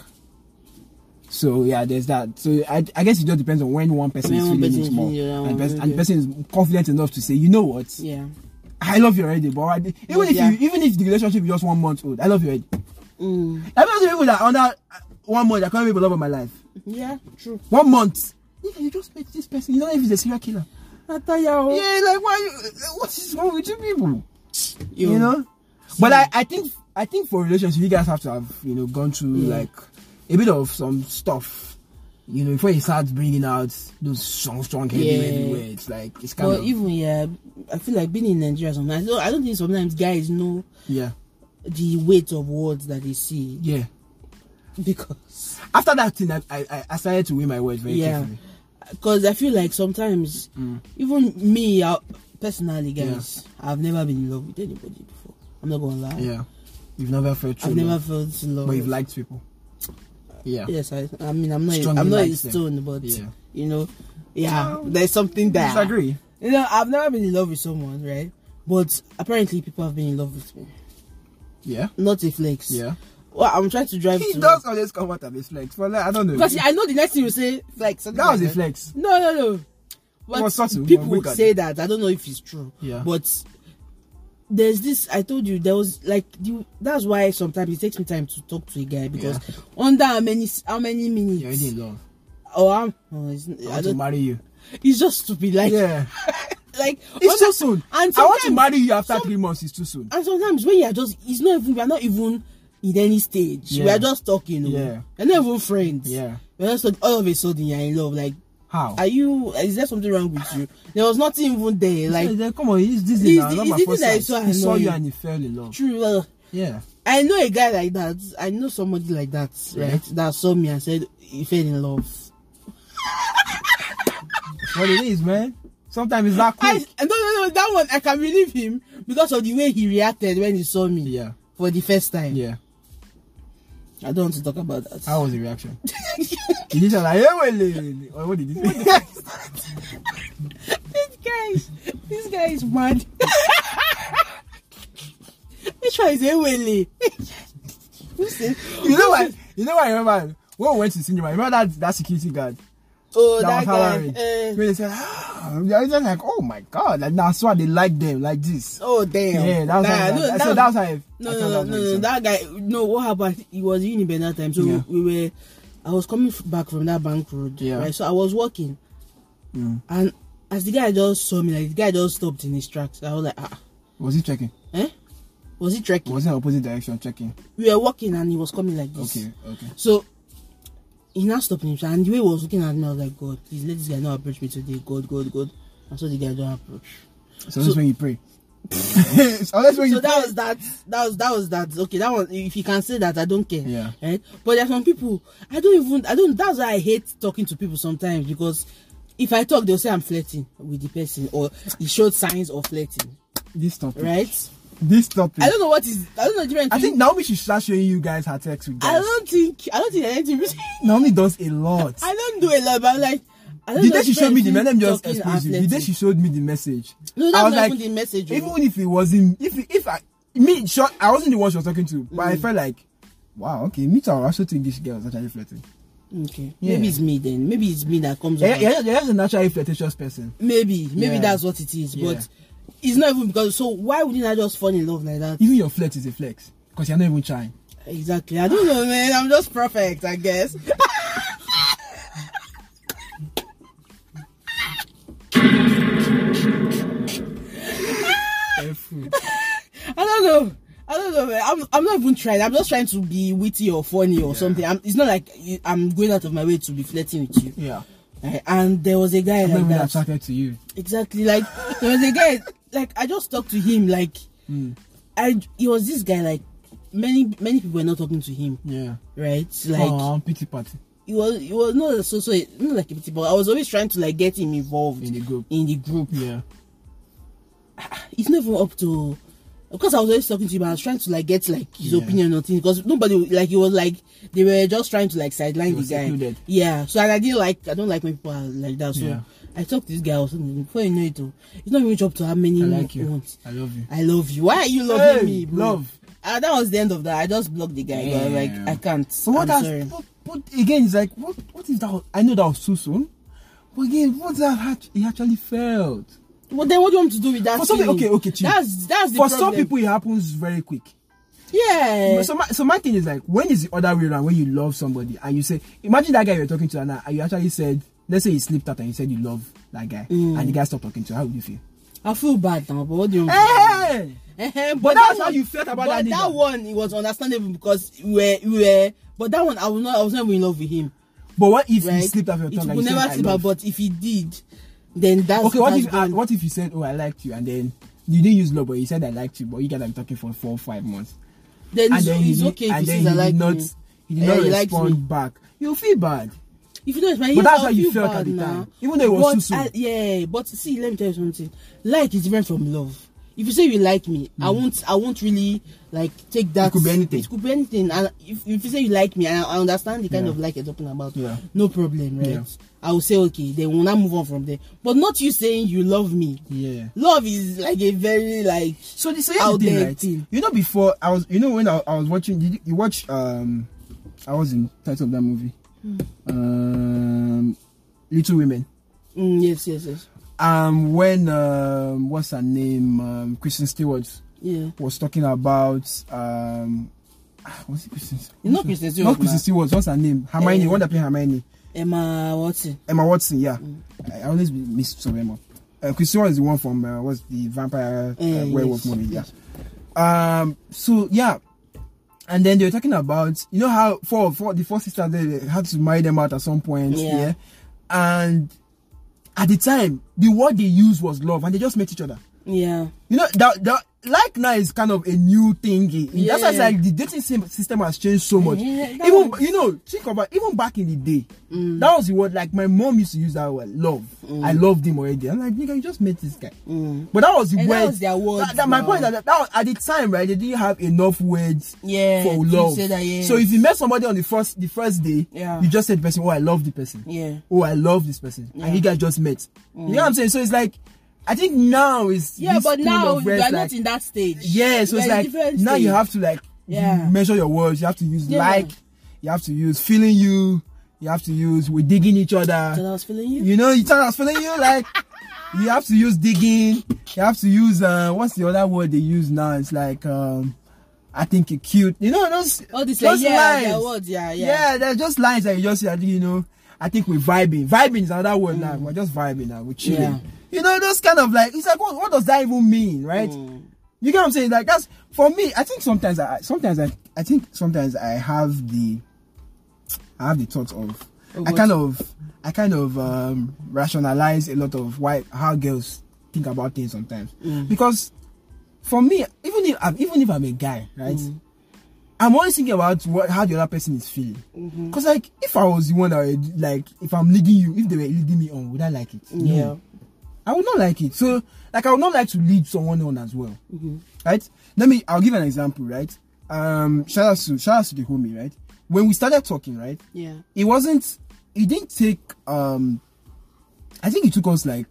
S1: so yeah there's that so i, I guess it just depends on when one person
S2: When
S1: is
S2: one
S1: feeling
S2: person
S1: it
S2: is
S1: more
S2: feeling the other
S1: and,
S2: one,
S1: pers- and the
S2: okay.
S1: person is confident enough to say you know what
S2: yeah.
S1: I love you already, but I- even if
S2: Yeah.
S1: you, even if the relationship is just one month old, I love you already.
S2: Mm.
S1: I mean, people that are under uh, one month, I can't even love of my life.
S2: Yeah, true.
S1: One month. If you just met this person, you know if he's a serial killer.
S2: oh.
S1: Yeah, like why? You, what is wrong with you people? You know. But I, I think, I think for relationship, you guys have to have, you know, gone through like a bit of some stuff. You know, before he starts bringing out those strong, strong heavy,
S2: Yeah.
S1: heavy words, like it's kind
S2: But
S1: of
S2: even yeah, I feel like being in Nigeria sometimes. I don't think sometimes guys know
S1: yeah,
S2: the weight of words that they see
S1: [LAUGHS] yeah.
S2: because
S1: After that thing, I, I, I started to weigh my words very
S2: yeah,
S1: carefully.
S2: because I feel like sometimes
S1: Mm.
S2: even me I, personally, guys, I've never been in love with anybody before. I'm not gonna lie.
S1: Yeah, you've never felt true
S2: I've never
S1: love,
S2: felt in love.
S1: but you've liked people. Yeah,
S2: Yes, I, I mean I'm not
S1: Strongly
S2: I'm not a
S1: likes them.
S2: stone, but
S1: Yeah.
S2: you know, yeah, there's something there.
S1: disagree.
S2: You know, I've never been in love with someone, right? But apparently, people have been in love with me.
S1: Yeah,
S2: Not a flex.
S1: yeah.
S2: Well, I'm trying to drive.
S1: He
S2: to
S1: does always come out of his flex, but like, I don't know.
S2: Because I know the next thing you say flex. something
S1: that was a
S2: like
S1: flex.
S2: No, no, no. But
S1: was subtle,
S2: people
S1: but wicked.
S2: say that. I don't know if it's true.
S1: Yeah.
S2: But there's this. I told you there was like the, that's why sometimes it takes me time to talk to a guy because under how many how many minutes
S1: You're already in love.
S2: or how, oh, it's,
S1: I
S2: I
S1: want to
S2: don't,
S1: marry
S2: [LAUGHS]
S1: you.
S2: it's just stupid. Like
S1: Yeah,
S2: like
S1: it's
S2: under-
S1: too soon.
S2: And
S1: I want to
S2: sometimes-
S1: marry you after
S2: some-
S1: three months. It's too soon.
S2: And sometimes when you're just, it's not even, we're not even in any stage.
S1: Yeah.
S2: We're just talking.
S1: Yeah.
S2: Yeah. We're not even friends.
S1: Yeah.
S2: We're just like, all of a sudden you're in love. Like,
S1: How?
S2: are you, is there something wrong with you? There was nothing even there.
S1: Yeah,
S2: Like,
S1: then come on, he's this
S2: He's
S1: now,
S2: the-
S1: not
S2: he's
S1: my
S2: the
S1: first
S2: thing that
S1: sight.
S2: is so
S1: He saw you
S2: annoying.
S1: and he fell in love.
S2: true. Well,
S1: Yeah,
S2: I know a guy like that. I know somebody like that, right?
S1: Right.
S2: That saw me and said he fell in love.
S1: what it is, man. Sometimes it's not
S2: I,
S1: quick.
S2: no, no, no, that one, I can believe him because of the way he reacted when he saw me
S1: Yeah,
S2: for the first time.
S1: yeah.
S2: I don't want to talk about that.
S1: How was the
S2: [LAUGHS]
S1: reaction? he just like, hey, well, eh, or what did he [LAUGHS] say?
S2: this guy is this guy is mad. [LAUGHS] Which one is Ewele? [LAUGHS] Listen,
S1: you know what? You know what? I remember when we went to cinema. Remember that that security guard
S2: oh
S1: that, was
S2: that,
S1: hollering.
S2: guy. Uh,
S1: When he said, ah, I was just like, oh my god, like that's why they like them like this.
S2: oh damn.
S1: Yeah, that was
S2: Nah,
S1: how. I-
S2: no,
S1: I
S2: that
S1: said,
S2: was-
S1: that's how. I- I
S2: no,
S1: thought
S2: no, no,
S1: that was
S2: no,
S1: how
S2: no,
S1: he said.
S2: that guy. No, what happened? It was Uniben that time, so
S1: Yeah.
S2: we, we were. I was coming f- back from that bank road,
S1: Yeah.
S2: right? So I was walking,
S1: Mm.
S2: and as the guy just saw me, like the guy just stopped in his tracks. I was like, ah, eh?
S1: Was he checking?
S2: was he trekking?
S1: Was he in opposite direction checking?
S2: We were walking, and he was coming like this.
S1: Okay, okay.
S2: So he now stopped himself and the way he was looking at me, I was like, God, please let this guy not approach me today. God, God, God. And so the guy don't approach.
S1: So, that's when you
S2: [LAUGHS]
S1: pray. so that's when you
S2: So that
S1: pray.
S2: was that. That was that was that. Okay, that one. If you can say that, I don't care.
S1: Yeah.
S2: Right. But there are some people I don't even. I don't. That's why I hate talking to people sometimes because if I talk, they'll say I'm flirting with the person or he showed signs of flirting.
S1: this topic.
S2: Right.
S1: This topic.
S2: I don't know what is. I don't know the difference.
S1: Hmm. I think Naomi should start showing you guys her text with guys.
S2: I don't think. I don't think anything.
S1: Naomi does a lot.
S2: [LAUGHS] I don't do a lot, but I'm like. I don't
S1: The
S2: know
S1: day
S2: the
S1: she showed me the
S2: difference
S1: message, just
S2: between
S1: expose
S2: talking
S1: you.
S2: and
S1: The day
S2: flirting.
S1: she showed me the message,
S2: No,
S1: I
S2: that's
S1: was
S2: not
S1: like,
S2: even the message. oh.
S1: even if it wasn't, if it- if I me, sure, I wasn't the one she was talking to, but I
S2: Mm.
S1: felt like, wow, okay, me too. I also think this girl is actually flirting.
S2: okay.
S1: Yeah. Eh,
S2: Maybe it's me then. Maybe it's me that comes.
S1: Yeah,
S2: over.
S1: yeah, yeah, a naturally flirtatious person.
S2: Maybe. Maybe
S1: Yeah.
S2: that's what it is.
S1: Yeah.
S2: But it's not even because. So why wouldn't I just fall in love like that?
S1: Even your flirt is a flex because you're not even trying.
S2: Exactly. I don't know, man. I'm just perfect, I guess.
S1: Careful.
S2: I don't know. I don't know, man. I'm, I'm not even trying. I'm just trying to be witty or funny or something. I'm, it's not like you- I'm going out of my way to be flirting with you.
S1: yeah,
S2: Right? And there was a guy
S1: I'm not
S2: like
S1: even
S2: that.
S1: attracted to you.
S2: Exactly. Like there was a guy. Like I just talked to him. Like
S1: Hmm.
S2: I. It was this guy. Like many many people were not talking to him.
S1: Yeah,
S2: Right.
S1: like, oh,
S2: Like
S1: pity party
S2: it was it was not so so not like a pity, but I was always trying to like get him involved
S1: in the group.
S2: in the group.
S1: Yeah,
S2: It's never up to. Of course, I was always talking to him. I was trying to like get like his
S1: Yeah.
S2: opinion on things because nobody like he was like they were just trying to like sideline the
S1: was
S2: guy.
S1: secluded.
S2: Yeah. So and I didn't like I don't like when people are like that. So
S1: Yeah.
S2: I talked to this guy or something. Before you know it, oh, it's not even up to how many
S1: I like you.
S2: months.
S1: I love you.
S2: I love you. Why are you loving
S1: Hey,
S2: me, bro?
S1: love.
S2: Ah, that was the end of that. I just blocked the guy. I was
S1: Damn.
S2: like, I can't.
S1: So what
S2: I'm
S1: has
S2: sorry.
S1: but, but again it's like what what is that I know that was too soon. But again, what that act- he actually felt.
S2: Well, then what do you want to do with that?
S1: For some people-
S2: feeling?
S1: okay, okay, chill.
S2: That's that's the
S1: For some
S2: problem.
S1: people it happens very quick.
S2: yeah.
S1: So my so my thing is like when is the other way around when you love somebody and you say imagine that guy you're talking to and, and you actually said let's say he slipped out and you said you love that guy
S2: Mm.
S1: and the guy stopped talking to you, how would you feel?
S2: I feel bad now, but what do you want?
S1: Hey!
S2: Eh-heh,
S1: Eh, But that's
S2: that
S1: how you felt about
S2: but
S1: that nigga.
S2: that one, it was understandable because we were, we were, but that one, I was not, I was not even in love with him.
S1: But what if he
S2: right?
S1: slipped off your tongue?
S2: It
S1: and
S2: will
S1: you said,
S2: never
S1: "I
S2: slip
S1: love
S2: out, but if he did, then that's
S1: okay, what
S2: has
S1: if uh,
S2: been-
S1: what if you said, "Oh, I liked you," and then you didn't use love, but you said, "I liked you," but you guys have been talking for four or five months,
S2: then
S1: ah, and
S2: it's,
S1: then he
S2: it's
S1: did-
S2: okay if
S1: and
S2: he
S1: then
S2: says I
S1: did
S2: like
S1: not,
S2: you.
S1: he did not
S2: Eh, he likes
S1: respond
S2: me.
S1: back. You feel bad.
S2: If you know it's my
S1: But
S2: yes,
S1: that's
S2: I'll
S1: how you
S2: feel
S1: felt at
S2: bad
S1: the
S2: now.
S1: time. Even though it was
S2: But
S1: too soon.
S2: I- yeah, but see, let me tell you something. Like is different from love. If you say you like me, I won't. I won't really like take that.
S1: Hmm. could be anything.
S2: It could be anything. And if, if you say you like me, and I, I understand the kind
S1: Yeah.
S2: of like you're talking about.
S1: Yeah.
S2: No problem, right?
S1: Yeah.
S2: I will say okay. Then we'll not move on from there. But not you saying you love me.
S1: Yeah.
S2: Love is like a very like.
S1: So this so here's
S2: Out
S1: the thing,
S2: there
S1: right?
S2: thing.
S1: You know, before I was, you know, when I, I was watching, did you, you watch? Um, I was in title of that movie,
S2: Hmm.
S1: um, Little Women.
S2: Mm, yes, yes, yes.
S1: Um, when um, what's her name? Um, Kristen Stewart
S2: Yeah.
S1: was talking about um, ah, was it Kristen?
S2: Not Kristen Stewart,
S1: Not Kristen
S2: nah.
S1: Stewart. What's her name? Hermione.
S2: Eh.
S1: One that played Hermione.
S2: Emma Watson.
S1: Emma Watson. Yeah,
S2: Mm.
S1: I, I always miss some Emma. Uh, Kristen Stewart is the one from uh, what's the vampire uh,
S2: Eh,
S1: werewolf
S2: yes,
S1: movie? Yeah.
S2: yes.
S1: Um. So yeah, and then they were talking about you know how four four the four sisters they they had to marry them out at some point.
S2: Yeah.
S1: Yeah. And at the time, the word they used was love, and they just met each other.
S2: Yeah.
S1: You know that that like now is kind of a new thingy. That's why it's
S2: Yeah.
S1: like the dating sim- system has changed so much.
S2: Yeah, that
S1: even
S2: was- Mm.
S1: you know think about even back in the day, that was the word like my mom used to use that word love. I loved him already. I'm like nigga, you just met this guy.
S2: Mm.
S1: But that was the
S2: And
S1: word.
S2: that was their word,
S1: That, that- my
S2: bro.
S1: point is that, that was, at the time, right? They didn't have enough words
S2: Yeah.
S1: for
S2: you
S1: love.
S2: said that, yes.
S1: So if you met somebody on the first the first day,
S2: Yeah.
S1: you just said to the person, "Oh, I love the person.
S2: Yeah.
S1: Oh, I love this person." And you guys just met. You know what I'm saying? So it's like, I think now is
S2: Mm. Yeah,
S1: this
S2: but
S1: school
S2: now
S1: of
S2: you are
S1: words, like,
S2: not in that stage.
S1: yeah. So it's
S2: You are in a
S1: like
S2: different
S1: now you
S2: stage.
S1: have to like
S2: Yeah.
S1: measure your words. You have to use
S2: Yeah.
S1: like, you have to use feeling you. You have to use we're digging each other.
S2: So I was feeling you.
S1: You know, you thought I was feeling you like [LAUGHS] you have to use digging, you have to use uh what's the other word they use now? It's like um I think you cute. You know, those
S2: All Oh, this like
S1: those
S2: yeah,
S1: lines.
S2: yeah, what, yeah, yeah,
S1: yeah, there's just lines that you just say, you know, I think we're vibing. Vibing is another word now. We're just vibing now, we're chilling.
S2: Mm. Yeah.
S1: You know, those kind of like it's like what, what does that even mean, right?
S2: Mm.
S1: You get what I'm saying? Like that's for me, I think sometimes I sometimes I I think sometimes I have the I have the thought of I
S2: what?
S1: kind of I kind of um, rationalize a lot of why how girls think about things sometimes
S2: Mm.
S1: because for me even if I'm even if I'm a guy right I'm always thinking about what how the other person is feeling because like if I was the one that would, like if I'm leading you if they were leading me on would I like it No.
S2: Yeah.
S1: I would not like it so like I would not like to lead someone on as well right let me I'll give an example right um shout out to shout out to the homie right when we started talking right
S2: yeah,
S1: it wasn't it didn't take um i think it took us like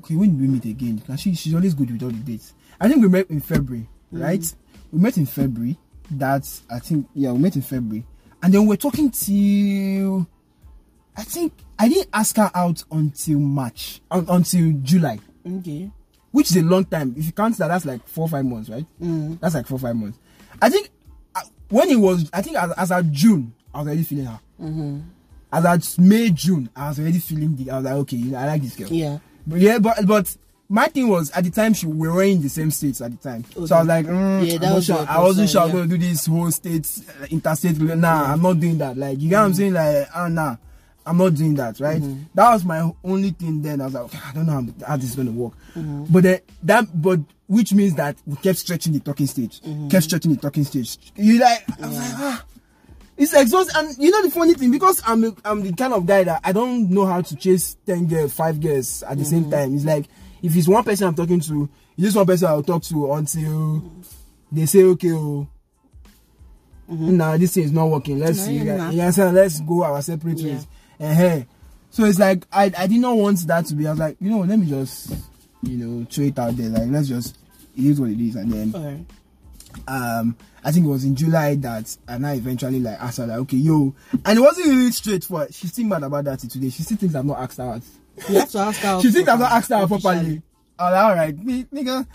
S1: okay when did we meet again 'Cause she, she's always good with all the dates i think we met in february right we met in february that's i think yeah we met in february and then we're talking till i think i didn't ask her out until march un- until july
S2: okay,
S1: which is a long time. If you count that, that's like four five months, right? That's like four five months. I think uh, when it was, I think as, as at June, I was already feeling her. As at May June, I was already feeling the. I was like, okay, you know, I like this girl.
S2: yeah,
S1: But yeah, but but my thing was at the time she we were in the same states at the time, so I was like, mm,
S2: Yeah,
S1: I'm
S2: that
S1: not
S2: was
S1: sure.
S2: your
S1: I wasn't sure
S2: concern,
S1: I was gonna do this whole state uh, interstate. rela- Nah, I'm not doing that. Like you get what
S2: Mm.
S1: I'm saying? Like ah nah, I'm not doing that. Right?
S2: Mm-hmm.
S1: That was my only thing then. I was like, okay, I don't know how, how this is gonna work.
S2: Mm-hmm.
S1: But then that but which means that we kept stretching the talking stage,
S2: Mm-hmm.
S1: kept stretching the talking stage. You like I was like ah. It's exhausting, and you know the funny thing because I'm a, I'm the kind of guy that I don't know how to chase ten girls, five girls at the same
S2: Mm-hmm.
S1: time. It's like if it's one person I'm talking to, it's just one person I'll talk to until they say okay, oh, nah, this thing is not working. Let's
S2: Mm-hmm. No,
S1: see, you
S2: yeah,
S1: guys-
S2: nah.
S1: you understand? Let's go our separate
S2: Yeah.
S1: ways. uh So it's like I I did not want that to be. I was like, you know, let me just you know throw it out there. Like let's just it is what it is, and then
S2: alright,
S1: um I think it was in July that and I eventually like asked her like okay yo and it wasn't really straightforward. She's still mad about that till today. She still thinks I've not asked her out. [LAUGHS]
S2: you have to ask her,
S1: She thinks I've not
S2: properly,
S1: asked her out
S2: officially.
S1: properly. I was like, alright, ni- nigga,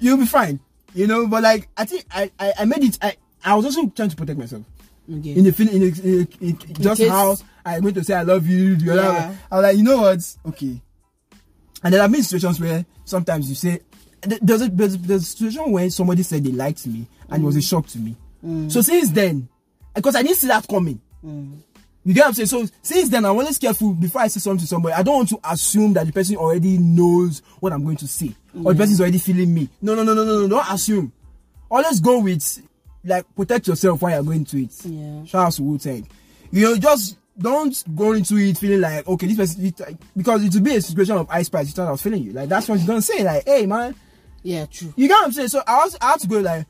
S1: you'll be fine. You know, but like I think I, I, I made it I, I was also trying to protect myself.
S2: Okay.
S1: In the feeling in, the, in, the- in- just
S2: case-
S1: how I'm going to say I love you, the other
S2: Yeah.
S1: I was like, you know what? Okay. And then I've been in situations where sometimes you say, th- there's a, there's, there's a situation where somebody said they liked
S2: Mm.
S1: me and it was a shock to me. So since then, because I didn't see that coming, You get what I'm saying? So since then, I'm always careful before I say something to somebody. I don't want to assume that the person already knows what I'm going to say, or the
S2: Yeah.
S1: person is already feeling me. No, no, no, no, no, no. Don't assume. Always go with like protect yourself while you're going to it.
S2: Yeah.
S1: Shout out to Wu Tang. You know, just don't go into it feeling like okay, this person it- because it will be a situation of ice spice. You thought I was feeling you. Like that's what you don't say. Like, hey man,
S2: Yeah, true.
S1: you get what I'm saying? So I was I had to go like,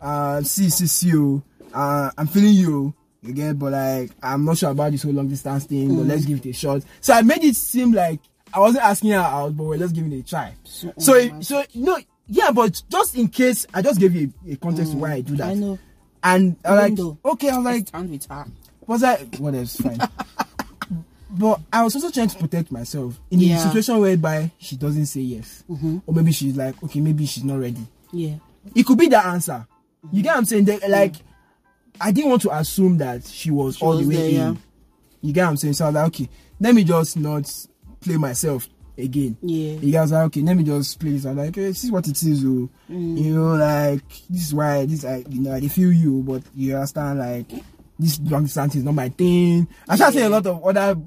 S1: uh, see, see, see you. Uh, I'm feeling you. You get, but like, I'm not sure about this whole long distance thing, but
S2: Mm.
S1: let's give it a shot. So I made it seem like I wasn't asking her out, but well, let's give it a try. So,
S2: oh
S1: so, no, yeah, but just in case, I just gave you a, a context to why I do [LAUGHS] that.
S2: Mm, I know.
S1: And I like,
S2: Even
S1: okay, I was like,
S2: Stand with her.
S1: was I what else?
S2: [LAUGHS]
S1: Fine. but I was also trying to protect myself in
S2: Yeah. Mm-hmm.
S1: the situation whereby she doesn't say yes, or maybe she's like, okay, maybe she's not ready.
S2: Yeah.
S1: It could be that answer. You get what I'm saying? They, like, I didn't want to assume that she was
S2: She
S1: all
S2: was
S1: the way
S2: there,
S1: in.
S2: yeah.
S1: You get what I'm saying? So I was like, okay, let me just not play myself again.
S2: Yeah.
S1: You guys are like, okay. Let me just play this. I'm like, eh, this is what it is, oh.
S2: Mm.
S1: You know, like this is why this. I, you know, they feel you, but you understand, like this long distance is not my thing. I shall say a lot of other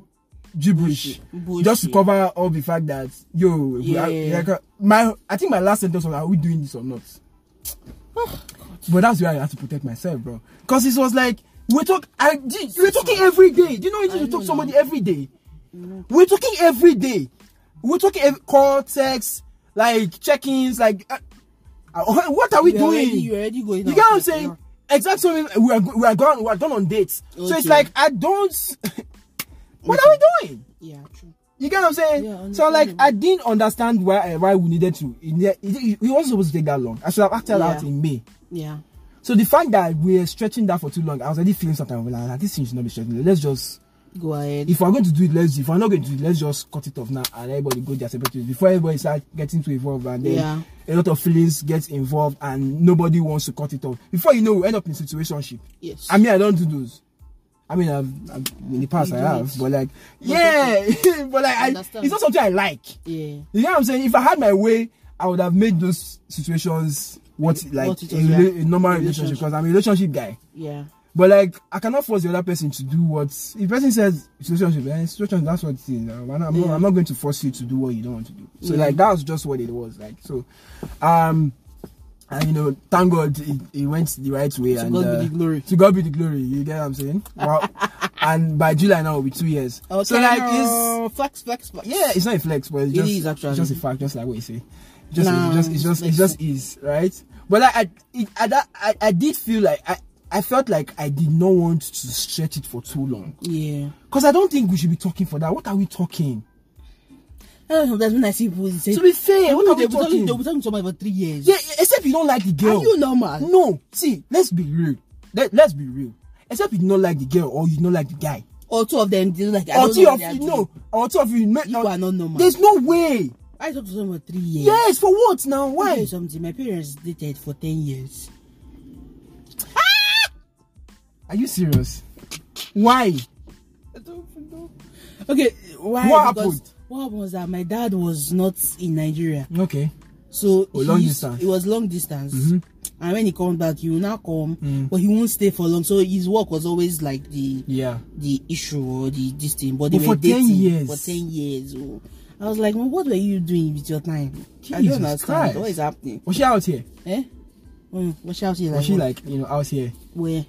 S1: gibberish
S2: Bullshit.
S1: just to cover all the fact that yo, we are-
S2: Yeah.
S1: like, uh, my I think my last sentence was, are we doing this or
S2: [SIGHS]
S1: not?
S2: Oh,
S1: but that's where I had to protect myself, bro. Cause it was like we talk. I did, we're talking every day. Do you know you need to talk to somebody every day? We're talking every day. We're talking ev- call, text, like check-ins, like uh, uh, what are we
S2: You're
S1: doing?
S2: already, you're already going
S1: You
S2: out
S1: get what I'm
S2: with
S1: saying?
S2: her.
S1: Exactly. We are go- we are gone. We are done on dates. So it's
S2: Okay.
S1: like I don't. [LAUGHS] what are we doing?
S2: Yeah, true.
S1: You get what I'm saying?
S2: Yeah,
S1: so like
S2: understandable.
S1: I didn't understand why eh, why we needed to. It, it, it wasn't supposed to take that long. I should have acted
S2: Yeah.
S1: out in May.
S2: Yeah.
S1: So the fact that we're stretching that for too long, I was already feeling something. I was like, ah, this thing should not be stretching. Let's just
S2: Go ahead.
S1: if we're going to do it, let's if we're not going to do it, let's just cut it off now and everybody go their separate ways before everybody start getting too involved and then
S2: Yeah.
S1: a lot of feelings get involved and nobody wants to cut it off. Before you know, we end up in situationship.
S2: yes.
S1: I mean, I don't do those. I mean, I've, I've, in the past
S2: You
S1: I
S2: do
S1: have,
S2: it.
S1: but like, yeah, [LAUGHS] but like, I, it's
S2: Understand.
S1: not something I like.
S2: yeah.
S1: You know what I'm saying? If I had my way, I would have made those situations what like
S2: What it
S1: a,
S2: was,
S1: rela-
S2: yeah.
S1: a normal relationship
S2: Relationship.
S1: because I'm a relationship guy.
S2: Yeah.
S1: But like, I cannot force the other person to do what. If person says situationship, eh, situation, that's what it is. I'm not, I'm, not,
S2: Yeah.
S1: I'm not going to force you to do what you don't want to do. So
S2: Yeah.
S1: like, that was just what it was like. So, um, and you know, thank God it, it went the right way.
S2: To
S1: and
S2: God
S1: uh,
S2: be the glory.
S1: to God be the glory. You get what I'm saying? Wow.
S2: [LAUGHS]
S1: and by July now will be two years. So like, it's
S2: it's Oh, flex, flex, flex.
S1: yeah, it's not a flex, but it's
S2: It
S1: just
S2: is actually.
S1: it's just a fact, just like what you say. Just
S2: Nah,
S1: it's just it's just it just is right. But like, I it, I, that, I I did feel like I I felt like I did not want to stretch it for too long
S2: yeah.
S1: because I don't think we should be talking for that. What are we talking?
S2: I don't know. That's when I see people say.
S1: To be fair, what are we
S2: they'll be talking,
S1: talking?
S2: they'll be talking to somebody for three years.
S1: Yeah, except you don't like the girl.
S2: Are you normal?
S1: No, see, let's be real. Let, let's be real. Except you don't like the girl or you don't like the guy.
S2: Or two of them, they're like, I
S1: Or
S2: don't
S1: two of
S2: know what they are
S1: you,
S2: doing.
S1: no, or two of you, no,
S2: You are not normal.
S1: There's no way.
S2: I talked to someone for three years.
S1: Yes, for what now?
S2: I'll tell
S1: Why?
S2: you something. My parents dated for 10 years.
S1: Are you serious? Why?
S2: Okay, why?
S1: What
S2: Because
S1: happened?
S2: What happened was that my dad was not in Nigeria.
S1: Okay.
S2: So
S1: Oh, long
S2: he-
S1: distance. Mm-hmm.
S2: It was long distance. And when he comes back, he will not come, but he won't stay for long. So his work was always like the
S1: Mm. Yeah.
S2: the issue or the this thing. But they
S1: But
S2: were
S1: for 10
S2: dating
S1: years.
S2: for ten years. Oh. I was like, well, what were you doing with your time? I
S1: Jesus
S2: don't understand.
S1: Christ.
S2: What is happening?
S1: Was she out here?
S2: Eh? Mm, what she was like?
S1: Was she
S2: what?
S1: like, you know, out here
S2: where?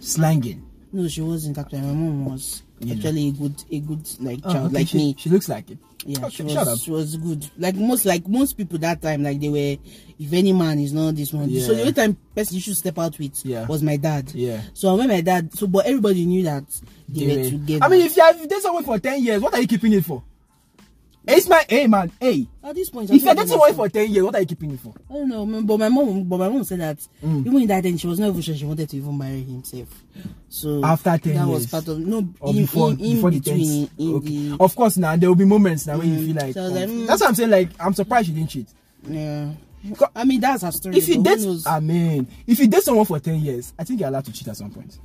S1: slanging?
S2: No, she wasn't actually. My mom was
S1: Yeah.
S2: actually a good, a good like
S1: Oh,
S2: child,
S1: okay,
S2: like
S1: she,
S2: me.
S1: She looks like it.
S2: Yeah, she
S1: Okay,
S2: was,
S1: shut up.
S2: she was good. Like most, like most people that time, like they were, if any man is not this one. So the
S1: Yeah.
S2: only time person you should step out with
S1: Yeah.
S2: was my dad.
S1: Yeah.
S2: So when my dad, so but everybody knew that they were together.
S1: I mean, if you have dated someone for 10 years, what are you keeping it for? It's my, hey man, hey.
S2: at this point, I
S1: If
S2: don't
S1: you're
S2: know
S1: dating someone for
S2: myself.
S1: 10 years, what are you keeping it for?
S2: I don't know, man, but my mom, but my mom said that
S1: Mm.
S2: even in that then she was not even sure she wanted to even marry himself. So
S1: After 10
S2: that was
S1: years?
S2: part of no
S1: Or
S2: in,
S1: before,
S2: in, in
S1: before the
S2: between
S1: 10th?
S2: in
S1: Okay.
S2: the
S1: Of course, now there will be moments now when you
S2: Mm.
S1: feel like,
S2: So I was
S1: oh.
S2: like, mm.
S1: that's what I'm saying. Like, I'm surprised you didn't cheat.
S2: yeah.
S1: Because
S2: I mean that's her story.
S1: if you
S2: but who
S1: date,
S2: knows?
S1: I mean, if you date someone for 10 years, I think you're allowed to cheat at some point.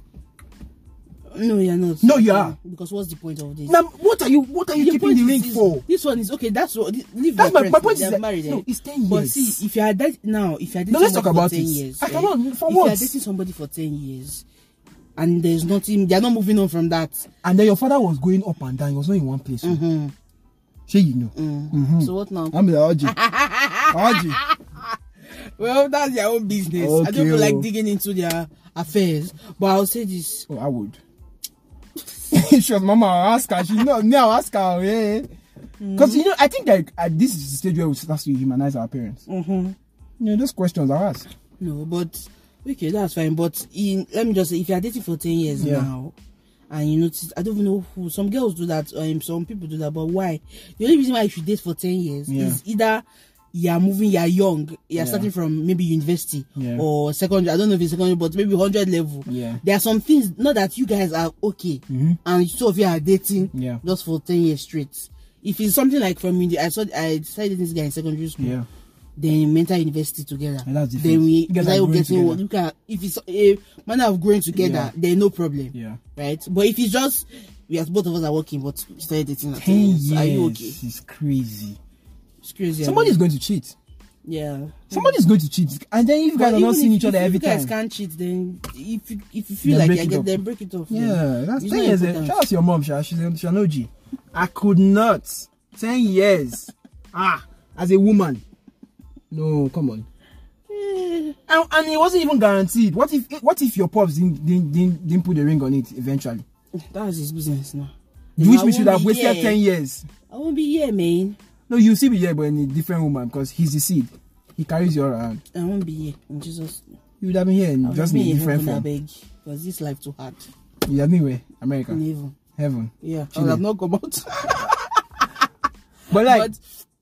S2: no, you're not.
S1: No, you are.
S2: Because what's the point of this?
S1: Now, what are you, what are you
S2: The
S1: keeping
S2: point
S1: the
S2: is
S1: ring
S2: this-
S1: for?
S2: This one is okay. That's what. Leave
S1: That's my- my
S2: your parents,
S1: point
S2: they
S1: is
S2: are
S1: that-
S2: married, eh?
S1: no, it's 10
S2: But
S1: years.
S2: see, if you are that now, if you are dating
S1: No, let's
S2: somebody
S1: talk about
S2: for 10
S1: it.
S2: years,
S1: I
S2: eh,
S1: cannot- for
S2: if
S1: what?
S2: you are dating somebody for ten years, and there's nothing. They're not moving on from that.
S1: And then your father was going up and down. He was not in one place. oh.
S2: Mm-hmm. Mm.
S1: Say you know. Mhm.
S2: So what now?
S1: I'm the
S2: [LAUGHS]
S1: Oji. Oji.
S2: Well, that's their own business. I
S1: Okay,
S2: don't feel
S1: oh.
S2: like digging into their affairs. But I'll say this.
S1: Oh, I would. [LAUGHS] sure, Mama, I'll ask her. She know. Me, I'll ask her. Yeah.
S2: Mm.
S1: Because you know, I think like at this is the stage where we start to humanize our parents.
S2: Mm-hmm.
S1: You know, those questions are asked.
S2: No, but okay, that's fine. But in let me just say, if you are dating for ten years
S1: Yeah.
S2: now, and you notice, I don't even know who. Some girls do that, um, some people do that. But why? The only reason why you should date for ten years
S1: Yeah.
S2: is either you are moving, you are young, you are
S1: Yeah.
S2: starting from maybe university
S1: Yeah.
S2: or secondary. I don't know if it's secondary, but maybe hundred level.
S1: Yeah.
S2: There are some things. Not that you guys are okay,
S1: Mhm.
S2: and two of you are dating
S1: Yeah.
S2: just for ten years straight. If it's something like from uni- I saw I decided this guy in secondary school
S1: Yeah.
S2: then we enter university together.
S1: And that's different.
S2: then we
S1: You guys are
S2: like
S1: growing
S2: getting
S1: together.
S2: what you can. If it's a manner of growing together,
S1: Yeah.
S2: then no problem,
S1: Yeah.
S2: right? But if it's just we as both of us are working, but we started dating at
S1: Ten years.
S2: are you okay?
S1: It's crazy.
S2: It's crazy.
S1: Somebody's going to cheat.
S2: yeah.
S1: Somebody's going to cheat, and then you guys are
S2: But even
S1: not seeing
S2: if-
S1: each other
S2: if
S1: every
S2: you guys
S1: time.
S2: can't cheat, then if you, if you feel
S1: Then
S2: like
S1: break
S2: you
S1: it
S2: get,
S1: up.
S2: then break it off.
S1: Yeah, that's
S2: It's
S1: ten
S2: not
S1: years. eh?
S2: important.
S1: Shout out to your mom, Sha. She's an she's an OG. I could not. Ten years. Ah, as a woman. No, come on.
S2: Eh.
S1: And, and it wasn't even guaranteed. What if what if your pops didn't didn't, didn't, didn't put the ring on it eventually?
S2: That's his business now.
S1: You
S2: I
S1: wish we
S2: won't
S1: should have
S2: be
S1: wasted
S2: here.
S1: ten years.
S2: I won't be here, man.
S1: No, you see me here, but in a different woman because he's the seed. He carries you around.
S2: I won't be here. In Jesus,
S1: You would have been here in
S2: I'll
S1: just in
S2: be
S1: a
S2: in
S1: different
S2: heaven, I
S1: form.
S2: beg, because this life too hard.
S1: You would have been where? America,
S2: In heaven.
S1: heaven.
S2: Yeah, I
S1: Chile.
S2: would have not come out.
S1: But like,
S2: but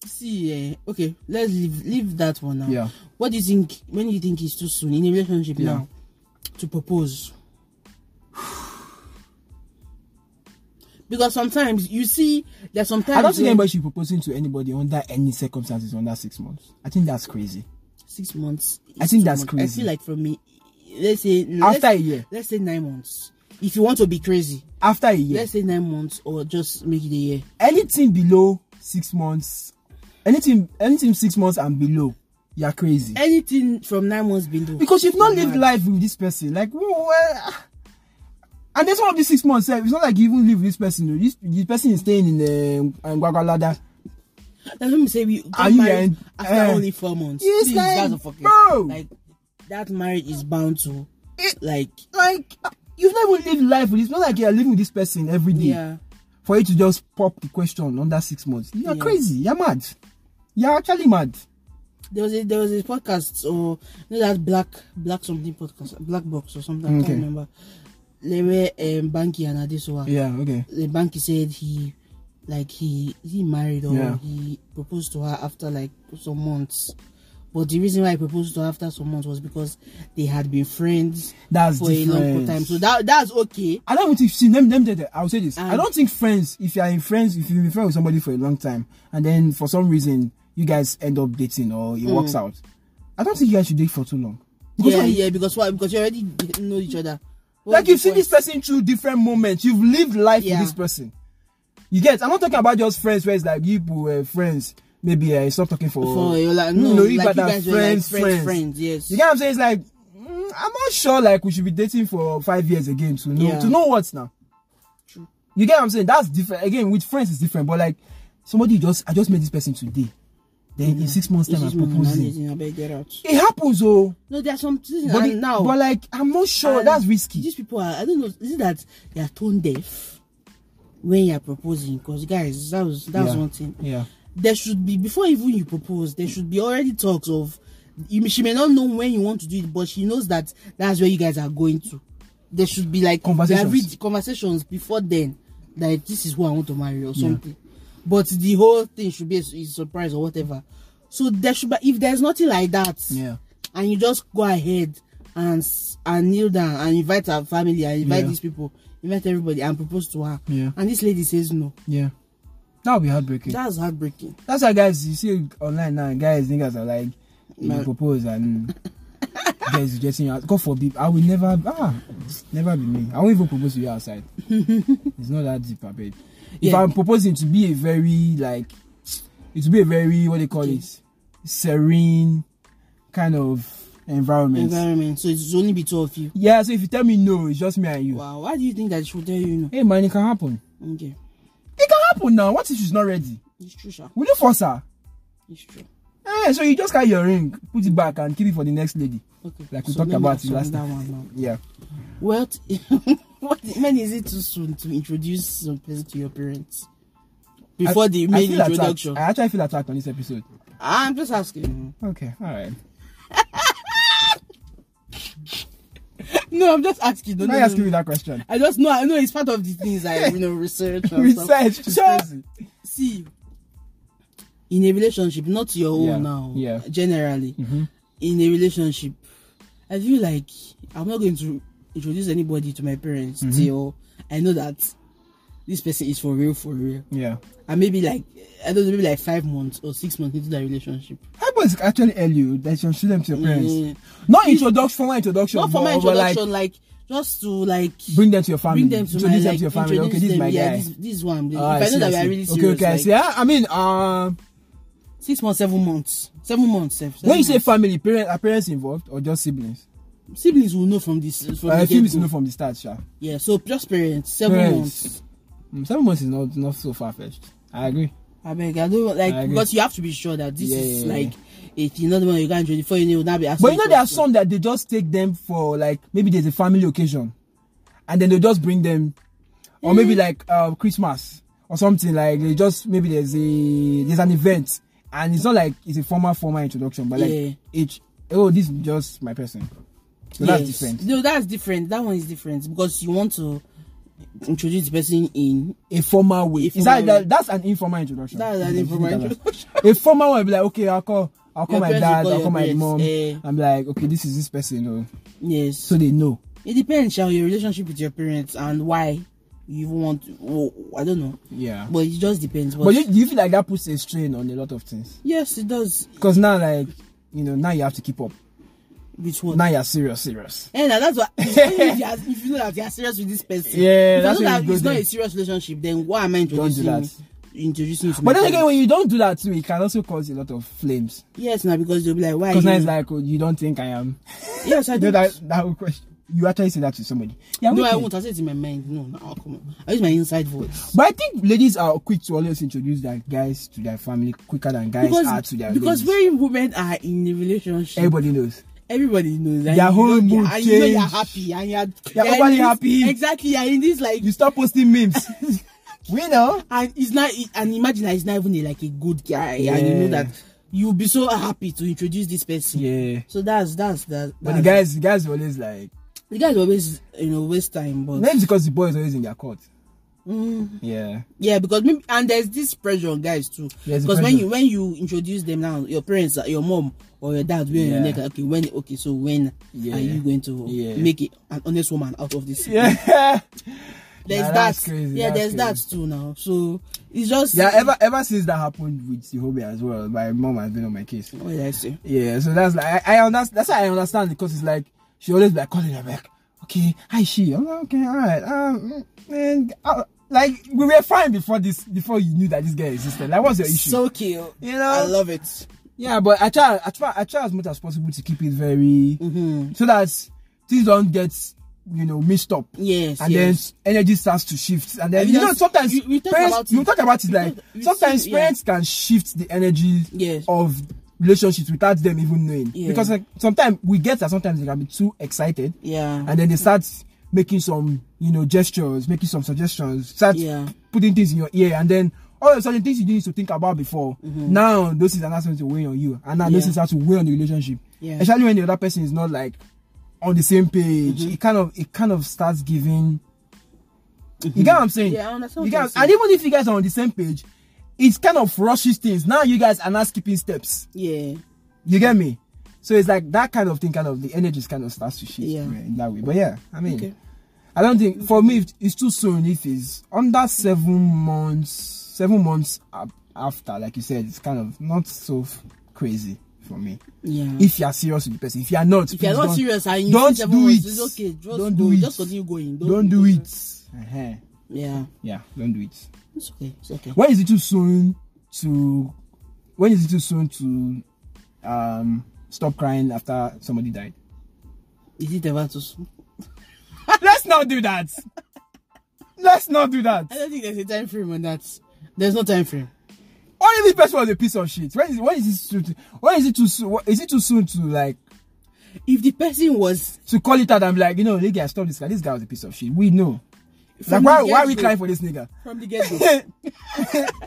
S2: see, eh, okay, let's leave leave that one now.
S1: Yeah.
S2: What do you think? When do you think it's too soon in a relationship
S1: Yeah.
S2: now to propose? Because sometimes you see, there's sometimes
S1: I don't think
S2: when-
S1: anybody should be proposing to anybody under any circumstances under six months. I think that's crazy.
S2: six months.
S1: I
S2: is
S1: think
S2: too
S1: that's
S2: much. I
S1: crazy.
S2: feel like for me, let's say let's-
S1: After a year.
S2: let's say nine months. If you want to be crazy,
S1: After a year,
S2: let's say nine months or just make it a year.
S1: anything below six months, anything, anything six months and below, you're crazy.
S2: Anything from nine months below.
S1: Because you've not lived
S2: Mad.
S1: life with this person. Like, whoa, well, and that's one of the six months. eh, It's not like you even live with this person. oh. This, this person is staying in uh, Guagalada.
S2: That's when we say we
S1: Are
S2: got
S1: you
S2: married
S1: en-
S2: after
S1: eh.
S2: only four months.
S1: Yes,
S2: Please,
S1: like,
S2: that's a fucking
S1: bro. Eh.
S2: like that marriage is bound to
S1: It-
S2: like
S1: Like, you've not even lived life with. It's not like you're living with this person every day.
S2: yeah.
S1: for you to just pop the question under six months. You're
S2: Yeah.
S1: crazy. You're mad. You're actually mad.
S2: There was a there was a podcast or you know that black black something podcast black box or something I
S1: Okay.
S2: can't remember. They were um, Banky and Adesowa.
S1: Yeah, okay.
S2: The Banky said he like he he married or
S1: Yeah.
S2: he proposed to her after like some months. But the reason why he proposed to her after some months was because they had been friends
S1: That's
S2: for a long
S1: different.
S2: time. So that that's okay.
S1: I don't think see them them them. I'll say this. I
S2: And-
S1: don't think friends. If you're in friends, if you've been friends with somebody for a long time, and then for some reason you guys end up dating or it works out, I don't think you guys should date for too long.
S2: Mm. yeah,
S1: like,
S2: yeah, because why? Because you already d- know each other. What
S1: like
S2: is
S1: you've
S2: the
S1: seen this
S2: point?
S1: person through different moments. You've lived life
S2: Yeah.
S1: with this person. You get. I'm not talking about just friends where it's like you were friends. Maybe I stop talking for
S2: For you like no,
S1: you
S2: like you
S1: guys are
S2: guys were like friends, friends, yes.
S1: You get what I'm saying? It's like mm, I'm not sure. Like we should be dating for five years again to know
S2: Yeah.
S1: to know what's now. You get what I'm saying? That's different. Again, with friends it's different, but like somebody just I just met this person today. Then in six months'
S2: This
S1: time I'm
S2: is my
S1: proposing.
S2: managing, I better get out.
S1: It happens, oh.
S2: No, there are some things
S1: But,
S2: and
S1: it-
S2: now.
S1: but like I'm not sure.
S2: and
S1: That's risky.
S2: These people are. I don't know. Is it that they are tone deaf when you are proposing? Because guys, that was that's
S1: Yeah.
S2: one thing.
S1: Yeah.
S2: There should be before even you propose, there should be already talks of. You, she may not know when you want to do it, but she knows that that's where you guys are going to. There should be like
S1: Conversations.
S2: there are really conversations before then. Like this is who I want to marry or something. But the whole thing should be a, a surprise or whatever. So there should be if there's nothing like that
S1: Yeah.
S2: and you just go ahead and s- and kneel down and invite her family and invite
S1: Yeah.
S2: these people invite everybody and propose to her
S1: Yeah.
S2: and this lady says no
S1: Yeah. That would be heartbreaking.
S2: that's heartbreaking
S1: That's why guys you see online now, guys niggas are like you
S2: Man.
S1: propose and [LAUGHS] guys rejecting you. out. God forbid, I will never ah never be me. I won't even propose to you
S2: [LAUGHS]
S1: outside. it's not that deep, I bet. If
S2: Yeah.
S1: I'm proposing to be a very like it will be a very what they call it serene kind of environment.
S2: environment. So it's only be two of you.
S1: Yeah, so if you tell me no, it's just me and you.
S2: Wow, why do you think that she will tell you
S1: Hey man, it can happen.
S2: no? Okay,
S1: It can happen now. What if she's not ready?
S2: it's true, sha.
S1: Will you force her?
S2: It's true.
S1: Eh, so you just carry your ring, put it back, and keep it for the next lady.
S2: Okay.
S1: Like we
S2: So
S1: talked
S2: let me
S1: about it
S2: ask
S1: last
S2: another
S1: time.
S2: one now.
S1: Yeah.
S2: What? [LAUGHS] what? When is it too soon to introduce some person to your parents before
S1: I-
S2: the
S1: I
S2: main
S1: feel attacked.
S2: introduction? Ah,
S1: I actually feel attacked on this episode.
S2: I'm just asking.
S1: Okay, all right.
S2: No, I'm just asking. No,
S1: Let
S2: no,
S1: me
S2: no,
S1: ask you
S2: no.
S1: that question.
S2: I just know. I know it's part of the things I you know research. and stuff.
S1: Research is
S2: So,
S1: crazy.
S2: see in a relationship not your own
S1: Yeah,
S2: now
S1: yeah. Mm-hmm.
S2: generally in a relationship i feel like i'm not going to introduce anybody to my parents
S1: Mm-hmm.
S2: till i know that this person is for real for real
S1: Yeah.
S2: and maybe like i don't know maybe like five months or six months into that relationship
S1: How about it's actually early that you show them to your parents?
S2: Yeah.
S1: Not introduction, formal introduction.
S2: Mm. not for my
S1: but- but like,
S2: introduction like, just to like
S1: bring them to your family.
S2: bring them to my
S1: Introduce them
S2: like,
S1: to your family.
S2: introduce
S1: Okay, this is
S2: them,
S1: my
S2: yeah,
S1: guy.
S2: this, this is what i'm doing
S1: Ah,
S2: if i know
S1: see,
S2: that we
S1: see.
S2: are really
S1: okay,
S2: serious
S1: okay, I
S2: like,
S1: see. Yeah, I mean, uh,
S2: six months seven months seven months sef- seven
S1: when you say
S2: months.
S1: family, parents are parents involved or just siblings? Uh,
S2: siblings will know from this from
S1: I
S2: the
S1: assume it's
S2: get-go.
S1: know from the start, sure.
S2: Yeah, so just parents, seven
S1: Parents.
S2: months.
S1: Mm, seven months is not not so far fetched. I agree.
S2: I beg, I don't like
S1: I agree.
S2: because you have to be sure that this
S1: Yeah,
S2: is
S1: yeah, yeah.
S2: like a thing, not the one you can't do before you know, will not be asking.
S1: But you know, there are
S2: questions.
S1: some that they just take them for like maybe there's a family occasion, and then they just bring them, or maybe
S2: Mm.
S1: like uh, Christmas or something like they just maybe there's a there's an event, and it's not like it's a formal formal introduction, but like
S2: Yeah.
S1: each oh this is just my person, so that's
S2: Yes.
S1: different.
S2: No, that's different. That one is different because you want to introduce the person in
S1: A formal way.
S2: A
S1: is
S2: formal
S1: that, that
S2: way.
S1: that's an informal introduction?
S2: That's an
S1: It's
S2: informal
S1: different.
S2: introduction.
S1: a formal one will be like okay, I'll call. I'll call
S2: Your
S1: my
S2: parents will
S1: dad,
S2: call
S1: I'll
S2: your
S1: call my
S2: parents,
S1: mom.
S2: eh.
S1: I'm like, okay, this is this person, oh.
S2: yes.
S1: so they know.
S2: it depends on your relationship with your parents and why you even want. To, oh, I don't know,
S1: Yeah.
S2: but it just depends. But,
S1: But you, do you feel like that puts a strain on a lot of things?
S2: yes, it does.
S1: Because now, like, you know, now you have to keep up.
S2: With what?
S1: Now you're serious, serious.
S2: And that's what it's only [LAUGHS] if, you are, if you know that you are serious with this person.
S1: Yeah,
S2: if
S1: that's
S2: you know
S1: when
S2: that
S1: you go
S2: it's not
S1: there.
S2: a serious relationship. Then why am I
S1: do
S2: introducing
S1: that.
S2: introducing you to my
S1: But then again,
S2: parents?
S1: when you don't do that too, it can also cause a lot of flames.
S2: yes, now because they'll be like, why?
S1: Because
S2: you-
S1: now it's like, oh, you don't think I am.
S2: yes, I
S1: You
S2: do.
S1: know that that whole question. You actually say that to somebody. Yeah,
S2: no,
S1: we
S2: I
S1: can-
S2: won't. I say it in my mind. No, no, oh, come on. I use my inside voice.
S1: But I think ladies are quick to always introduce their guys to their family quicker than guys are
S2: Because
S1: to their
S2: because
S1: ladies.
S2: when women are in a relationship,
S1: everybody knows.
S2: everybody knows that
S1: Their
S2: you
S1: whole
S2: know,
S1: mood
S2: and you know you're
S1: change.
S2: happy and you're
S1: You're
S2: in
S1: overly
S2: this-
S1: happy.
S2: Exactly, you're in this like
S1: You stop posting memes. [LAUGHS] we know.
S2: and it's not e- and imagine that it's not even a, like a good guy and you
S1: Yeah.
S2: know that you'll be so happy to introduce this person
S1: Yeah.
S2: so that's that's that
S1: But the guys, the guys are always like
S2: the guys always you know waste time but
S1: maybe because the boy is always in their court.
S2: Mm.
S1: Yeah.
S2: yeah because maybe and there's this pressure on guys too
S1: There's a
S2: because when
S1: pressure.
S2: you when you introduce them now your parents uh, your mom or your dad will
S1: Yeah.
S2: yeah. like okay when okay so when
S1: Yeah.
S2: are you going to
S1: Yeah.
S2: make it an honest woman out of this
S1: Yeah.
S2: there's
S1: Nah,
S2: that
S1: that's crazy,
S2: yeah
S1: that's
S2: there's
S1: crazy.
S2: that too now so it's
S1: [LAUGHS]
S2: just
S1: Yeah, ever ever since that happened with Yohobe as well, my mom has been on my case.
S2: what did I say
S1: Yeah, so that's like I, I understand. That's why I understand because it's like she always be like calling her back. Okay, hi she. I'm like, okay, all right. Um, and uh, like we were fine before this. Before you knew that this guy existed. Like, what's your issue?
S2: so cute
S1: you know,
S2: I love it
S1: yeah, but I try, I try, I try as much as possible to keep it very so that things don't get you know mixed up.
S2: Yes,
S1: and
S2: yes.
S1: then energy starts to shift, and then
S2: And
S1: you know
S2: that's-
S1: sometimes
S2: you- we talk
S1: parents,
S2: about
S1: you
S2: it.
S1: talk about it
S2: We
S1: like
S2: talk- we
S1: sometimes
S2: see- yeah.
S1: parents can shift the energy
S2: Yes.
S1: of relationships without them even knowing
S2: Yeah.
S1: because like, sometimes we get that sometimes they can be too excited,
S2: Yeah.
S1: and then they start making some you know gestures, making some suggestions, start
S2: Yeah.
S1: putting things in your ear, and then all of a sudden things you didn't used to think about before. Now those things are not going to weigh on you, and now those
S2: Mm-hmm. Yeah.
S1: things have to weigh on the relationship.
S2: Yeah.
S1: Especially when the other person is not like on the same page,
S2: Mm-hmm.
S1: it kind of it kind of starts giving. You get what I'm saying?
S2: Mm-hmm. Yeah, I understand
S1: You
S2: what
S1: get
S2: you're
S1: what-
S2: saying.
S1: and even if you guys are on the same page, it kind of rushes things. Now you guys are not skipping steps.
S2: yeah
S1: You get me? So it's like that kind of thing, kind of the energies kind of starts to shift
S2: Yeah.
S1: yeah. in that way. But yeah, I mean,
S2: Okay.
S1: I don't think for me it- it's too soon. If it's under seven months, seven months ab- after, like you said, it's kind of not so f- crazy for me.
S2: yeah
S1: If you are serious with the person, if you are not,
S2: if you're
S1: please
S2: not
S1: don't-
S2: serious and you
S1: don't
S2: see
S1: do
S2: everyone
S1: it.
S2: it's okay just
S1: Don't
S2: go,
S1: do it.
S2: just continue going
S1: don't, do it. Uh-huh.
S2: yeah
S1: Yeah, don't do it.
S2: it's okay it's okay
S1: When is it too soon to? When is it too soon to? Um, stop crying after somebody died?
S2: Is it ever too soon?
S1: [LAUGHS] Let's not do that. Let's not do that.
S2: I don't think there's a time frame on that. There's no time frame.
S1: Only this person was a piece of shit. When is when is it too when is it too soon? Is it too soon to like
S2: If the person was
S1: to call it out and be like, you know, nigga, stop this guy. This guy was a piece of shit. We know. Like why
S2: the
S1: why are we
S2: get-go-
S1: crying for this nigga? [LAUGHS]
S2: from the get go,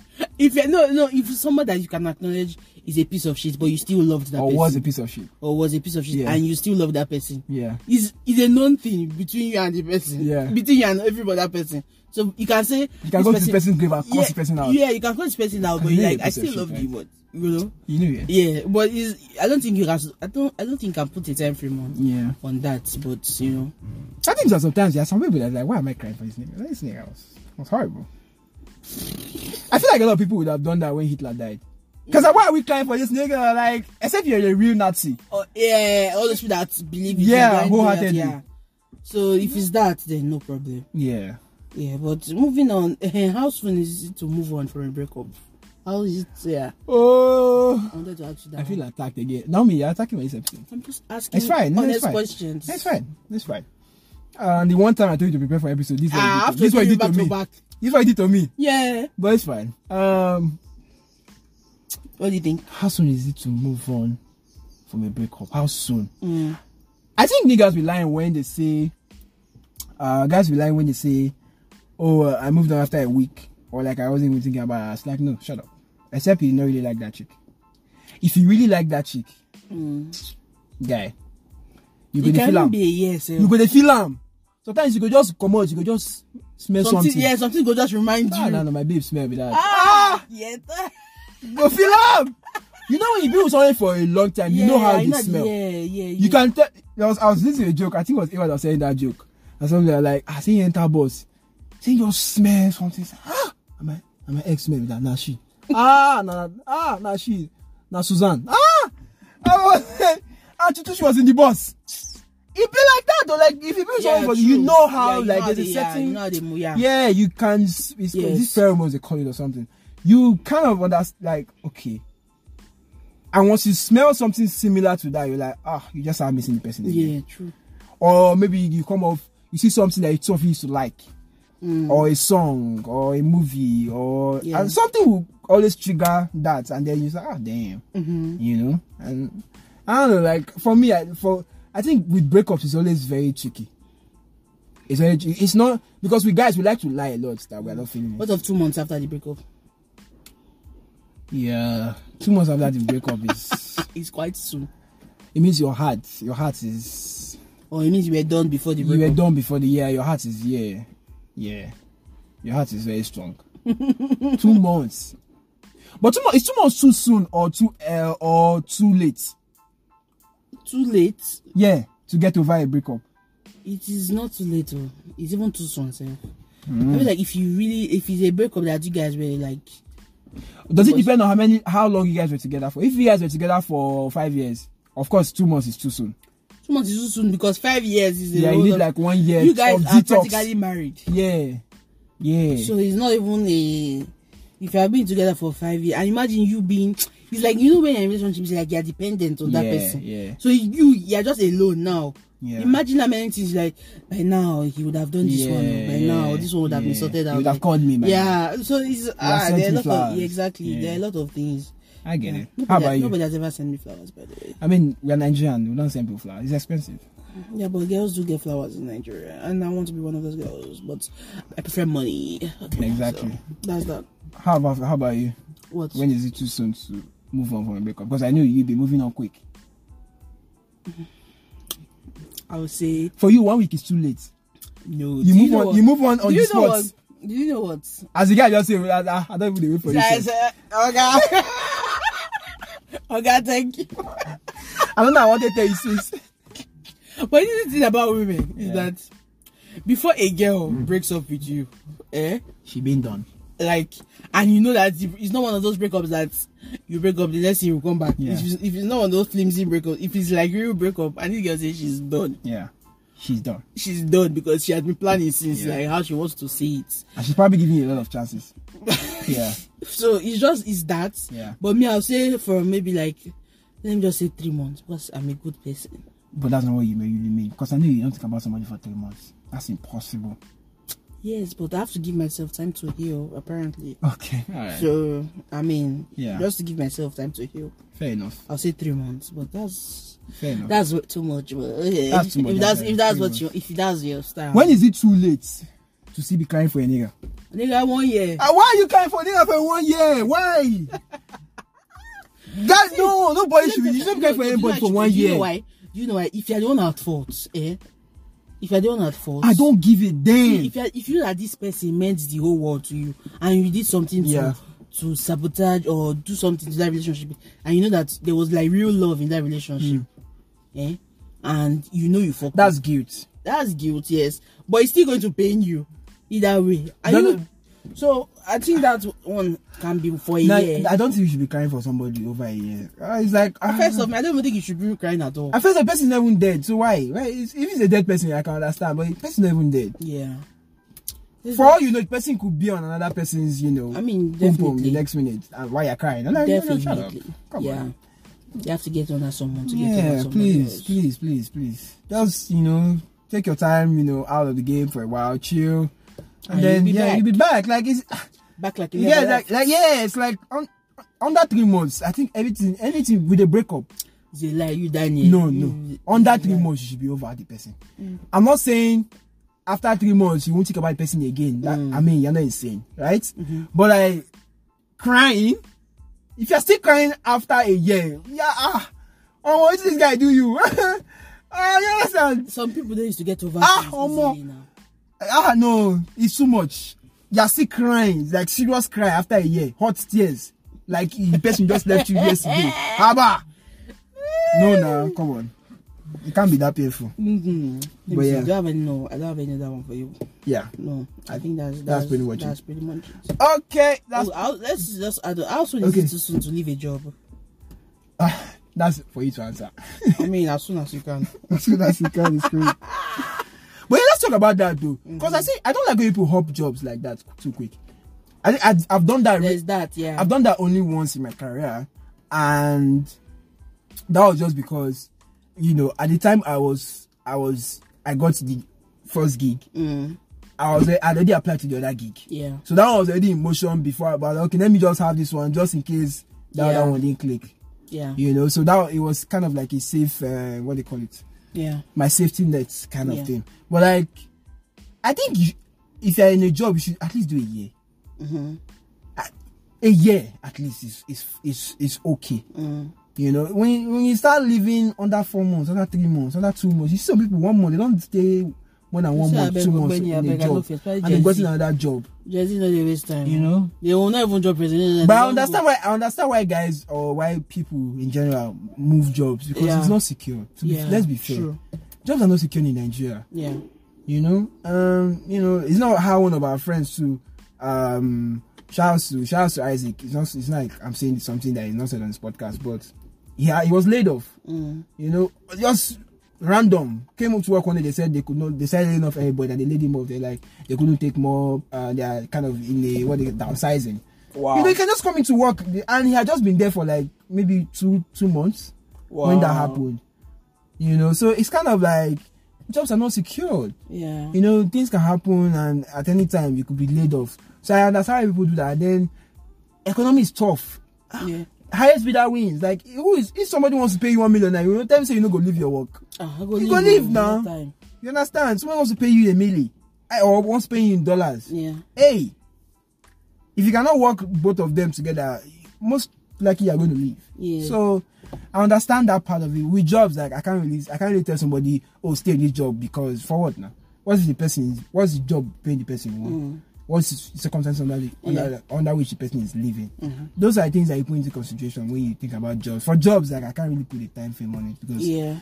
S2: [LAUGHS] if you no no, if someone that you can acknowledge is a piece of shit, but you still loved that
S1: or
S2: person,
S1: was a piece of shit.
S2: or was a piece of shit,
S1: Yeah.
S2: and you still love that person,
S1: Yeah.
S2: is is a known thing between you and the person.
S1: Yeah.
S2: Between you and every other person. So you can say
S1: You can go to this person's grave and curse the person out.
S2: Yeah, you can curse the person out, but
S1: Really
S2: you're
S1: a
S2: like I
S1: piece of
S2: still
S1: shit,
S2: love
S1: right?
S2: you, but you know.
S1: You knew it.
S2: Yeah, but is I don't think you can. I don't. I don't think I put a time frame on
S1: Yeah.
S2: on that. But you know,
S1: I think that sometimes there are some people that are like, why am I crying for this nigga? This nigga was, was horrible. I feel like a lot of people would have done that when Hitler died. Because why are we crying for this nigga? Like, except you're a real Nazi.
S2: oh, yeah, all those people that believe. in
S1: Yeah,
S2: divine
S1: wholeheartedly.
S2: yeah. So if it's that, then no problem.
S1: Yeah.
S2: Yeah, but moving on. [LAUGHS] eh, How soon is it to move on from a breakup? How is it? Yeah,
S1: Oh.
S2: I wanted to ask you that.
S1: I feel
S2: one.
S1: attacked again. Now me, you're attacking my episode.
S2: I'm just asking.
S1: It's fine. No,
S2: honest
S1: it's fine.
S2: Mm. Oh, questions.
S1: It's fine. It's fine. And the one time I told you to prepare for episode, this is
S2: Ah,
S1: what
S2: after
S1: you did to- this is what you
S2: you
S1: did to
S2: back
S1: me.
S2: to back.
S1: This is what you did to me.
S2: Yeah.
S1: But it's fine. Um,
S2: What do you think?
S1: how soon is it to move on from a breakup? How soon?
S2: Mm.
S1: I think niggas be lying when they say, uh, guys be lying when they say, oh, uh, I moved on after a week, or like I wasn't even thinking about her. It's like, no, shut up. Except you don't really like that chick. If you really like that chick, guy, you
S2: It
S1: gonna feel
S2: can
S1: am.
S2: Mm. be a yes. eh.
S1: You gonna feel am. Sometimes you could just come out, you could just smell
S2: Something,
S1: something.
S2: yeah, something go just remind
S1: No,
S2: you.
S1: no, no, my babe smell be that.
S2: Ah, yeah.
S1: Go feel am. You know when you be with someone for a long time, you know
S2: Yeah,
S1: how
S2: I
S1: they smell.
S2: Yeah, yeah, yeah.
S1: You can tell. I was, I was listening to a joke. I think it was Ewa that was saying that joke. And something like, I see you enter bus. See you just smell something. Say, Ah, am I? Am I ex mate with that? Nah, she. [LAUGHS] ah, nah, nah, ah, nah, she. Nah, Suzanne. Ah, I was. [LAUGHS] I just she was in the bus. It be like that though. Like if you be with someone, for- you
S2: true.
S1: know how
S2: Yeah, you
S1: like
S2: know
S1: there's
S2: they-
S1: a
S2: yeah,
S1: certain.
S2: you know how they move, yeah.
S1: Yeah, you can. s- It's called-
S2: Yes.
S1: These pheromones they call it or something. You kind of understand, like, okay. And once you smell something similar to that, you're like, ah, you just are missing the person. again."
S2: Yeah, true.
S1: Or maybe you come off, you see something that you thought you used to like, or a song, or a movie, or
S2: Hmm. Yeah.
S1: and something will always trigger that, and then you say, ah, damn,
S2: Mm-hmm.
S1: you know. And I don't know, like for me, I, for I think with breakups, it's always very tricky. It's very, tri- it's not because we guys we like to lie a lot that we are not feeling. it.
S2: What of two months after the breakup?
S1: Yeah, two months after the breakup is
S2: It's quite soon.
S1: it means your heart, your heart is
S2: Or it means you were done before the
S1: you were
S2: breakup.
S1: done before the year. Your heart is yeah, yeah. Your heart is very
S2: [LAUGHS]
S1: strong. two months, but two months. It's two months too soon or too uh, or too late.
S2: Too late.
S1: Yeah, to get over a breakup.
S2: It is not too late. Oh. It's even too soon. Sir. I
S1: Mm.
S2: feel like if you really, if it's a breakup that you guys were like,
S1: Does it
S2: Because-
S1: depend on how many how long you guys were together for? If you guys were together for five years, of course, two months is too soon.
S2: two months is too soon because five years is a
S1: Yeah, you
S2: lot
S1: need
S2: of-
S1: like one year
S2: You guys
S1: of
S2: are
S1: detox.
S2: practically married.
S1: Yeah, yeah.
S2: So it's not even a. If you have been together for five years, and imagine you being, it's like you know when you're in a relationship, it's like you're dependent on that
S1: Yeah,
S2: person.
S1: yeah.
S2: So you you're just alone now.
S1: Yeah.
S2: Imagine how many things like by now he would have done this one. or By
S1: Yeah,
S2: now this one would have been
S1: yeah.
S2: sorted
S1: He
S2: out.
S1: would have called me by
S2: Yeah. So it's ah,
S1: sent
S2: there are
S1: me
S2: a lot of
S1: flowers.
S2: yeah, exactly. There are a
S1: Yeah.
S2: lot of things.
S1: I get it.
S2: Nobody,
S1: How about you?
S2: Nobody has ever sent me flowers, by the way.
S1: I mean, we're Nigerian. We don't send people flowers. It's expensive.
S2: Yeah, but girls do get flowers in Nigeria, and I want to be one of those girls. But I prefer money. Okay,
S1: Exactly.
S2: so that's that.
S1: How about how about you?
S2: What?
S1: When is it too soon to move on from a breakup? Because I know you'll be moving on quick.
S2: I would say
S1: For you, one week is too late.
S2: no.
S1: You
S2: Do
S1: move
S2: know
S1: on.
S2: what-
S1: You move on on the
S2: do you know
S1: spot.
S2: What, do you know what?
S1: As the guy just say, I, I, I don't even wait for you.
S2: Guys,
S1: sef."
S2: uh, oh God. [LAUGHS] oh God, thank you. uh,
S1: I don't know what they tell you sis.
S2: But this is the thing about women is
S1: Yeah. Mm.
S2: that before a girl breaks up with you, eh?
S1: She been done.
S2: Like, and you know that if- it's not one of those breakups that you break up the next thing you come back.
S1: Yeah.
S2: If, it's, if it's not one of those flimsy breakups, if it's like real breakup, and this girl says she's done,
S1: Yeah, she's done,
S2: she's done because she has been planning since
S1: Yeah.
S2: like how she wants to see it.
S1: and she's probably giving you a lot of
S2: [LAUGHS]
S1: chances. yeah,
S2: so it's just it's that
S1: Yeah.
S2: but me i'll say for maybe like let me just say three months because I'm a good person.
S3: But that's not what you really mean. Because I know you don't think about somebody for three months. That's impossible.
S2: Yes, but I have to give myself time to heal, apparently.
S3: Okay. All right.
S2: So, I mean,
S3: Yeah.
S2: just to give myself time to heal,
S3: Fair enough.
S2: I'll say three months, but that's
S3: Fair enough.
S2: that's what, too much. But okay.
S3: That's too much,
S2: If that's
S3: that's
S2: if that's
S3: three
S2: what
S3: months.
S2: you if that's your style.
S1: When is it too late to see be crying for a nigga?
S2: nigga one year?
S1: Ah, why you crying for nigga for one year? Why? that no, nobody should be. You should not be crying for
S2: Do you know
S1: anybody for
S2: actually-
S1: one
S2: Do you know
S1: year.
S2: why? Do you know why? If you're the one at fault, eh? If you're the one at fault,
S1: I don't give a damn.
S2: If you if you are this person meant the whole world to you, and you did something
S1: Yeah.
S2: to to sabotage or do something to that relationship, and you know that there was like real love in that relationship,
S1: Hmm.
S2: eh? And you know you fucked. up.
S1: That's guilt.
S2: that's guilt, yes, but it's still going to pain you either way. Are
S1: No,
S2: you?
S1: no.
S2: So I think that one can be for a
S1: Now,
S2: year.
S1: I don't think you should be crying for somebody over a year. Ah, it's like ah.
S2: First of all, I don't even think you should be crying at all.
S1: At first, the person not even dead, so why? Why is- If it's a dead person, I can understand, but the person not even dead.
S2: yeah. This
S1: For all you know, the person could be on another person's, you know,
S2: I mean,
S1: boom, boom, the
S2: definitely.
S1: next minute, and why you're crying. I'm like, no, no,
S2: definitely.
S1: shut up. Come
S2: yeah.
S1: on.
S2: You have to get under someone to get
S1: Yeah,
S2: under someone.
S1: please, please, please, please. Just, you know, take your time, you know, out of the game for a while, chill. And,
S2: And
S1: then,
S2: you'll be
S1: yeah,
S2: back.
S1: you'll be back. Like, it's,
S2: Back like you
S1: yeah,
S2: never
S1: like,
S2: left.
S1: like, yeah, it's like, on, under three months, I think everything, anything with a breakup,
S2: They lie, you
S1: no,
S2: Daniel.
S1: no. Under three months, you should be over the person. I'm not saying after three months you won't think about the person again. That, I mean, you're not insane, right? But like crying, if you're still crying after a year, yeah, ah, oh, what did this guy do you? [LAUGHS] ah, you understand?
S2: Some people don't used to get over
S1: Ah,
S2: things
S1: Omo.
S2: easily now.
S1: Ah, no, it's too much. You're still crying, it's like serious cry after a year, hot tears, like the person just left you yesterday. Haba. No, no, come on. It can't be that painful.
S2: Mm-hmm.
S1: But
S2: But
S1: yeah.
S2: yeah. Do I have any? No, I don't have any other one for you.
S1: Yeah.
S2: No, I think that's that's,
S1: pretty much it.
S2: That's pretty much it.
S1: Okay, that's
S2: Oh, I'll, let's just add. I also need
S1: Okay.
S2: too soon to leave a job.
S1: ah, that's for you to answer.
S2: I mean, as soon as you can.
S1: as soon as you can, it's great. [LAUGHS] But yeah, let's talk about that though, because I say I don't like when people hop jobs like that too quick. I, I I've done that.
S2: There's that. Yeah.
S1: I've done that only once in my career, and that was just because, you know, at the time I was I was I got the first gig.
S2: Mm,
S1: I was I already applied to the other gig.
S2: yeah.
S1: So that one was already in motion before. But okay, let me just have this one just in case that
S2: Yeah.
S1: other one didn't click.
S2: Yeah.
S1: you know so that it was kind of like a safe uh, what do you call it
S2: Yeah.
S1: my safety net kind
S2: Yeah.
S1: of thing but like i think you, if you're in a job you should at least do a year
S2: Mm-hmm.
S1: A- a year at least is is is, is okay
S2: Mm.
S1: you know when when you start living under four months under three months under two months you see some people one month they don't stay more than one
S2: see,
S1: month
S2: abeg,
S1: two months
S2: Ogbeni,
S1: in a
S2: abeg, I no
S1: job
S2: fit, try
S1: and
S2: Gen
S1: they got
S2: Z.
S1: another job
S2: Jesse not they waste time.
S1: you know
S2: They will not even drop president.
S1: but I understand why I understand why guys or why people in general move jobs because
S2: Yeah.
S1: it's not secure. To be,
S2: Yeah,
S1: let's be fair,
S2: true.
S1: jobs are not secure in Nigeria.
S2: Yeah.
S1: You know, um, you know, it's not how one of our friends to, um, shout out to shout out to Isaac. It's not it's not like I'm saying something that is not said on this podcast, but yeah, he was laid off.
S2: Mm.
S1: You know, just random came up to work one day. They said they could not. They said they enough everybody, and they laid him off. They like they couldn't take more. Uh, they are kind of in a what they downsizing. Wow. You know, he can just come into work, and he had just been there for like maybe two two months when that happened. You know, so it's kind of like jobs are not secured.
S2: Yeah.
S1: You know, things can happen, and at any time you could be laid off. So I understand why people do that. And then economy is tough
S2: Yeah.
S1: highest bidder wins. Like who is if somebody wants to pay you one million now, you know, tell me say you no go leave your work.
S2: Ah, I go
S1: You go
S2: leave
S1: leave
S2: now.
S1: now. You understand? Someone wants to pay you a milli eh, or wants to pay you in dollars.
S2: Yeah.
S1: Hey, if you cannot work both of them together, most likely you're going to leave.
S2: Yeah.
S1: So I understand that part of it. With jobs, like I can't really I can't really tell somebody, oh stay in this job because for what now? What's the person what's the job paying the person want?
S2: Mm.
S1: What's the circumstance under, the, under, under which the person is living?
S2: Mm-hmm.
S1: Those are things that you put into consideration when you think about jobs. For jobs, like I can't really put a time frame on it because
S2: Yeah.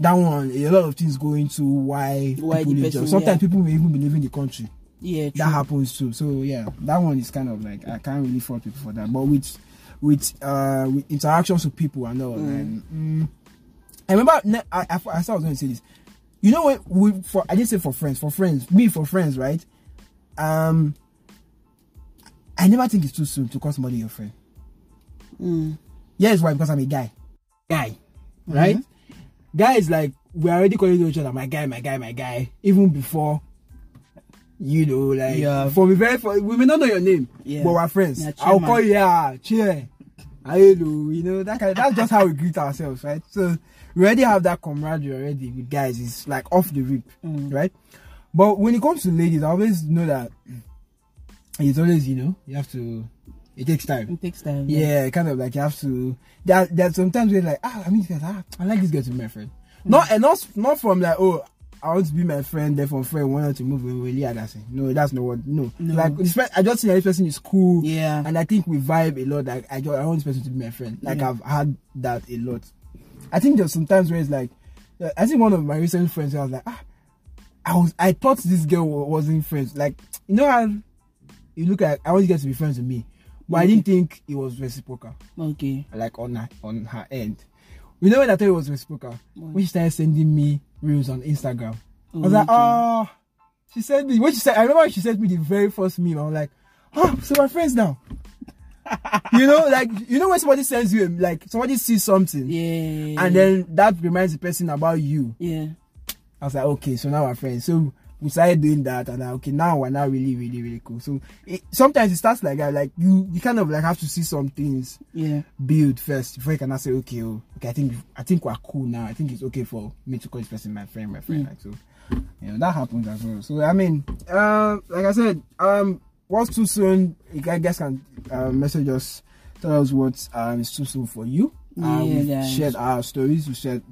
S1: that one a lot of things go into why,
S2: Why
S1: people
S2: the
S1: leave
S2: person-
S1: jobs. Sometimes
S2: yeah.
S1: people may even be leaving the country
S2: Yeah. True.
S1: that happens too. So yeah, that one is kind of like I can't really fault people for that. But with with uh with interactions with people and all, and, mm, I remember ne- I, I I thought I was going to say this. You know what? We for I didn't say for friends for friends me for friends right? Um, I never think it's too soon to call somebody your friend. Yes, why? Because I'm a guy. guy, right? Guy is like we're already calling each other my guy, my guy, my guy, even before. You know, like
S2: Yeah.
S1: for me, very for, we may not know your name,
S2: Yeah.
S1: but we're friends.
S2: Yeah,
S1: I'll
S2: chairman.
S1: call you, yeah, cheer, hello, you know that kind. that's just how we greet ourselves, right? So we already have that camaraderie already with guys. It's like off the rip,
S2: Mm.
S1: right? But when it comes to ladies, I always know that it's always you know you have to. It takes time.
S2: It takes time.
S1: Yeah, kind of like you have to. There, are- there are sometimes we're like, ah, I mean, ah, I like this girl to be my friend. Not and not not from like, oh, I want to be my friend. Therefore, friend wanted to move away. Yeah, that's it. No, that's not what. No,
S2: No.
S1: like this pe- I just think that this person is cool.
S2: Yeah.
S1: and I think we vibe a lot. Like I, just, I want this person to be my friend. Like
S2: Yeah.
S1: I've had that a lot. I think there's sometimes where it's like, uh, I think one of my recent friends, I was like, ah, I was, I thought this girl wa- wasn't friends. Like you know how you look like I want you guys to be friends with me, but I didn't think it was reciprocal
S2: Okay.
S1: like on her on her end. You know when I thought it was reciprocal, when she started sending me reels on Instagram, I was like,
S2: okay.
S1: oh, she sent me. When she said, I remember when she sent me the very first meme. I was like, oh, so we're friends
S2: [LAUGHS]
S1: now. you know, like you know when somebody sends you a- like somebody sees something,
S2: Yeah.
S1: and then that reminds the person about you.
S2: yeah.
S1: I was like, okay, so now we're friends. So we started doing that, and I, okay, now we're now really, really, really cool. So it, sometimes it starts like that, like you, you kind of like have to see some things
S2: Yeah.
S1: build first before you can now say okay oh, okay I think I think we're cool now I think it's okay for me to call this person my friend my
S2: Mm.
S1: friend like so you know that happens as well so I mean uh, like I said um what's too soon you guys guys can uh, message us tell us what um is too soon for you uh,
S2: Yeah,
S1: we
S2: guys.
S1: shared our stories we shared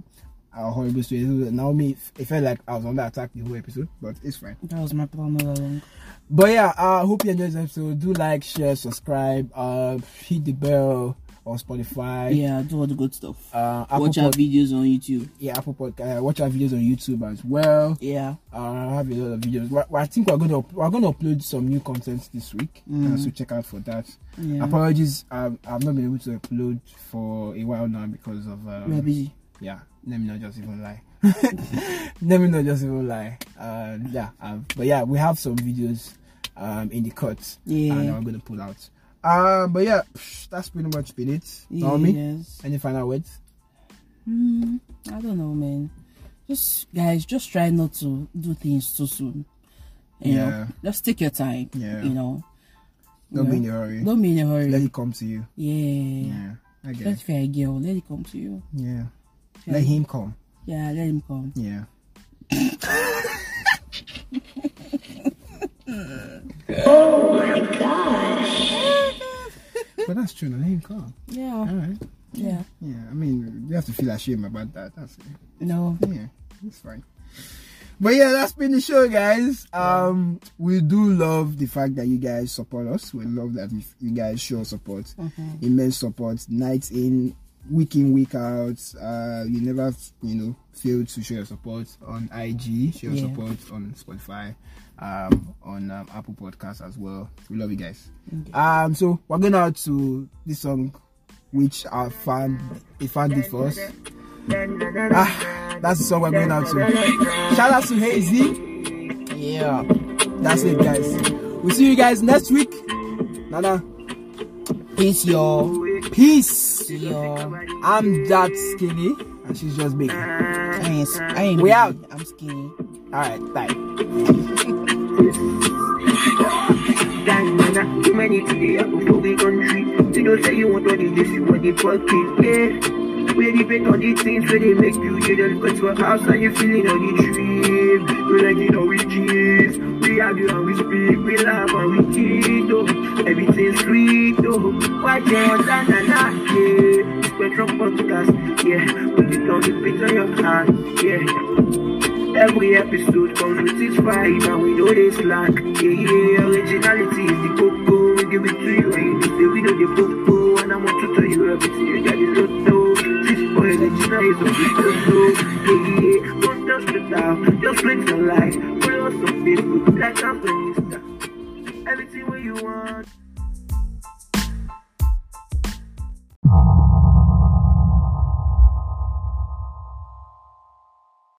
S1: our horrible stories Naomi it- it felt like I was under attack the whole episode but it's fine
S2: That was my plan all along.
S1: but yeah, I hope you enjoyed this episode. Do like, share, subscribe, uh, hit the bell on Spotify.
S2: Yeah, do all the good stuff.
S1: Uh, Apple
S2: Watch our
S1: Pod-
S2: videos on YouTube.
S1: yeah, Apple Podcast. Uh, watch our videos on YouTube as well.
S2: Yeah.
S1: Uh, I have a lot of videos. Well, I think we're gonna we're gonna upload some new content this week, uh, so check out for that.
S2: Mm. Yeah.
S1: Apologies, um, I've not been able to upload for a while now because of um,
S2: We are busy.
S1: yeah, let me not just even lie. [LAUGHS] let me not just even lie. Uh, yeah, um, but yeah, we have some videos um in the cut,
S2: Yeah.
S1: and I'm gonna pull out. Um, but yeah, psh, that's pretty much been it. Naomi,
S2: Yes.
S1: any final words?
S2: Mm, I don't know, man. Just guys, just try not to do things too soon. You
S1: Yeah.
S2: know, just take your time.
S1: Yeah.
S2: You know,
S1: Don't
S2: Yeah.
S1: be in a hurry.
S2: don't be in a hurry.
S1: Let it come to you.
S2: Mm. yeah.
S1: Yeah, I get it.
S2: Let your girl, let it come to you.
S1: Yeah, let him come.
S2: Yeah, let him come.
S1: Yeah. oh my gosh. But that's true, now let him come.
S2: Yeah.
S1: All right.
S2: Yeah.
S1: Yeah, I mean, you have to feel ashamed about that. That's it.
S2: No.
S1: Oh, Yeah, it's fine. But yeah, that's been the show, guys. Um, we do love the fact that you guys support us. We love that you- you guys show support, immense support, night in, week in, week out. Uh, you never, you know, fail to show your support on IG, show your
S2: Yeah.
S1: support on Spotify, um, on um, Apple Podcasts as well. We love you guys. Um, so we're going out to this song, which our fan, a fan did for us. Ah, that's the song we're going out to. Shout out to Hazy. Yeah. That's it, guys. We'll see you guys next week. Nana. Peace, y'all. Peace.
S2: Yo,
S1: I'm that skinny, and she's just big. All
S2: I ain't, I ain't
S1: We
S2: big.
S1: out.
S2: I'm skinny.
S1: right, bye.
S7: Too many today, I go for the country. You know, say you want all the this, you want the fucking yeah. We depend on the things where they make you, you just go to a house and you feeling on the tree. We like it how we cheese. We argue and we speak, we laugh and we cheat, oh. Everything's sweet, oh. Watch out, na na na, yeah. Spectrum podcast, yeah. Put it on the picture your hand, yeah. Every episode comes with its vibe and we know this slack. Yeah, yeah, originality is the cocoa. We give it to you and you say we know the cocoa. And I'm going to tell you everything you got is lotto. Six for original is a big lotto. Yeah, yeah, don't just sit down. Just bring some light. Follow us on Facebook, like us on Insta. Everything where you want.